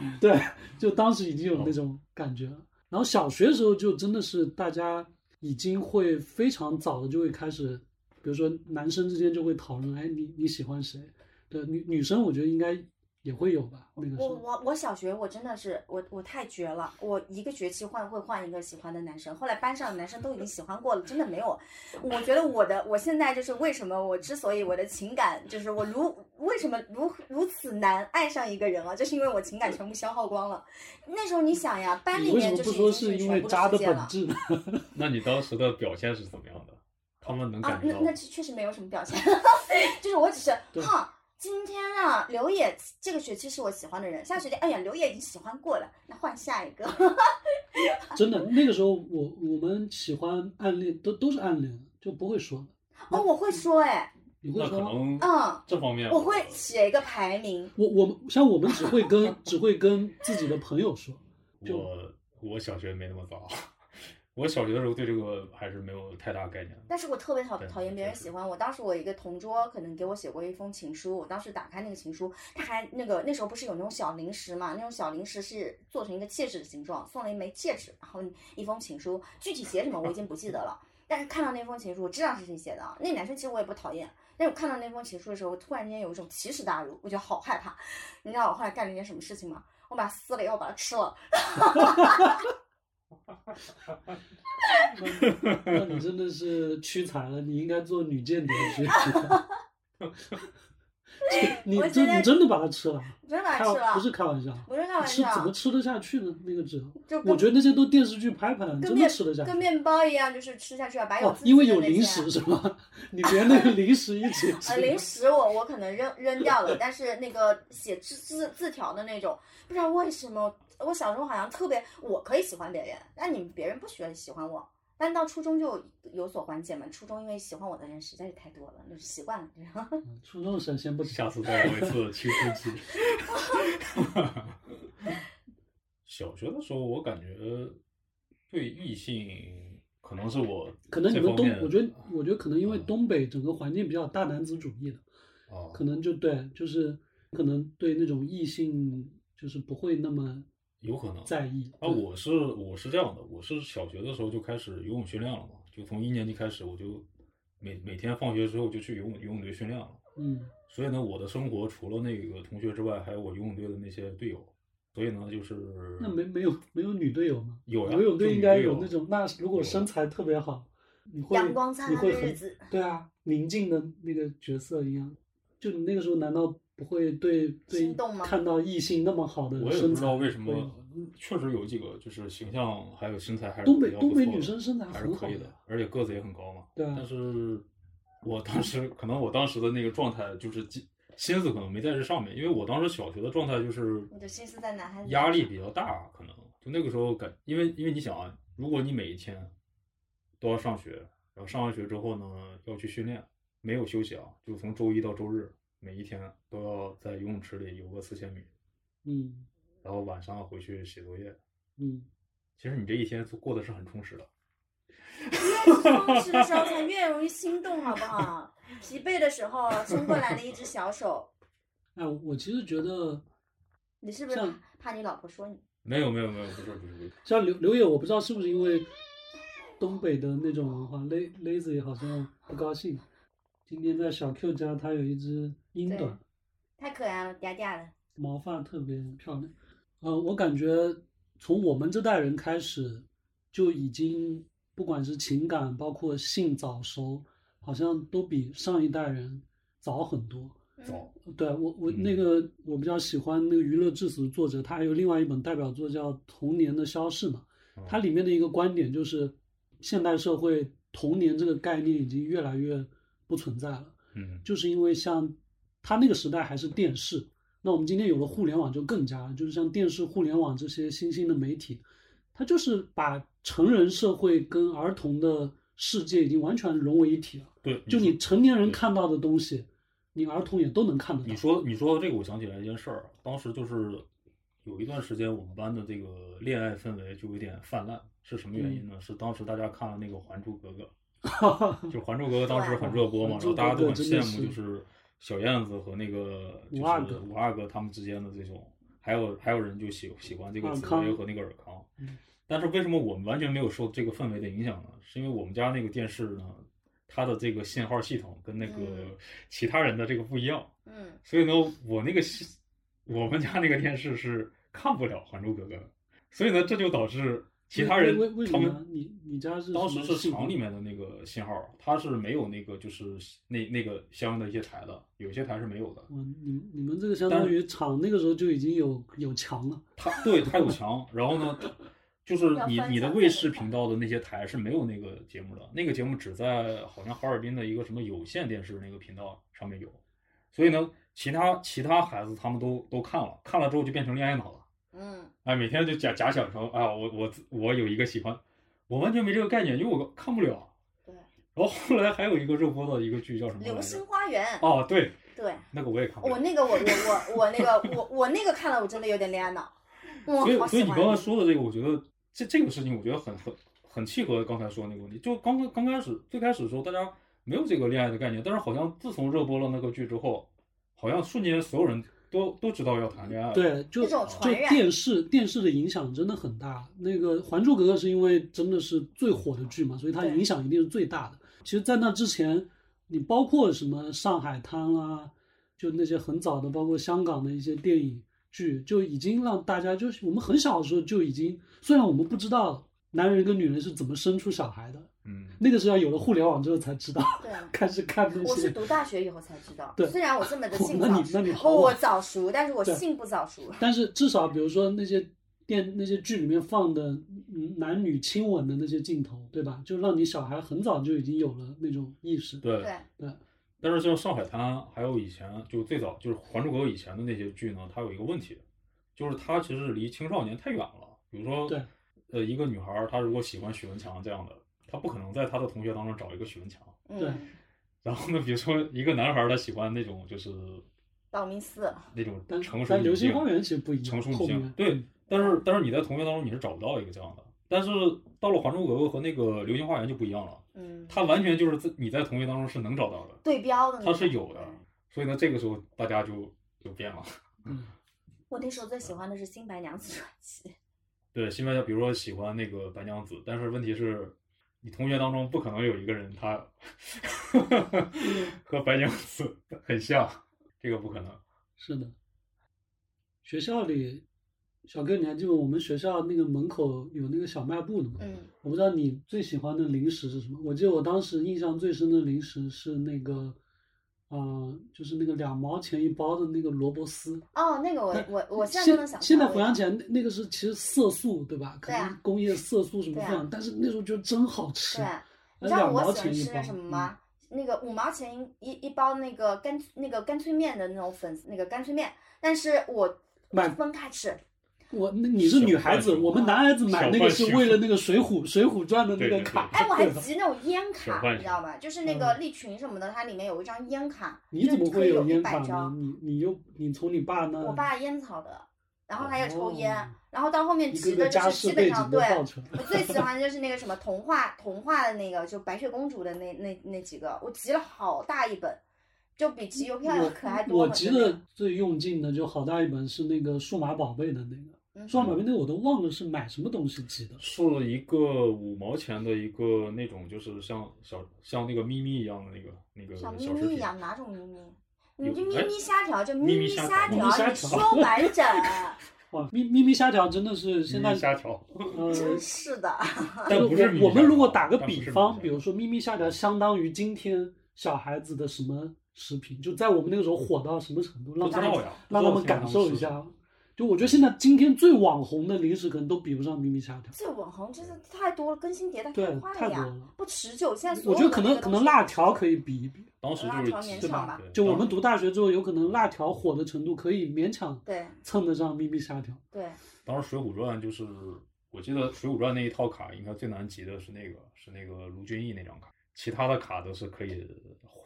Speaker 2: 嗯
Speaker 4: 对，就当时已经有那种感觉了。然后小学的时候就真的是大家已经会非常早的就会开始，比如说男生之间就会讨论，哎，你你喜欢谁？对，女女生我觉得应该也会有吧，那个时
Speaker 2: 我
Speaker 4: 候。
Speaker 2: 我我小学我真的是我我太绝了，我一个学期换会换一个喜欢的男生，后来班上的男生都已经喜欢过了，真的没有。我觉得我的我现在就是为什么我之所以我的情感就是我如为什么如如此难爱上一个人啊，就是因为我情感全部消耗光了。那时候你想呀，班
Speaker 4: 你
Speaker 2: 里
Speaker 4: 为什
Speaker 2: 面
Speaker 4: 么
Speaker 2: 就
Speaker 4: 不
Speaker 2: 是
Speaker 4: 说
Speaker 2: 已经是
Speaker 4: 是因
Speaker 2: 全
Speaker 4: 为
Speaker 2: 部
Speaker 4: 渣
Speaker 2: 的
Speaker 4: 的
Speaker 2: 世界
Speaker 4: 本
Speaker 2: 了
Speaker 4: 质呢？ (laughs)
Speaker 1: 那你当时的表现是怎么样的？他们能
Speaker 2: 啊
Speaker 1: 感，觉
Speaker 2: 那
Speaker 1: 到吗？
Speaker 2: 那确确实没有什么表现， (laughs) 就是我只是
Speaker 4: 对
Speaker 2: 哈。今天啊，刘野这个学期是我喜欢的人，下学期哎呀，刘野已经喜欢过了，那换下一个。
Speaker 4: 真的，那个时候我我们喜欢暗恋都都是暗恋，就不会说的。
Speaker 2: 哦，我会说哎，
Speaker 4: 你会
Speaker 1: 那
Speaker 4: 说
Speaker 1: 可
Speaker 4: 吗？
Speaker 1: 能
Speaker 2: 嗯，
Speaker 1: 这方面
Speaker 2: 我会写一个排名。
Speaker 4: 我我们像我们只会跟只会跟自己的朋友说，就 (laughs)
Speaker 1: 我我小学没那么早， (laughs) 我小学的时候对这个还是没有太大概念的。
Speaker 2: 但是我特别讨
Speaker 1: 对
Speaker 2: 讨厌别人喜欢我。当时我一个同桌可能给我写过一封情书，我当时打开那个情书，他还那个那时候不是有那种小零食嘛，那种小零食是做成一个戒指的形状，送了一枚戒指，然后一封情书，具体写什么我已经不记得了。但是看到那封情书，我知道是谁写的啊。那个男生其实我也不讨厌，但是我看到那封情书的时候，我突然间有一种奇耻大辱，我觉得好害怕。你知道我后来干了一件什么事情吗？我把它撕了以后把它吃了。
Speaker 4: 那那你真的是屈才了，你应该做女间谍
Speaker 2: (laughs)
Speaker 4: 去。这你
Speaker 2: 我
Speaker 4: 这
Speaker 2: 觉得
Speaker 4: 你真的把它吃了？
Speaker 2: 我真的把
Speaker 4: 开
Speaker 2: 它吃
Speaker 4: 玩
Speaker 2: 了，
Speaker 4: 不是开玩笑，
Speaker 2: 不是开玩
Speaker 4: 吃怎么
Speaker 2: 笑，
Speaker 4: 吃得下去呢？那个纸，
Speaker 2: 就跟
Speaker 4: 我觉得那些都电视剧拍拍的，
Speaker 2: 跟
Speaker 4: 真的
Speaker 2: 面
Speaker 4: 吃得下去
Speaker 2: 跟。面包一样，就是吃下去啊，把有
Speaker 4: 哦
Speaker 2: 自，己
Speaker 4: 因为
Speaker 2: 的
Speaker 4: 有
Speaker 2: 那
Speaker 4: 零
Speaker 2: 些啊
Speaker 4: 食是吧？ (laughs) 你连那个零食一
Speaker 2: (laughs)
Speaker 4: 起吃
Speaker 2: 呃，。零食我我可能扔扔掉
Speaker 4: (laughs)
Speaker 2: 了，但是那个写字字字条的那种，不知道为什么，我小时候好像特别，我可以喜欢别人，但你们别人不喜欢喜欢我。但到初中就有所缓解嘛，初中因为喜欢我的人实在是太多了，就是习惯了这样。
Speaker 4: 嗯初中的事先不
Speaker 1: 下。
Speaker 4: 讲
Speaker 1: 次再聊一次青春期。小学的时候，我感觉对异性可能是我
Speaker 4: 可能你
Speaker 1: 这
Speaker 4: 们
Speaker 1: 方
Speaker 4: 东
Speaker 1: 面，
Speaker 4: 我觉
Speaker 2: 啊
Speaker 4: 得，我觉得可能因为
Speaker 1: 嗯
Speaker 4: 东北整个环境比较大男子主义的，
Speaker 1: 哦
Speaker 4: 可能就对，就是可能对那种异性就是不会那么
Speaker 1: 有可能
Speaker 4: 在意。
Speaker 1: 啊，
Speaker 4: 对
Speaker 1: 我是我是这样的，我是小学的时候就开始游泳训练了嘛，就从一年级开始，我就每每天放学之后就去游泳游泳队训练了。
Speaker 4: 嗯
Speaker 1: 所以呢，我的生活除了那个同学之外，还有我游泳队的那些队友。所以呢，就是，
Speaker 4: 那没没有没有女队友吗？
Speaker 1: 有呀
Speaker 4: 游泳
Speaker 1: 就
Speaker 4: 队
Speaker 1: 女
Speaker 4: 应该
Speaker 1: 队
Speaker 4: 有
Speaker 1: 友啊
Speaker 4: 那种，那如果
Speaker 1: 有
Speaker 4: 身材特别好，你会
Speaker 2: 阳光灿
Speaker 4: 你
Speaker 2: 烂
Speaker 4: 会
Speaker 2: 的
Speaker 4: 很
Speaker 2: 日子，
Speaker 4: 对啊，宁静的那个角色一样。就你那个时候难道不会对对
Speaker 2: 心动吗
Speaker 4: 看到异性那么好的
Speaker 1: 我也不
Speaker 4: 身
Speaker 1: 知
Speaker 4: 材？
Speaker 1: 道为什
Speaker 4: 会
Speaker 1: 么，嗯确实有几个就是形象还有身材还是
Speaker 4: 东北
Speaker 1: 比较不
Speaker 4: 东北
Speaker 1: 错
Speaker 4: 女
Speaker 1: 的
Speaker 4: 生身材
Speaker 1: 还是
Speaker 4: 很好
Speaker 1: 可以
Speaker 4: 的
Speaker 1: 的
Speaker 4: 呀，
Speaker 1: 而且个子也很高嘛。
Speaker 4: 对啊
Speaker 1: 但是我当时可能我当时的那个状态就是心心思可能没在这上面，因为我当时小学的状态就是
Speaker 2: 你的心思在男孩子
Speaker 1: 压力比较大，可能就那个时候感，因为因为你想啊，如果你每一天都要上学，然后上完学之后呢要去训练，没有休息啊，就从周一到周日每一天都要在游泳池里游个四千米，
Speaker 4: 嗯
Speaker 1: 然后晚上回去写作业。
Speaker 4: 嗯，
Speaker 1: 其实你这一天过得是很充实的。
Speaker 2: (laughs) 越是充实的时候才越容易心动，好不好？疲惫的时候伸过来了一只小手，
Speaker 4: 哎，我其实觉得
Speaker 2: 你是不是
Speaker 4: 像
Speaker 2: 怕你老婆说你？
Speaker 1: 没有没有没有，不是不是不是，
Speaker 4: 像刘刘野，我不知道是不是因为东北的那种文化，勒勒子也好像不高兴。今天在小 Q 家，他有一只英
Speaker 2: 对
Speaker 4: 短，
Speaker 2: 太可爱了，嗲嗲的。
Speaker 4: 毛发特别漂亮。呃，我感觉从我们这代人开始，就已经不管是情感，包括性早熟，好像都比上一代人早很多。
Speaker 2: 嗯
Speaker 1: 早
Speaker 4: 对啊我，我
Speaker 1: 嗯
Speaker 4: 那个我比较喜欢那个《娱乐至死》的作者，他还有另外一本代表作叫《童年的消逝》嘛。
Speaker 1: 嗯
Speaker 4: 它里面的一个观点就是，现代社会童年这个概念已经越来越不存在了，
Speaker 1: 嗯
Speaker 4: 就是因为像他那个时代还是电视，那我们今天有了互联网就更加了，就是像电视、互联网这些新兴的媒体，它就是把成人社会跟儿童的世界已经完全融为一体了。
Speaker 1: 对，
Speaker 4: 就
Speaker 1: 说
Speaker 4: 你成年人看到的东西，你儿童也都能看得到。
Speaker 1: 你说你说到这个，我想起来一件事儿，当时就是有一段时间我们班的这个恋爱氛围就有点泛滥，是什么原因呢？
Speaker 4: 嗯
Speaker 1: 是当时大家看了那个《还珠格格》，
Speaker 4: (laughs)
Speaker 1: 就《还珠格格》当
Speaker 4: 啊
Speaker 1: 时很热播嘛，然后
Speaker 4: 还珠格格
Speaker 1: 大家都很羡慕，
Speaker 4: 真的
Speaker 1: 就是是小燕子和那个就是
Speaker 4: 五阿哥
Speaker 1: 五阿哥他们之间的这种，还有还有人就喜喜欢这个
Speaker 4: 尔
Speaker 1: 紫
Speaker 4: 康
Speaker 1: 薇和那个尔康
Speaker 4: 嗯，
Speaker 1: 但是为什么我们完全没有受这个氛围的影响呢？是因为我们家那个电视呢，它的这个信号系统跟那个
Speaker 2: 嗯
Speaker 1: 其他人的这个不一样。
Speaker 2: 嗯，
Speaker 1: 所以呢，我那个戏我们家那个电视是看不了《还珠格格》的，所以呢，这就导致其他人
Speaker 4: 为为为什
Speaker 1: 他
Speaker 4: 么
Speaker 1: 们
Speaker 4: 呢你你家是
Speaker 1: 当
Speaker 4: 什
Speaker 1: 时
Speaker 4: 么
Speaker 1: 是
Speaker 4: 信号
Speaker 1: 厂里面的那个信号，它是没有那个就是那那个相应的一些台的，有些台是没有的。
Speaker 4: 哇，你你们这个相
Speaker 1: 但
Speaker 4: 当
Speaker 1: 是
Speaker 4: 于厂那个时候就已经有有墙了，
Speaker 1: 它对它有墙，然后呢，就是
Speaker 2: 要
Speaker 1: 你
Speaker 2: 翻
Speaker 1: 你的
Speaker 2: 墙
Speaker 1: 卫
Speaker 2: 才
Speaker 1: 视
Speaker 2: 能看
Speaker 1: 频道的那些台是没有那个节目的，那个节目只在好像哈尔滨的一个什么有线电视那个频道上面有，所以呢，其他其他孩子他们都都看了，看了之后就变成恋爱脑了。
Speaker 2: 嗯，
Speaker 1: 哎，每天就假假想说啊，我我自我有一个喜欢，我完全没这个概念，因为我看不了。
Speaker 2: 对，
Speaker 1: 然后后来还有一个热播的一个剧叫什
Speaker 4: 嗯
Speaker 1: 么
Speaker 2: 《
Speaker 1: 来
Speaker 2: 流
Speaker 1: 着
Speaker 2: 星？花园》
Speaker 1: 哦，对，
Speaker 2: 对，
Speaker 1: 那个我也看不
Speaker 2: 我
Speaker 1: 了。
Speaker 2: 那个我我我我那个我我那个看了我真的有点恋爱脑，我
Speaker 1: 所以
Speaker 2: 好
Speaker 1: 所以
Speaker 2: 喜
Speaker 1: 你
Speaker 2: 欢
Speaker 1: 刚刚说的这个，我觉得这这个事情，我觉得很很很契合刚才说的那个问题。就刚刚刚开始最开始的时候，大家没有这个恋爱的概念，但是好像自从热播了那个剧之后，好像瞬间所有人都都知道要谈恋爱了。
Speaker 4: 对，就
Speaker 2: 这种
Speaker 4: 就
Speaker 2: 传染
Speaker 4: 电视电视的影响真的很大。那个《还珠格格》是因为真的是最火的剧嘛，所以它
Speaker 2: 对
Speaker 4: 影响一定是最大的。其实，在那之前，你包括什么《上海滩》啦，就那些很早的，包括香港的一些电影剧，就已经让大家就是我们很小的时候就已经，虽然我们不知道男人跟女人是怎么生出小孩的，
Speaker 1: 嗯，
Speaker 4: 那个是要有了互联网之后才知道， (laughs)
Speaker 2: 对啊
Speaker 4: 开始看那
Speaker 2: 我是
Speaker 4: 些。
Speaker 2: 读大学以后才知道
Speaker 4: 对，
Speaker 2: 虽然我这么的性
Speaker 4: (laughs) 那
Speaker 2: 早
Speaker 4: 你
Speaker 2: 熟，
Speaker 4: 那你好
Speaker 2: 不，我
Speaker 4: 晚
Speaker 2: 早熟，但是我
Speaker 4: 对
Speaker 2: 性不早熟。
Speaker 4: 但是至少比如说那些电那些剧里面放的嗯男女亲吻的那些镜头，对吧？就让你小孩很早就已经有了那种意识。
Speaker 1: 对。
Speaker 2: 对，
Speaker 1: 但是像《上海滩》还有以前就最早就是《还珠格格》以前的那些剧呢，它有一个问题，就是它其实离青少年太远了。比如说，
Speaker 4: 对，
Speaker 1: 呃，一个女孩儿她如果喜欢许文强这样的，她不可能在她的同学当中找一个许文强。
Speaker 4: 对
Speaker 2: 嗯，
Speaker 1: 然后呢，比如说一个男孩儿他喜欢那种就是
Speaker 2: 道明寺，
Speaker 1: 那种
Speaker 4: 但
Speaker 1: 成熟
Speaker 4: 但《流
Speaker 1: 女
Speaker 4: 星
Speaker 1: 性，
Speaker 4: 花园》其实不一样，
Speaker 1: 成熟
Speaker 4: 后
Speaker 1: 女性
Speaker 4: 面嗯
Speaker 1: 对，但是但是你在同学当中你是找不到一个这样的。但是到了《还珠格格》和那个《流星花园》就不一样了，
Speaker 2: 嗯，
Speaker 1: 它完全就是在你在同学当中是能找到的。
Speaker 2: 对标的那
Speaker 1: 它
Speaker 2: 种，
Speaker 1: 是有的，所以呢，这个时候大家就就变了。
Speaker 4: 嗯，
Speaker 2: 我那时候最喜欢的是《新白娘子传奇》，
Speaker 1: 对，新白娘，比如说喜欢那个白娘子，但是问题是，你同学当中不可能有一个人他
Speaker 2: 嗯
Speaker 1: (laughs) 和白娘子很像，这个不可能。
Speaker 4: 是的。学校里，小哥你还记得我们学校那个门口有那个小卖部的吗？
Speaker 2: 嗯，
Speaker 4: 我不知道你最喜欢的零食是什么。我记得我当时印象最深的零食是那个，呃，就是那个两毛钱一包的那个萝卜丝。
Speaker 2: 哦，那个我我我现在
Speaker 4: 现
Speaker 2: 都能想
Speaker 4: 现在
Speaker 2: 到
Speaker 4: 回想起来，那那个是其实色素对吧？可
Speaker 2: 对啊
Speaker 4: 能工业色素什么
Speaker 2: 对啊
Speaker 4: 放，但是那时候觉得真好吃
Speaker 2: 对。，啊你知
Speaker 4: 那
Speaker 2: 道
Speaker 4: 两毛
Speaker 2: 我喜欢
Speaker 4: 钱一
Speaker 2: 吃
Speaker 4: 包嗯
Speaker 2: 的什么吗？那个五毛钱一一一包那个干那个干脆面的那种粉那个干脆面，但是我
Speaker 4: 买
Speaker 2: 分开
Speaker 4: (laughs)
Speaker 2: 吃，
Speaker 4: 我那你是女孩
Speaker 1: 小
Speaker 4: 子，
Speaker 1: 浣熊啊
Speaker 4: 我们男孩子买那个
Speaker 1: 小
Speaker 4: 是
Speaker 1: 浣熊
Speaker 4: 为了那个《水浒》《水浒传》的那
Speaker 1: 对
Speaker 4: 个
Speaker 1: 对
Speaker 4: 卡。
Speaker 1: 对
Speaker 2: 哎，我还
Speaker 4: 对吧
Speaker 2: 集那种烟
Speaker 1: 小
Speaker 2: 卡，
Speaker 1: 浣
Speaker 2: 你知道
Speaker 1: 熊
Speaker 2: 吗？就是那个
Speaker 4: 嗯
Speaker 2: 利群什么的，它里面有一张烟卡，
Speaker 4: 你怎么
Speaker 2: 就可
Speaker 4: 会
Speaker 2: 以
Speaker 4: 有
Speaker 2: 一
Speaker 4: 烟
Speaker 2: 百
Speaker 4: 卡呢？
Speaker 2: 张？
Speaker 4: 你你又你从你爸那，
Speaker 2: 我爸烟草的，然后还有抽烟，
Speaker 4: 哦
Speaker 2: 然后到后面
Speaker 4: 一个
Speaker 2: 集的
Speaker 4: 个
Speaker 2: 就
Speaker 4: 家
Speaker 2: 是
Speaker 4: 世
Speaker 2: 基
Speaker 4: 背
Speaker 2: 本
Speaker 4: 景
Speaker 2: 上
Speaker 4: 都
Speaker 2: 对。
Speaker 4: 报出来。
Speaker 2: 我最喜欢的就是那个什么童话，童话的那个，就白雪公主的那那那几个，我集了好大一本，就比集邮票要可爱多
Speaker 4: 我
Speaker 2: 了。
Speaker 4: 记
Speaker 2: 真的
Speaker 4: 得最用尽的就好大一本是那个数码宝贝的那个，
Speaker 2: 嗯
Speaker 4: 数码宝贝那个我都忘了是买什么东西集的。
Speaker 1: 是一个五毛钱的一个那种，就是像小像那个咪咪一样的那个那
Speaker 4: 呃
Speaker 1: 个
Speaker 2: 小咪
Speaker 1: 小食
Speaker 2: 咪一
Speaker 1: 品，
Speaker 2: 样，哪种咪咪？
Speaker 1: 有
Speaker 2: 你就咪
Speaker 1: 哎
Speaker 2: 咪虾条，就
Speaker 1: 咪咪
Speaker 2: 咪
Speaker 1: 虾
Speaker 2: 虾
Speaker 1: 条
Speaker 4: 咪咪
Speaker 2: 条，
Speaker 4: 虾
Speaker 2: 你
Speaker 4: 条
Speaker 2: 说
Speaker 4: (laughs)
Speaker 2: 完整，
Speaker 4: 哇，咪咪咪虾条真的是现
Speaker 1: 咪
Speaker 4: 在
Speaker 1: 咪虾
Speaker 2: (laughs)
Speaker 1: 条，
Speaker 4: 呃
Speaker 2: 真是的。
Speaker 1: 但不是咪咪
Speaker 4: 我我们如果
Speaker 1: 虾条
Speaker 4: 打个
Speaker 1: 但不
Speaker 4: 比
Speaker 1: 是咪咪虾
Speaker 4: 方，
Speaker 1: 条
Speaker 4: 比如说咪咪虾条相当于今天小孩子的什么食品，就在我们那个时候火到什么程度，
Speaker 1: 不
Speaker 4: 让
Speaker 1: 知
Speaker 4: 他
Speaker 1: 道
Speaker 4: 们
Speaker 1: 呀，
Speaker 4: 让他们感受一下。就我觉得现在今天最网红的零食可能都比不上咪咪虾条，
Speaker 2: 这网红真是太多了，更新迭代
Speaker 4: 对
Speaker 2: 太快
Speaker 4: 太
Speaker 2: 了呀
Speaker 4: 多了，
Speaker 2: 不持久。现在所
Speaker 4: 我觉
Speaker 2: 有
Speaker 4: 得
Speaker 2: 的
Speaker 4: 可
Speaker 2: 那
Speaker 4: 能
Speaker 2: 个
Speaker 4: 可
Speaker 2: 东
Speaker 4: 能
Speaker 2: 西
Speaker 4: 辣条可以比一比，
Speaker 1: 当时
Speaker 2: 辣
Speaker 1: 就
Speaker 2: 条
Speaker 1: 是
Speaker 2: 年
Speaker 4: 对
Speaker 2: 少
Speaker 4: 吧
Speaker 2: 吧？
Speaker 4: 就我们读大学之后，有可能辣条火的程度可以勉强
Speaker 2: 对
Speaker 4: 蹭得上咪咪虾条。
Speaker 2: 对，
Speaker 1: 当时《水浒传》就是，我记得《水浒传》那一套卡应该最难集的是那个是那个卢俊义那张卡，其他的卡都是可以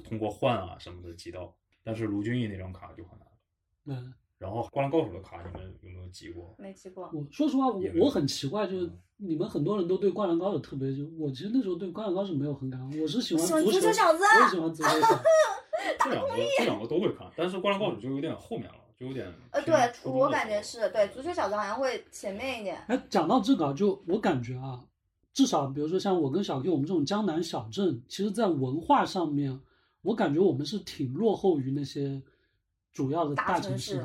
Speaker 1: 通过换啊什么的集到，但是卢俊义那张卡就很难。
Speaker 4: 嗯，
Speaker 1: 然后《灌篮高手》的卡你们有没有集过？
Speaker 2: 没吃过。
Speaker 4: 我说实话，我
Speaker 1: 也没有嗯
Speaker 4: 我很奇怪，就是你们很多人都对《灌篮高手》特别就，我其实那时候对《灌篮高手》没有很感，我是喜欢
Speaker 2: 我喜欢
Speaker 4: 足
Speaker 2: 足球小子
Speaker 4: 我也喜欢足球小子。 (laughs)
Speaker 1: 这两个这两个都会看，但是《灌篮高手》就有点后面了，就有点
Speaker 2: 呃，
Speaker 1: 偏
Speaker 2: 对
Speaker 1: 初中
Speaker 2: 我
Speaker 1: 的
Speaker 2: 感
Speaker 1: 时
Speaker 2: 觉
Speaker 1: 候嗯
Speaker 2: 是对足球小子好像会前面一点，
Speaker 4: 哎，讲到这个啊，就我感觉啊，至少比如说像我跟小 Q 我们这种江南小镇，其实在文化上面，我感觉我们是挺落后于那些主要的大城
Speaker 2: 城
Speaker 4: 市
Speaker 2: 市
Speaker 4: 的。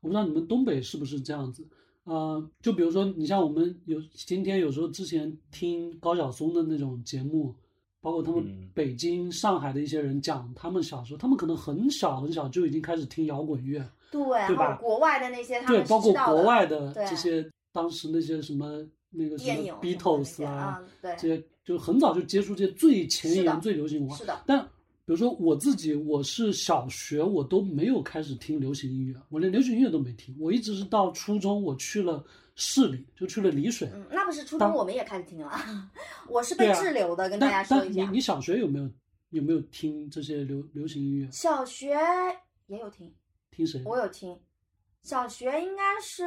Speaker 4: 我不知道你们东北是不是这样子。呃，就比如说，你像我们有今天有时候之前听高晓松的那种节目，包括他们
Speaker 1: 嗯
Speaker 4: 北京、上海的一些人讲他们小时候，他们可能很小很小就已经开始听摇滚乐，
Speaker 2: 对，还
Speaker 4: 对吧
Speaker 2: 有国外的那些他
Speaker 4: 对，
Speaker 2: 们
Speaker 4: 包
Speaker 2: 是知
Speaker 4: 括
Speaker 2: 道
Speaker 4: 国
Speaker 2: 的
Speaker 4: 外的
Speaker 2: 对
Speaker 4: 这些当时那些什么那个什
Speaker 2: 电影
Speaker 4: 么
Speaker 2: 什么的那
Speaker 4: Beatles
Speaker 2: 些
Speaker 4: 啦
Speaker 2: 啊，，对，
Speaker 4: 这啊些就很早就接触这些最前
Speaker 2: 是的
Speaker 4: 沿、最流行文化
Speaker 2: 是。的，
Speaker 4: 但比如说我自己，我是小学我都没有开始听流行音乐，我连流行音乐都没听，我一直是到初中我去了市里，就去了丽水。
Speaker 2: 嗯，那不是初
Speaker 4: 当
Speaker 2: 中我们也开始听了， (laughs) 我是
Speaker 4: 对
Speaker 2: 被
Speaker 4: 啊
Speaker 2: 滞留的，跟大家说
Speaker 4: 但但
Speaker 2: 一
Speaker 4: 你
Speaker 2: 下
Speaker 4: 你，小学有没有有没有听这些流流行音乐？
Speaker 2: 小学也有听，
Speaker 4: 听谁？
Speaker 2: 我有听，小学应该是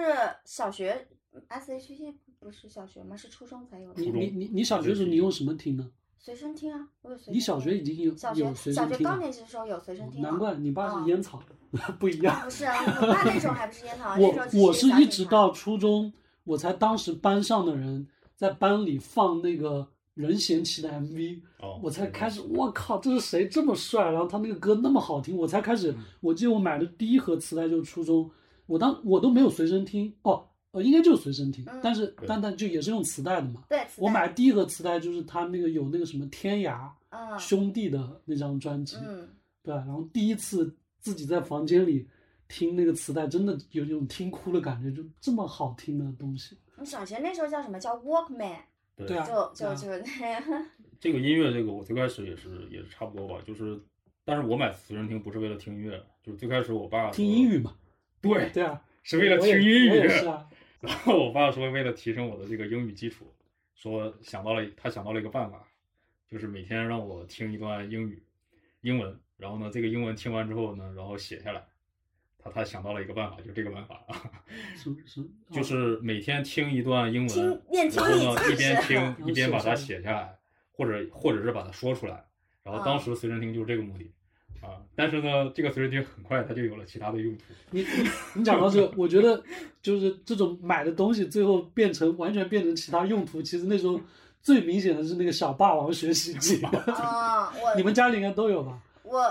Speaker 2: 小学 S H E 不是小学吗？是初中才有的
Speaker 4: 你
Speaker 1: 初。中
Speaker 4: 你你你小学的时候你用什么听呢？
Speaker 2: 随身听啊，我有随身听。
Speaker 4: 你小学已经有
Speaker 2: 小
Speaker 4: 有
Speaker 2: 学
Speaker 4: 随
Speaker 2: 小
Speaker 4: 身
Speaker 2: 学
Speaker 4: 听
Speaker 2: 高
Speaker 4: 了
Speaker 2: 年级的时候有随身听了。
Speaker 4: 难怪你爸
Speaker 2: 啊
Speaker 4: 是烟草， (laughs) 不一样。
Speaker 2: 不是啊，我爸那时候还不是烟草
Speaker 4: (laughs)
Speaker 2: 啊，那时候
Speaker 4: 我
Speaker 2: 只
Speaker 4: 我
Speaker 2: 是
Speaker 4: 是
Speaker 2: 小
Speaker 4: 一
Speaker 2: 警
Speaker 4: 直
Speaker 2: 察
Speaker 4: 到初中，我才当时班上的人在班里放那个任贤齐的 MV，
Speaker 1: 哦，
Speaker 4: 我才开始，我靠，这是谁这么帅？然后他那个歌那么好听，我才开
Speaker 1: 嗯
Speaker 4: 始。我记得我买的第一盒磁带就是初中，我当我都没有随身听哦，呃，应该就是随身听
Speaker 2: 嗯，
Speaker 4: 但是
Speaker 1: 对
Speaker 4: 但但就也是用磁带的嘛。
Speaker 2: 对，磁
Speaker 4: 我
Speaker 2: 带
Speaker 4: 买第一盒磁带就是他那个有那个什么天涯
Speaker 2: 嗯
Speaker 4: 兄弟的那张专辑，
Speaker 2: 嗯，
Speaker 4: 对，然后第一次自己在房间里听那个磁带，真的有一种听哭的感觉，就这么好听的东西。
Speaker 2: 我们小学那时候叫什么叫 Walkman，
Speaker 1: 对
Speaker 4: 对啊
Speaker 2: 就就
Speaker 4: 啊
Speaker 2: 就 (laughs) 那
Speaker 4: (laughs)
Speaker 2: 样。
Speaker 1: 这个音乐，这个我最开始也是也是差不多吧，就是，但是我买随身听不是为了听音乐，就是最开始我爸
Speaker 4: 听
Speaker 1: 说
Speaker 4: 英语，嘛，
Speaker 1: 对，
Speaker 4: 对啊，
Speaker 1: 是为了
Speaker 4: 我
Speaker 1: 听
Speaker 4: 也
Speaker 1: 英
Speaker 4: 我
Speaker 1: 语
Speaker 4: 也。是啊，
Speaker 1: 然后 (laughs) 我爸说，为了提升我的这个英语基础，说想到了他想到了一个办法，就是每天让我听一段英语英文，然后呢，这个英文听完之后呢，然后写下来。他他想到了一个办法，就这个办法啊，
Speaker 4: 什么什么，哦
Speaker 1: 就是每天听一段英文，
Speaker 2: 听练听
Speaker 1: 然后
Speaker 2: 力
Speaker 1: 呢一
Speaker 2: 是不
Speaker 1: 边
Speaker 2: 是
Speaker 1: 听
Speaker 4: 能
Speaker 1: 一边
Speaker 4: 写
Speaker 1: 把
Speaker 4: 下
Speaker 1: 它
Speaker 4: 来
Speaker 1: 写下来，或者或者是把它说出来。然后
Speaker 2: 啊
Speaker 1: 当
Speaker 4: 嗯
Speaker 1: 时随身听就是这个目的啊，但是呢，这个随身听很快它就有了其他的用途。
Speaker 4: 你你你讲到这个，我觉得就是这种买的东西最后变成完全变成其他用途，其实那时候最明显的是那个小霸王学习机，
Speaker 2: 啊，我
Speaker 4: (laughs) 你们家里应该都有吧？
Speaker 2: 我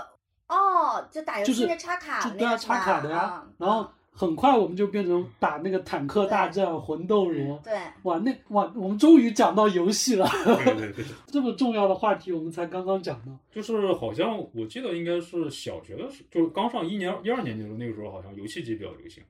Speaker 2: 哦，就打游
Speaker 4: 就
Speaker 2: 戏
Speaker 4: 是
Speaker 2: 那插卡
Speaker 4: 就
Speaker 2: 的
Speaker 4: 对
Speaker 2: 那
Speaker 4: 啊，
Speaker 2: 个是吧
Speaker 4: 插卡的呀
Speaker 2: 啊。
Speaker 4: 然后很快我们就变成打那个坦克大战、魂斗罗。
Speaker 2: 对，
Speaker 4: 哇，那哇，我们终于讲到游戏了， (laughs)
Speaker 1: 对对对，
Speaker 4: 这么重要的话题我们才刚刚讲到。
Speaker 1: 就是好像我记得应该是小学的时候，就是刚上一年一二年级的时候，那个时候好像游戏机比较流行。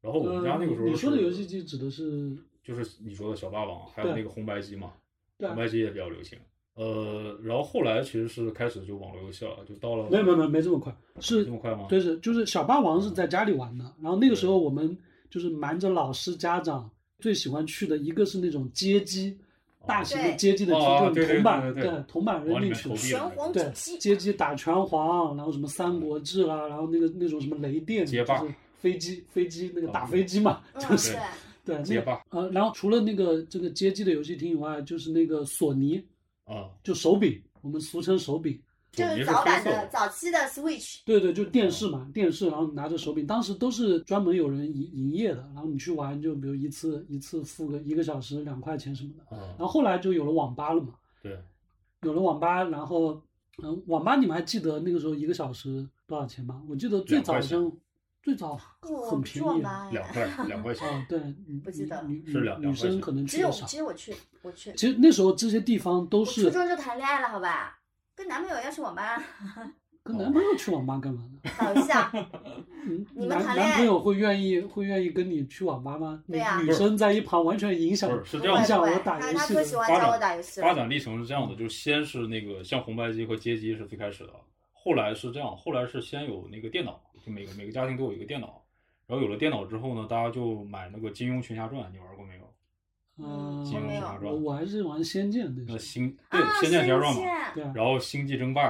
Speaker 1: 然后我们家那个时候、
Speaker 4: 呃你说的游戏机指的是
Speaker 1: 就是你说的小霸王，还有
Speaker 4: 对
Speaker 1: 那个红白机嘛，
Speaker 4: 对啊
Speaker 1: 红白机也比较流行。呃，然后后来其实是开始就网络游戏了，就到了
Speaker 4: 没有没有没有没这么快，是
Speaker 1: 这么快吗？
Speaker 4: 对是就是小霸王是在家里玩的，然后那个时候我们就是瞒着老师家长，最喜欢去的一个是那种街机，大型的
Speaker 2: 对
Speaker 4: 街机的
Speaker 1: 哦
Speaker 4: 厅，就
Speaker 1: 对
Speaker 4: 是
Speaker 1: 对
Speaker 4: 铜板
Speaker 1: 对对对
Speaker 4: 对铜板扔
Speaker 1: 往里
Speaker 4: 进
Speaker 1: 面
Speaker 4: 去
Speaker 1: 投
Speaker 4: 的，
Speaker 1: 币
Speaker 2: 玄黄
Speaker 4: 对
Speaker 2: 九七，
Speaker 4: 街机打拳皇，然后什么三国志啦、然后那个那种什么雷电，
Speaker 1: 街
Speaker 4: 就
Speaker 1: 霸
Speaker 4: 是飞机飞机那个
Speaker 1: 啊
Speaker 4: 打
Speaker 1: 对
Speaker 4: 飞机嘛，
Speaker 2: 嗯，
Speaker 4: 就是
Speaker 2: 对，
Speaker 4: 对那
Speaker 1: 街
Speaker 4: 个
Speaker 1: 霸
Speaker 4: 呃，然后除了那个这个街机的游戏厅以外，就是那个索尼，
Speaker 1: 啊，
Speaker 4: 就手柄，我们俗称手柄，
Speaker 2: 就
Speaker 1: 索尼 (laughs)
Speaker 2: 是
Speaker 1: 是
Speaker 2: 早
Speaker 1: 黑
Speaker 2: 版
Speaker 1: 色
Speaker 2: 的早期的 Switch，
Speaker 4: 对对，就电视嘛，电视，然后拿着手柄，当时都是专门有人营营业的，然后你去玩，就比如一次一次付个一个小时两块钱什么的，
Speaker 1: 啊
Speaker 4: 然，后后来就有了网吧了嘛，
Speaker 1: 对，
Speaker 4: 有了网吧，然后，嗯，网吧你们还记得那个时候一个小时多少钱吗？我记得最
Speaker 1: 两
Speaker 4: 早
Speaker 1: 块
Speaker 4: 好
Speaker 1: 钱
Speaker 4: 像最早
Speaker 2: 我
Speaker 4: 很
Speaker 2: 不去
Speaker 4: 便
Speaker 2: 网
Speaker 4: 宜
Speaker 2: 吧
Speaker 1: 两
Speaker 2: 哎，
Speaker 1: 块两块
Speaker 4: 啊 (laughs)
Speaker 1: 钱，，
Speaker 4: 对，女
Speaker 2: 不记得了
Speaker 4: 女女
Speaker 1: 是两
Speaker 4: 女
Speaker 1: 两块
Speaker 4: 生
Speaker 1: 钱
Speaker 4: 可能
Speaker 2: 只
Speaker 4: 去
Speaker 2: 有
Speaker 4: 的少。
Speaker 2: 其实我去我去，
Speaker 4: 其实那时候这些地方都
Speaker 2: 我初
Speaker 4: 是
Speaker 2: 中就谈恋爱了，好吧？跟男朋友要去
Speaker 1: (laughs)
Speaker 2: 网吧
Speaker 4: 跟男朋友去网吧干嘛呢？
Speaker 2: 打游戏啊，
Speaker 4: 嗯，
Speaker 2: 你们
Speaker 4: 男
Speaker 2: 谈恋
Speaker 4: 男
Speaker 2: 爱
Speaker 4: 朋友会愿意会愿意跟你去网吧吗？
Speaker 2: 对啊
Speaker 4: 女
Speaker 1: 不
Speaker 4: 女
Speaker 1: 是
Speaker 4: 生在一旁完全影响
Speaker 1: 不是是
Speaker 2: 不
Speaker 1: 这样
Speaker 2: 会
Speaker 4: 影
Speaker 1: 子
Speaker 4: 响
Speaker 2: 不
Speaker 4: 我
Speaker 2: 会，
Speaker 4: 打
Speaker 2: 他
Speaker 4: 游
Speaker 2: 他
Speaker 4: 戏
Speaker 2: 可喜
Speaker 4: 的。
Speaker 2: 欢
Speaker 1: 发
Speaker 2: 教我
Speaker 1: 展
Speaker 2: 打游戏
Speaker 1: 发
Speaker 2: 了，
Speaker 1: 展历程是这样的，就是先是那个像红白机和街机是最开始的，后来是这样，后来是先有那个电脑，就每个每个家庭都有一个电脑，然后有了电脑之后呢，大家就买那个《金庸群侠传》，你玩过没有？
Speaker 4: 嗯，
Speaker 1: 金庸
Speaker 2: 没
Speaker 1: 群
Speaker 2: 有
Speaker 1: 侠传
Speaker 4: 我》我还是玩《仙剑》
Speaker 1: 啊那
Speaker 4: 那时
Speaker 1: 星对
Speaker 2: 啊，
Speaker 1: 《仙剑群
Speaker 2: 仙
Speaker 1: 侠传》嘛，
Speaker 2: 剑
Speaker 4: 对啊，
Speaker 1: 然后《星际争霸》，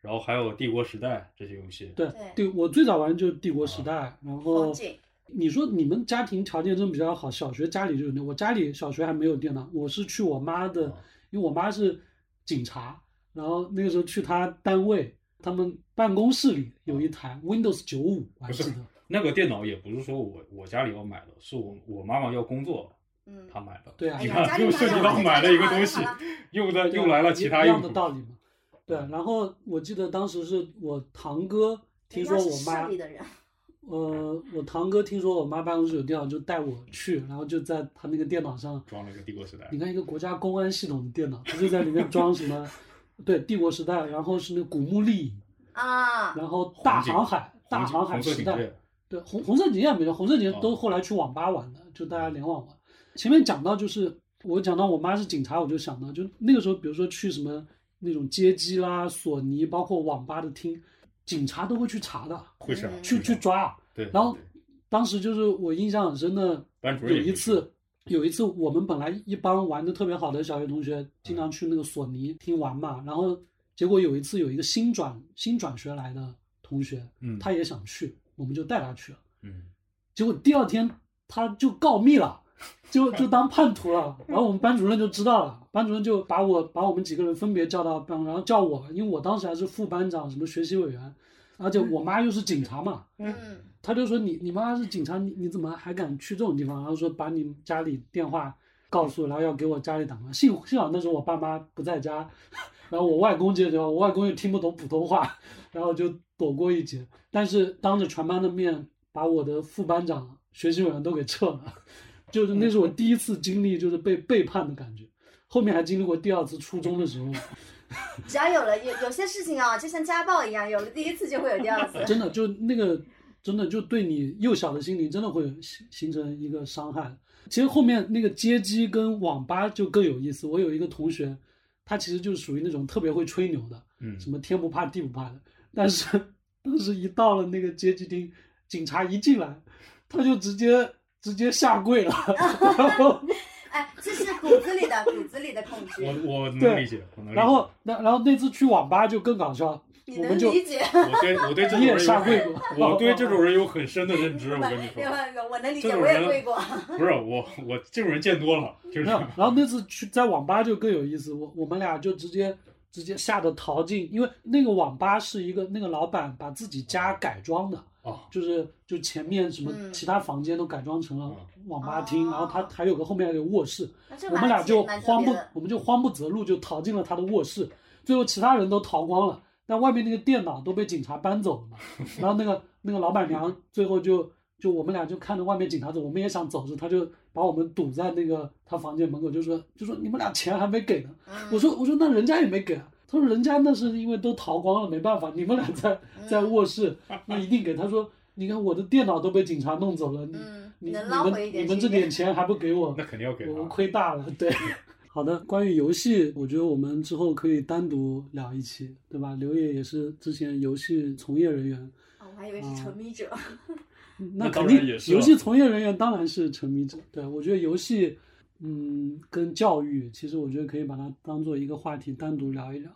Speaker 1: 然后还有《帝国时代》这些游戏。
Speaker 4: 对
Speaker 2: 对
Speaker 4: 对，我最早玩就是《帝国时代》，然
Speaker 2: 风
Speaker 4: 后
Speaker 2: 景，
Speaker 4: 你说你们家庭条件真比较好，小学家里就有那，我家里小学还没有电脑，我是去我妈的
Speaker 1: 啊，
Speaker 4: 因为我妈是警察，然后那个时候去她单位，他们办公室里
Speaker 1: 哦
Speaker 4: 有一台 Windows 九五，我还记得。
Speaker 1: 那个电脑也不是说我我家里要买的，是我我妈妈要工作，
Speaker 2: 嗯，
Speaker 1: 她买的。
Speaker 4: 对啊
Speaker 2: 哎
Speaker 1: 你
Speaker 2: 呀
Speaker 4: 看
Speaker 2: 家里
Speaker 1: 又
Speaker 2: 买
Speaker 1: 涉及
Speaker 2: 了
Speaker 1: 到
Speaker 2: 好
Speaker 1: 买
Speaker 2: 家
Speaker 1: 了
Speaker 2: 里
Speaker 1: 一个
Speaker 2: 好
Speaker 1: 东
Speaker 2: 了
Speaker 1: 西
Speaker 2: 好了，
Speaker 1: 又在
Speaker 4: 对啊
Speaker 1: 又来了其他
Speaker 4: 一
Speaker 1: 用
Speaker 4: 样
Speaker 1: 途嗯
Speaker 4: 的。道理嘛。对，然后我记得当时是我堂哥听
Speaker 2: 人
Speaker 4: 说
Speaker 2: 家是
Speaker 4: 我
Speaker 2: 市
Speaker 4: 妈，
Speaker 2: 里的人，
Speaker 4: 呃，我堂哥听说我妈办公室有电脑，就带我去，然后就在他那个电脑上，
Speaker 1: 装了一个帝国时代
Speaker 4: 你看一个国家公安系统的电脑，他就在里面装什么，对，帝国时代，然后是那古墓丽影，
Speaker 2: 啊，
Speaker 4: 然后大
Speaker 1: 红警
Speaker 4: 航海，大
Speaker 1: 红警
Speaker 4: 航海
Speaker 1: 红色
Speaker 4: 时
Speaker 1: 警
Speaker 4: 代，
Speaker 1: 戒
Speaker 4: 对，红红色警戒没有，红色警戒都
Speaker 1: 哦
Speaker 4: 后来去网吧玩的，就
Speaker 1: 嗯
Speaker 4: 大家联网玩。前面讲到就是我讲到我妈是警察，我就想到就那个时候，比如说去什么那种街机啦、索尼，包括网吧的厅，警察都会去查的，
Speaker 1: 会是啊
Speaker 2: 嗯
Speaker 4: 去
Speaker 1: 会是
Speaker 4: 去
Speaker 1: 啊
Speaker 4: 抓。
Speaker 1: 对，
Speaker 4: 然后
Speaker 1: 对
Speaker 4: 当时就是我印象很深的，
Speaker 1: 班主任
Speaker 4: 有
Speaker 1: 也
Speaker 4: 一
Speaker 1: 会去
Speaker 4: 次。有一次，我们本来一帮玩的特别好的小学同学，
Speaker 1: 嗯
Speaker 4: 经常去那个索尼厅玩嘛。然后结果有一次，有一个新转新转学来的同学，
Speaker 1: 嗯
Speaker 4: 他也想去，我们就带他去了。
Speaker 1: 嗯，
Speaker 4: 结果第二天他就告密了，就就当叛徒了。然后我们班主任就知道了，班主任就把我把我们几个人分别叫到班，然后叫我，因为我当时还是副班长，什么学习委员，而且我妈又是警察嘛，
Speaker 2: 嗯，
Speaker 4: 他就说你你妈是警察，你你怎么还敢去这种地方？然后说把你家里电话告诉，然后要给我家里打电话。幸幸好那时候我爸妈不在家，然后我外公接着，我外公又听不懂普通话，然后就躲过一劫。但是当着全班的面把我的副班长、学习委员都给撤了，就是那是我第一次经历就是被背叛的感觉。后面还经历过第二次初中的时候，
Speaker 2: 只要有了有有些事情啊，就像家暴一样，有了第一次就会有第二次。
Speaker 4: 真的就那个，真的就对你幼小的心灵真的会形形成一个伤害。其实后面那个街机跟网吧就更有意思。我有一个同学，他其实就是属于那种特别会吹牛的，
Speaker 1: 嗯，
Speaker 4: 什么天不怕地不怕的。但是当时一到了那个街机厅，警察一进来，他就直接直接下跪了， (laughs) 然后
Speaker 2: 哎，这是骨子里的骨子里的恐惧，
Speaker 1: 我我能
Speaker 4: 对
Speaker 1: 理解，我能理解。
Speaker 4: 然后那然后那次去网吧就更搞笑，
Speaker 2: 你
Speaker 4: 我
Speaker 2: 能
Speaker 4: 们就
Speaker 2: 理解？
Speaker 1: 我对我对这种
Speaker 4: 你也
Speaker 1: 人有
Speaker 4: 下跪
Speaker 1: 很，
Speaker 4: 过，
Speaker 1: 我对这种人有很深的认知。我跟你
Speaker 2: 另
Speaker 1: 说，
Speaker 2: 外一个我能理
Speaker 1: 这
Speaker 2: 解，
Speaker 1: 种
Speaker 2: 我也
Speaker 1: 人
Speaker 2: 跪过。
Speaker 1: (laughs) 不是我我这种人见多了，就是
Speaker 4: 没有，然后那次去在网吧就更有意思，我我们俩就直接直接吓得逃进，因为那个网吧是一个那个老板把自己家改装的，
Speaker 1: 啊，
Speaker 4: 就是就前面什么
Speaker 2: 嗯
Speaker 4: 其他房间都改装成了网吧厅，
Speaker 2: 哦
Speaker 4: 然后他还有个后面还有个卧室，
Speaker 2: 那这
Speaker 4: 我
Speaker 2: 蛮
Speaker 4: 们俩就
Speaker 2: 蛮特
Speaker 4: 慌
Speaker 2: 别
Speaker 4: 不
Speaker 2: 的，
Speaker 4: 我们就慌不择路就逃进了他的卧室，最后其他人都逃光了，但外面那个电脑都被警察搬走
Speaker 2: (laughs)
Speaker 4: 了嘛，然后那个那个老板娘最后就就我们俩就看着外面警察走，我们也想走，就他就把我们堵在那个他房间门口，就说就说你们俩钱还没给呢，
Speaker 2: 嗯
Speaker 4: 我说我说那人家也没给啊，他说人家那是因为都逃光了，没办法，你们俩在
Speaker 2: 嗯
Speaker 4: 在卧室，那一定给。他说你看我的电脑都被警察弄走了，你
Speaker 2: 嗯，
Speaker 4: 你
Speaker 2: 能
Speaker 4: 你
Speaker 2: 捞回
Speaker 4: 们
Speaker 2: 一点
Speaker 4: 你们
Speaker 2: 是
Speaker 4: 这
Speaker 2: 一
Speaker 4: 点钱还不给我，
Speaker 1: 那肯定要给
Speaker 4: 我们
Speaker 1: 他。
Speaker 4: 亏大了。 (laughs) 对，好的，关于游戏，我觉得我们之后可以单独聊一期，对吧？刘烨也是之前游戏从业人员，
Speaker 2: 哦我还以为是沉迷者。
Speaker 4: 嗯
Speaker 1: 那
Speaker 4: 那肯
Speaker 1: 当
Speaker 4: 定
Speaker 1: 然也是啊
Speaker 4: 游
Speaker 1: 了
Speaker 4: 戏从业人员当然是沉迷者。对，我觉得游戏，嗯，跟教育，其实我觉得可以把它当做一个话题单独聊一聊。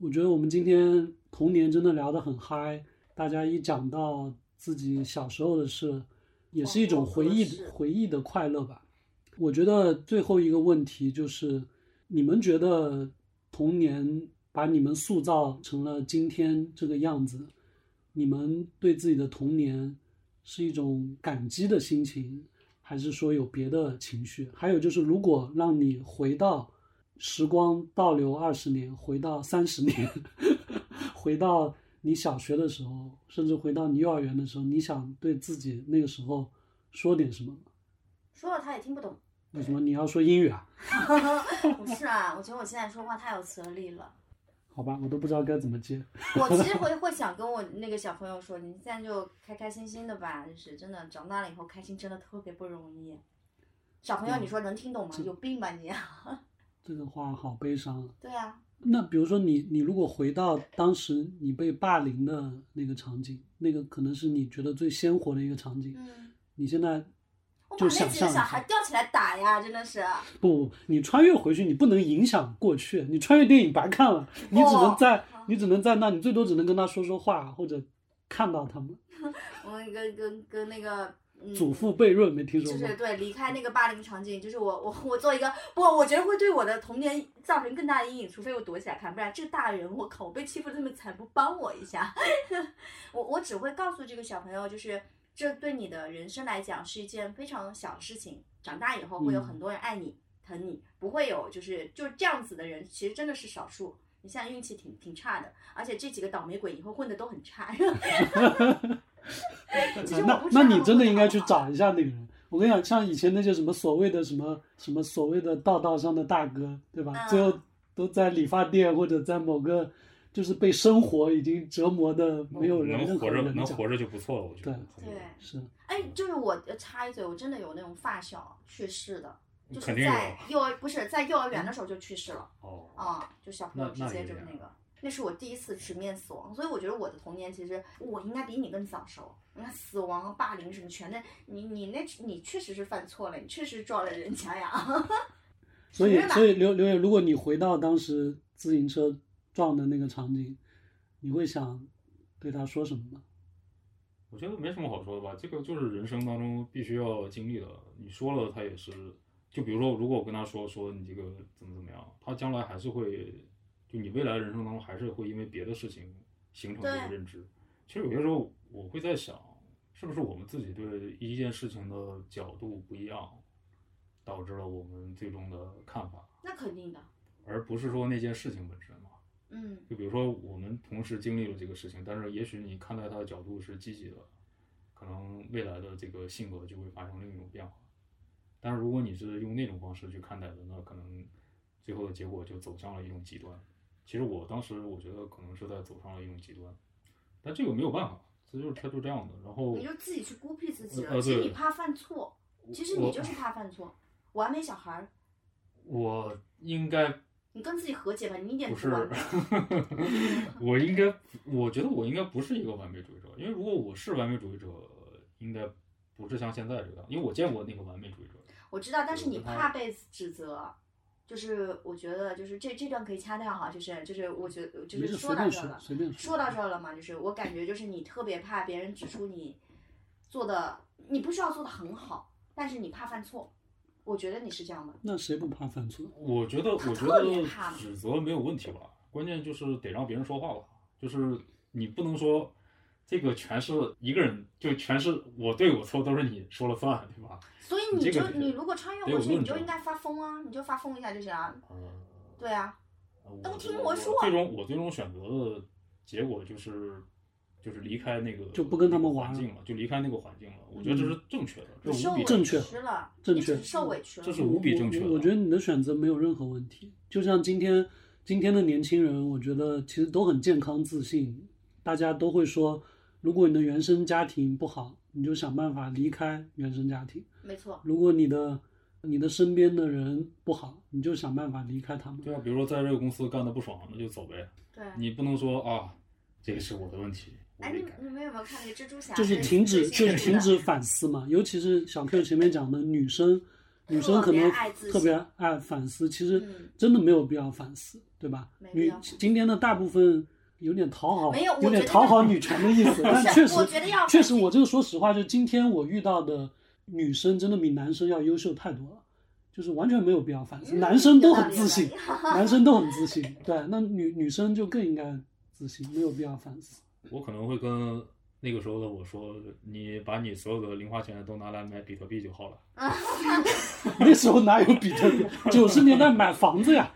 Speaker 4: 我觉得我们今天童年真的聊得很嗨，大家一讲到自己小时候的事，也是一种回忆
Speaker 2: 往后合适
Speaker 4: 回忆的快乐吧。我觉得最后一个问题就是，你们觉得童年把你们塑造成了今天这个样子，你们对自己的童年是一种感激的心情，还是说有别的情绪？还有就是，如果让你回到时光倒流二十年，回到三十年， (laughs) 回到你小学的时候，甚至回到你幼儿园的时候，你想对自己那个时候说点什么吗？
Speaker 2: 说了他也听不懂。
Speaker 4: 为什么你要说英语啊？
Speaker 2: 不是啊，我觉得我现在说话太有哲理了。
Speaker 4: 好吧，我都不知道该怎么接。
Speaker 2: 我其实会会想跟我那个小朋友说，你现在就开开心心的吧，就是真的长大了以后开心真的特别不容易。小朋友，
Speaker 4: 嗯
Speaker 2: 你说能听懂吗？
Speaker 4: 这
Speaker 2: 有病吧你？啊 (laughs)
Speaker 4: 这个话好悲伤啊。
Speaker 2: 对啊，
Speaker 4: 那比如说你，你如果回到当时你被霸凌的那个场景，那个可能是你觉得最鲜活的一个场景。
Speaker 2: 嗯，
Speaker 4: 你现在
Speaker 2: 我把
Speaker 4: 就
Speaker 2: 那
Speaker 4: 想
Speaker 2: 几个
Speaker 4: 象一
Speaker 2: 小孩
Speaker 4: 下，
Speaker 2: 吊起来打呀，真的是。
Speaker 4: 不不，你穿越回去，你不能影响过去，你穿越电影白看了，你只能在、
Speaker 2: 啊
Speaker 4: 你只能在那，你最多只能跟他说说话，或者看到他们。
Speaker 2: 我跟跟跟那个、嗯、
Speaker 4: 祖父悖论没听说
Speaker 2: 就
Speaker 4: 过
Speaker 2: 是？对离开那个霸凌场景，就是我我我做一个不，我觉得会对我的童年造成更大的阴影，除非我躲起来看，不然这个大人我靠，我被欺负的这么惨，不帮我一下， (laughs) 我我只会告诉这个小朋友，就是这对你的人生来讲是一件非常小的事情，长大以后会有
Speaker 4: 嗯
Speaker 2: 很多人爱你、疼你，不会有就是就是这样子的人，其实真的是少数。你现在运气挺挺差的，而且这几个倒霉鬼以后混的都很
Speaker 4: (laughs)
Speaker 2: 差。 (laughs) 其实我
Speaker 4: 那
Speaker 2: 不知道
Speaker 4: 那
Speaker 2: 他
Speaker 4: 你
Speaker 2: 们
Speaker 4: 真的
Speaker 2: 混
Speaker 4: 应
Speaker 2: 好
Speaker 4: 该
Speaker 2: 不
Speaker 4: 去
Speaker 2: 好
Speaker 4: 找一下那个人。我跟你讲，像以前那些什么所谓的什么什么所谓的道道上的大哥，对吧？
Speaker 2: 嗯
Speaker 4: 最后都在理发店或者在某个，就是被生活已经折磨的没有人
Speaker 1: 哦能
Speaker 4: 任何
Speaker 1: 活着
Speaker 4: 人
Speaker 1: 能
Speaker 4: 讲
Speaker 1: 活着就不错了，我觉得。
Speaker 2: 对，
Speaker 4: 是
Speaker 2: 哎，就是我插一嘴，我真的有那种发小去世的，就
Speaker 1: 肯
Speaker 2: 是
Speaker 1: 定有啊
Speaker 2: 在幼儿不是在幼儿园的时候就去世了
Speaker 1: 哦，
Speaker 2: 啊、就小朋友
Speaker 1: 那
Speaker 2: 直
Speaker 1: 那
Speaker 2: 接
Speaker 1: 也
Speaker 2: 就
Speaker 1: 这
Speaker 2: 那
Speaker 1: 样
Speaker 2: 个，那是我第一次直面死亡，所以我觉得我的童年其实我应该比你更早熟。你看死亡啊、霸凌什么全的，你你那你确实是犯错了，你确实撞了人家呀。 (laughs)
Speaker 4: 所以
Speaker 2: 承认吧
Speaker 4: 所以刘刘烨，如果你回到当时自行车撞的那个场景，你会想对他说什么吗？
Speaker 1: 我觉得没什么好说的吧，这个就是人生当中必须要经历的，你说了他也是就比如说，如果我跟他说说你这个怎么怎么样，他将来还是会，就你未来人生当中还是会因为别的事情形成这个
Speaker 2: 对
Speaker 1: 认知。其实有些时候我会在想，是不是我们自己对一件事情的角度不一样，导致了我们最终的看法，
Speaker 2: 那肯定的，
Speaker 1: 而不是说那件事情本身嘛。
Speaker 2: 嗯，
Speaker 1: 就比如说我们同时经历了这个事情，但是也许你看待它的角度是积极的，可能未来的这个性格就会发生另一种变化。但是如果你是用那种方式去看待的，那可能最后的结果就走向了一种极端。其实我当时我觉得可能是在走上了一种极端，但这个没有办法，这就是它就这样的。然后
Speaker 2: 你就自己去孤僻自己
Speaker 1: 呃
Speaker 2: 了。
Speaker 1: 呃
Speaker 2: 其实你
Speaker 1: 对
Speaker 2: 怕犯错，其实你就是怕犯错。完美小孩儿，
Speaker 1: 我应该
Speaker 2: 你跟自己和解吧，你一 (laughs) 点
Speaker 1: 不
Speaker 2: 不
Speaker 1: 是
Speaker 2: 完美。，
Speaker 1: (laughs) 我应该，我觉得我应该不是一个完美主义者，因为如果我是完美主义者，应该不是像现在这个样，因为我见过那个完美主义者，
Speaker 2: 我知道，但是
Speaker 1: 我
Speaker 2: 你
Speaker 1: 不太
Speaker 2: 怕被指责，就是我觉得就是这这段可以掐掉哈，就是就是我觉得就
Speaker 4: 没
Speaker 2: 是
Speaker 4: 事，
Speaker 2: 说
Speaker 4: 随
Speaker 2: 到
Speaker 4: 便
Speaker 2: 这儿
Speaker 4: 说
Speaker 2: 了，，
Speaker 4: 随便
Speaker 2: 说到这儿了嘛，就是我感觉就是你特别怕别人指出你做的，你不需要做的很好，但是你怕犯错，我觉得你是这样的。
Speaker 4: 那谁不怕犯错？
Speaker 1: 我觉得，
Speaker 2: 他
Speaker 1: 我觉
Speaker 2: 特别
Speaker 1: 得
Speaker 2: 怕
Speaker 1: 指责没有问题吧，关键就是得让别人说话吧，就是你不能说这个全是一个人，就全是我对我错都是你说了算，对吧？
Speaker 2: 所以
Speaker 1: 你
Speaker 2: 你
Speaker 1: 这
Speaker 2: 就
Speaker 1: 个
Speaker 2: 你如果穿越
Speaker 1: 得有
Speaker 2: 回去，你
Speaker 1: 论
Speaker 2: 就
Speaker 1: 证
Speaker 2: 应该发疯啊，你就发疯一下就行啊。
Speaker 1: 嗯，
Speaker 2: 对啊，
Speaker 1: 呃
Speaker 2: 都听我说啊
Speaker 1: 最终我最终选择的结果就是，就是离开那个
Speaker 4: 就不跟他们玩
Speaker 1: 环境了，就离开那个环境了。我觉得这是正确的，这
Speaker 2: 你
Speaker 1: 是
Speaker 2: 嗯受
Speaker 1: 无比
Speaker 2: 委
Speaker 4: 正确
Speaker 2: 屈了，
Speaker 4: 正
Speaker 2: 你只
Speaker 4: 确
Speaker 2: 是受委屈了
Speaker 1: 这。是无比正确的。
Speaker 4: 我我我觉得你的选择没有任何问题。就像今天今天的年轻人，我觉得其实都很健康自信。大家都会说，如果你的原生家庭不好，你就想办法离开原生家庭；
Speaker 2: 没错，
Speaker 4: 如果你的你的身边的人不好，你就想办法离开他们。
Speaker 1: 对啊，比如说在这个公司干的不爽，那就走呗。
Speaker 2: 对。
Speaker 1: 你不能说啊，这个是我的问题，我
Speaker 2: 嗯哎，
Speaker 1: 得
Speaker 2: 你
Speaker 1: 改。
Speaker 2: 你们有没有看那个蜘蛛侠？
Speaker 4: 就是停止，就是停
Speaker 2: 止。
Speaker 4: 止反思嘛。尤其是小 Q 前面讲的女生，女生可能
Speaker 2: 特别爱自信
Speaker 4: 特别爱反思，其实
Speaker 2: 嗯
Speaker 4: 真的没有必要反思，对吧
Speaker 2: 没？必
Speaker 4: 女
Speaker 2: 要反思
Speaker 4: 今天的大部分哦有点讨好，
Speaker 2: 没有我觉
Speaker 4: 点
Speaker 2: 得
Speaker 4: 讨好女权的意思，但确
Speaker 2: (laughs)
Speaker 4: 实
Speaker 2: 我觉得要反思
Speaker 4: 确实，我这个说实话，就今天我遇到的女生真的比男生要优秀太多了。就是完全没有必要反思，
Speaker 2: 嗯
Speaker 4: 男生都很自信
Speaker 2: (laughs) 有道，
Speaker 4: 男生都很自信，对，那女女生就更应该自信，没有必要反思。
Speaker 1: 我可能会跟那个时候的我说，你把你所有的零花钱都拿来买比特币就好了。
Speaker 4: (laughs) 那时候哪有比特币？九十年代买房子呀。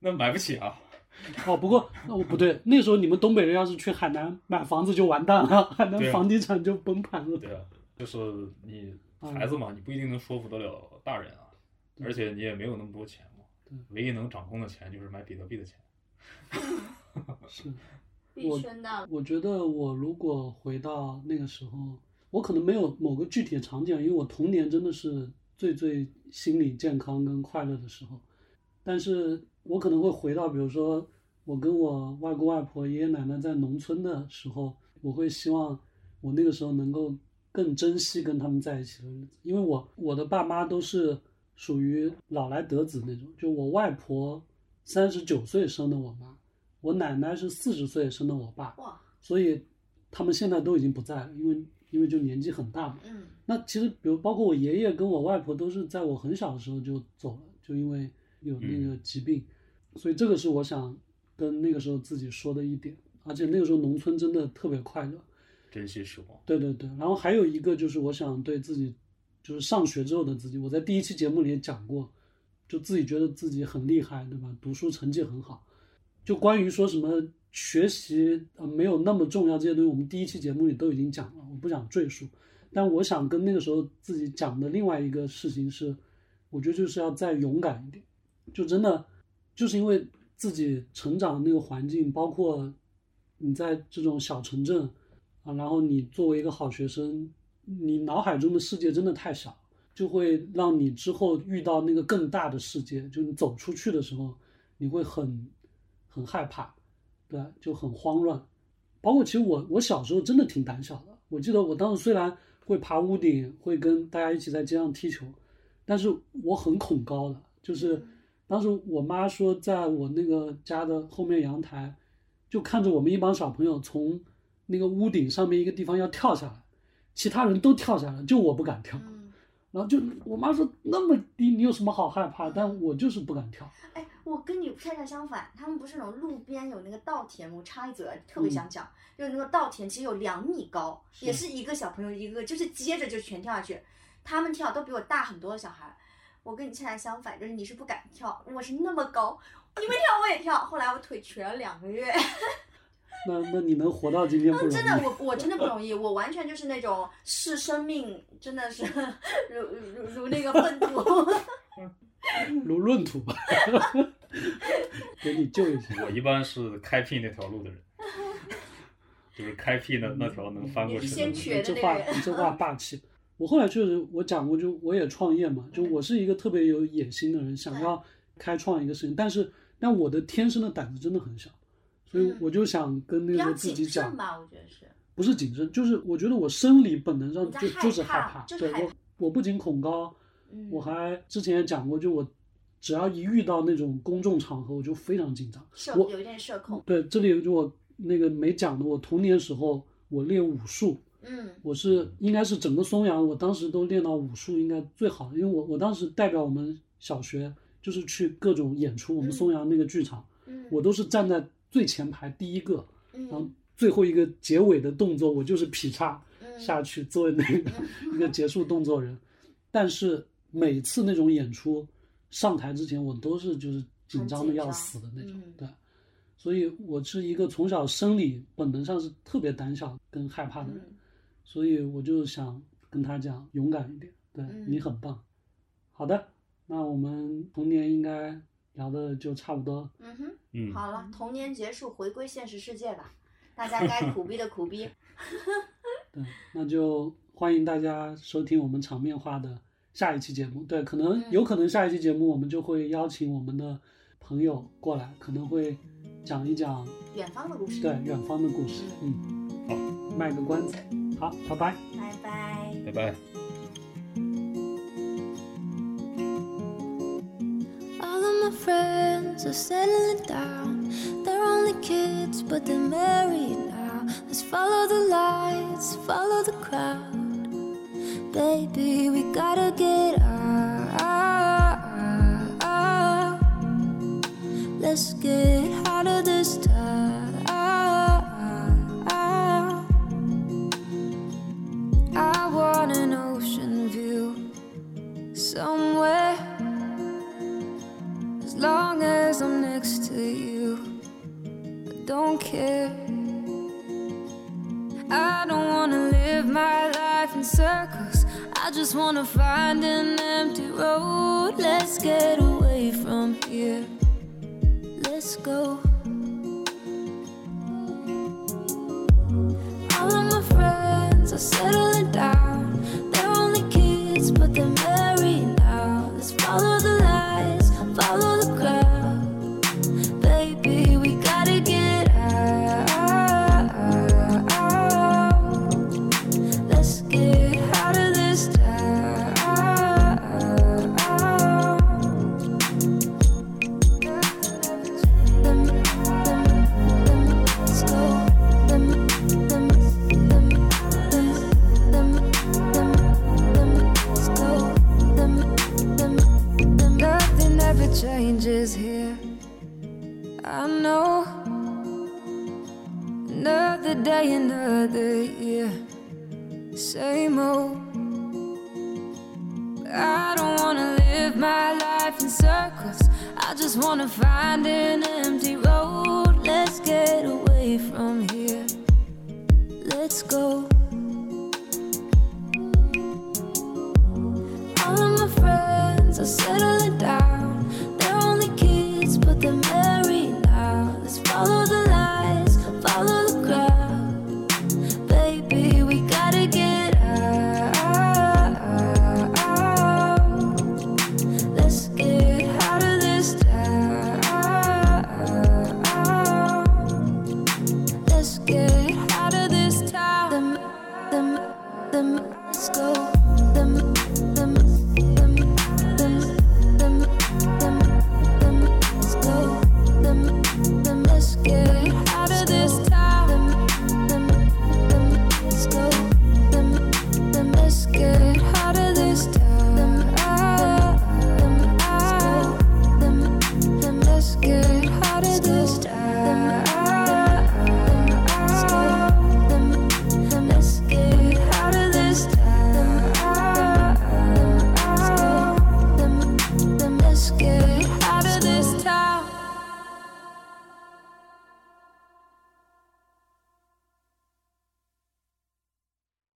Speaker 1: 那买不起啊。
Speaker 4: 哦，不过哦不对，那时候你们东北人要是去海南买房子就完蛋了，海南
Speaker 1: 对啊
Speaker 4: 房地产就崩盘了。
Speaker 1: 对啊，就是你孩子嘛，你不一定能说服得了大人啊，
Speaker 4: 嗯对
Speaker 1: 而且你也没有那么多钱嘛
Speaker 4: 对，
Speaker 1: 唯一能掌控的钱就是买比特币的钱。
Speaker 4: 是，
Speaker 2: 币圈的，
Speaker 4: 我觉得我如果回到那个时候，我可能没有某个具体的场景，因为我童年真的是最最心理健康跟快乐的时候，但是我可能会回到，比如说我跟我外公外婆、爷爷奶奶在农村的时候，我会希望我那个时候能够更珍惜跟他们在一起的日子，因为我我的爸妈都是属于老来得子那种，就我外婆三十九岁生的我妈，我奶奶是四十岁生的我爸，
Speaker 2: 哇，
Speaker 4: 所以他们现在都已经不在了，因为因为就年纪很大嘛。
Speaker 2: 嗯，
Speaker 4: 那其实，比如包括我爷爷跟我外婆都是在我很小的时候就走了，就因为有那个疾病，所以这个是我想跟那个时候自己说的一点。而且那个时候农村真的特别快乐，
Speaker 1: 珍惜时光，
Speaker 4: 对对对。然后还有一个就是我想对自己，就是上学之后的自己，我在第一期节目里也讲过，就自己觉得自己很厉害，对吧？读书成绩很好，就关于说什么学习呃没有那么重要这些东西，我们第一期节目里都已经讲了，我不想赘述。但我想跟那个时候自己讲的另外一个事情是，我觉得就是要再勇敢一点，就真的就是因为自己成长的那个环境，包括你在这种小城镇啊，然后你作为一个好学生，你脑海中的世界真的太小，就会让你之后遇到那个更大的世界，就你走出去的时候，你会很很害怕，对吧，就很慌乱。包括其实我我小时候真的挺胆小的，我记得我当时虽然会爬屋顶，会跟大家一起在街上踢球，但是我很恐高的，就是当时我妈说，在我那个家的后面阳台，就看着我们一帮小朋友从那个屋顶上面一个地方要跳下来，其他人都跳下来，就我不敢跳。
Speaker 2: 嗯，
Speaker 4: 然后就我妈说那么低，你有什么好害怕？但我就是不敢跳。
Speaker 2: 哎，我跟你恰恰相反，他们不是那种路边有那个稻田吗？我插一嘴啊，特别想讲，就是那个稻田其实有两米高，
Speaker 4: 嗯是
Speaker 2: 也是一个小朋友一个，就是接着就全跳下去。他们跳都比我大很多的小孩儿，我跟你恰恰相反，就是你是不敢跳，我是那么高，你们跳我也跳。后来我腿瘸了两个月，
Speaker 4: 那那你能活到今天不容易。
Speaker 2: 真的，我我真的不容易，我完全就是那种视生命真的是 (laughs) 如如如那个粪土。
Speaker 4: 如闰土吧， (laughs) 给你救一下。
Speaker 1: 我一般是开辟那条路的人， (laughs) 就是开辟那那条能翻过去
Speaker 2: 嗯你是
Speaker 1: 的
Speaker 2: 先
Speaker 1: 路。
Speaker 2: 瘸的
Speaker 4: 这
Speaker 2: 那
Speaker 4: 话
Speaker 2: 个人 (laughs)
Speaker 4: 这话霸气。我后来确实，我讲过就，我也创业嘛，就我是一个特别有野心的人，想要开创一个事情，但是但我的天生的胆子真的很小，所以
Speaker 2: 嗯
Speaker 4: 我就想跟
Speaker 2: 比
Speaker 4: 那
Speaker 2: 较
Speaker 4: 个自
Speaker 2: 谨
Speaker 4: 己
Speaker 2: 慎
Speaker 4: 讲，
Speaker 2: 吧，我觉得是。
Speaker 4: 不是谨慎，就是我觉得我生理本能上
Speaker 2: 你在
Speaker 4: 就
Speaker 2: 害
Speaker 4: 就是
Speaker 2: 怕
Speaker 4: 害怕，
Speaker 2: 就是
Speaker 4: 对
Speaker 2: 害
Speaker 4: 我我不仅恐高，
Speaker 2: 嗯，
Speaker 4: 我还之前也讲过，就我只要一遇到那种公众场合，我就非常紧张。
Speaker 2: 社
Speaker 4: 我
Speaker 2: 有一点社恐。
Speaker 4: 对，这里就我那个没讲的，我童年时候我练武术，
Speaker 2: 嗯
Speaker 4: 我是应该是整个松阳，我当时都练到武术应该最好的，因为我我当时代表我们小学就是去各种演出，我们
Speaker 2: 嗯
Speaker 4: 松阳那个剧场，
Speaker 2: 嗯，
Speaker 4: 我都是站在最前排第一个，然后
Speaker 2: 嗯
Speaker 4: 最后一个结尾的动作我就是劈叉
Speaker 2: 嗯
Speaker 4: 下去作为那个 (laughs) 一个结束动作人，但是每次那种演出上台之前，我都是就是紧张的要死的那种，
Speaker 2: 嗯
Speaker 4: 对。所以我是一个从小生理本能上是特别胆小跟害怕的人，
Speaker 2: 嗯
Speaker 4: 所以我就想跟他讲勇敢一点，对、
Speaker 2: 嗯
Speaker 4: 你很棒。好的，那我们童年应该聊的就差不多，
Speaker 2: 嗯哼，
Speaker 1: 嗯，
Speaker 2: 好了，童年结束，回归现实世界吧。大家该苦逼的苦
Speaker 4: (laughs)
Speaker 2: 逼，
Speaker 4: 对，那就欢迎大家收听我们场面化的下一期节目。对，可能
Speaker 2: 嗯
Speaker 4: 有可能下一期节目我们就会邀请我们的朋友过来，可能会讲一讲
Speaker 2: 远方的故事。
Speaker 4: 对远方的故事。嗯，好，卖个关子，好，拜拜。
Speaker 2: 拜拜。
Speaker 1: 拜拜。
Speaker 3: All of my friends are settling down. They're only kids, but they're married now. Let's follow the lights, follow the crowd. Baby, we gotta get out. Let's get out of this town. I want an ocean view somewhere. As long as I'm next to you, I don't care. I don't wanna live my life in circles. I just wanna find an empty road. Let's get away from here. Let's go. All of my friends are settling down. They're only kids, but they're married now. Let's follow the lights, follow the crowd. Baby, we gotta get out. Let's get out of this town. Them, them, them, let's go. Them, them, them, them, them, them, them, let's go. Them, them, them. Nothing ever changes here. I know. Another day, another year. Same old. I don't wanna live my life in circles. I just wanna find an empty road. Let's get away from here. Let's go. All of my friends are settling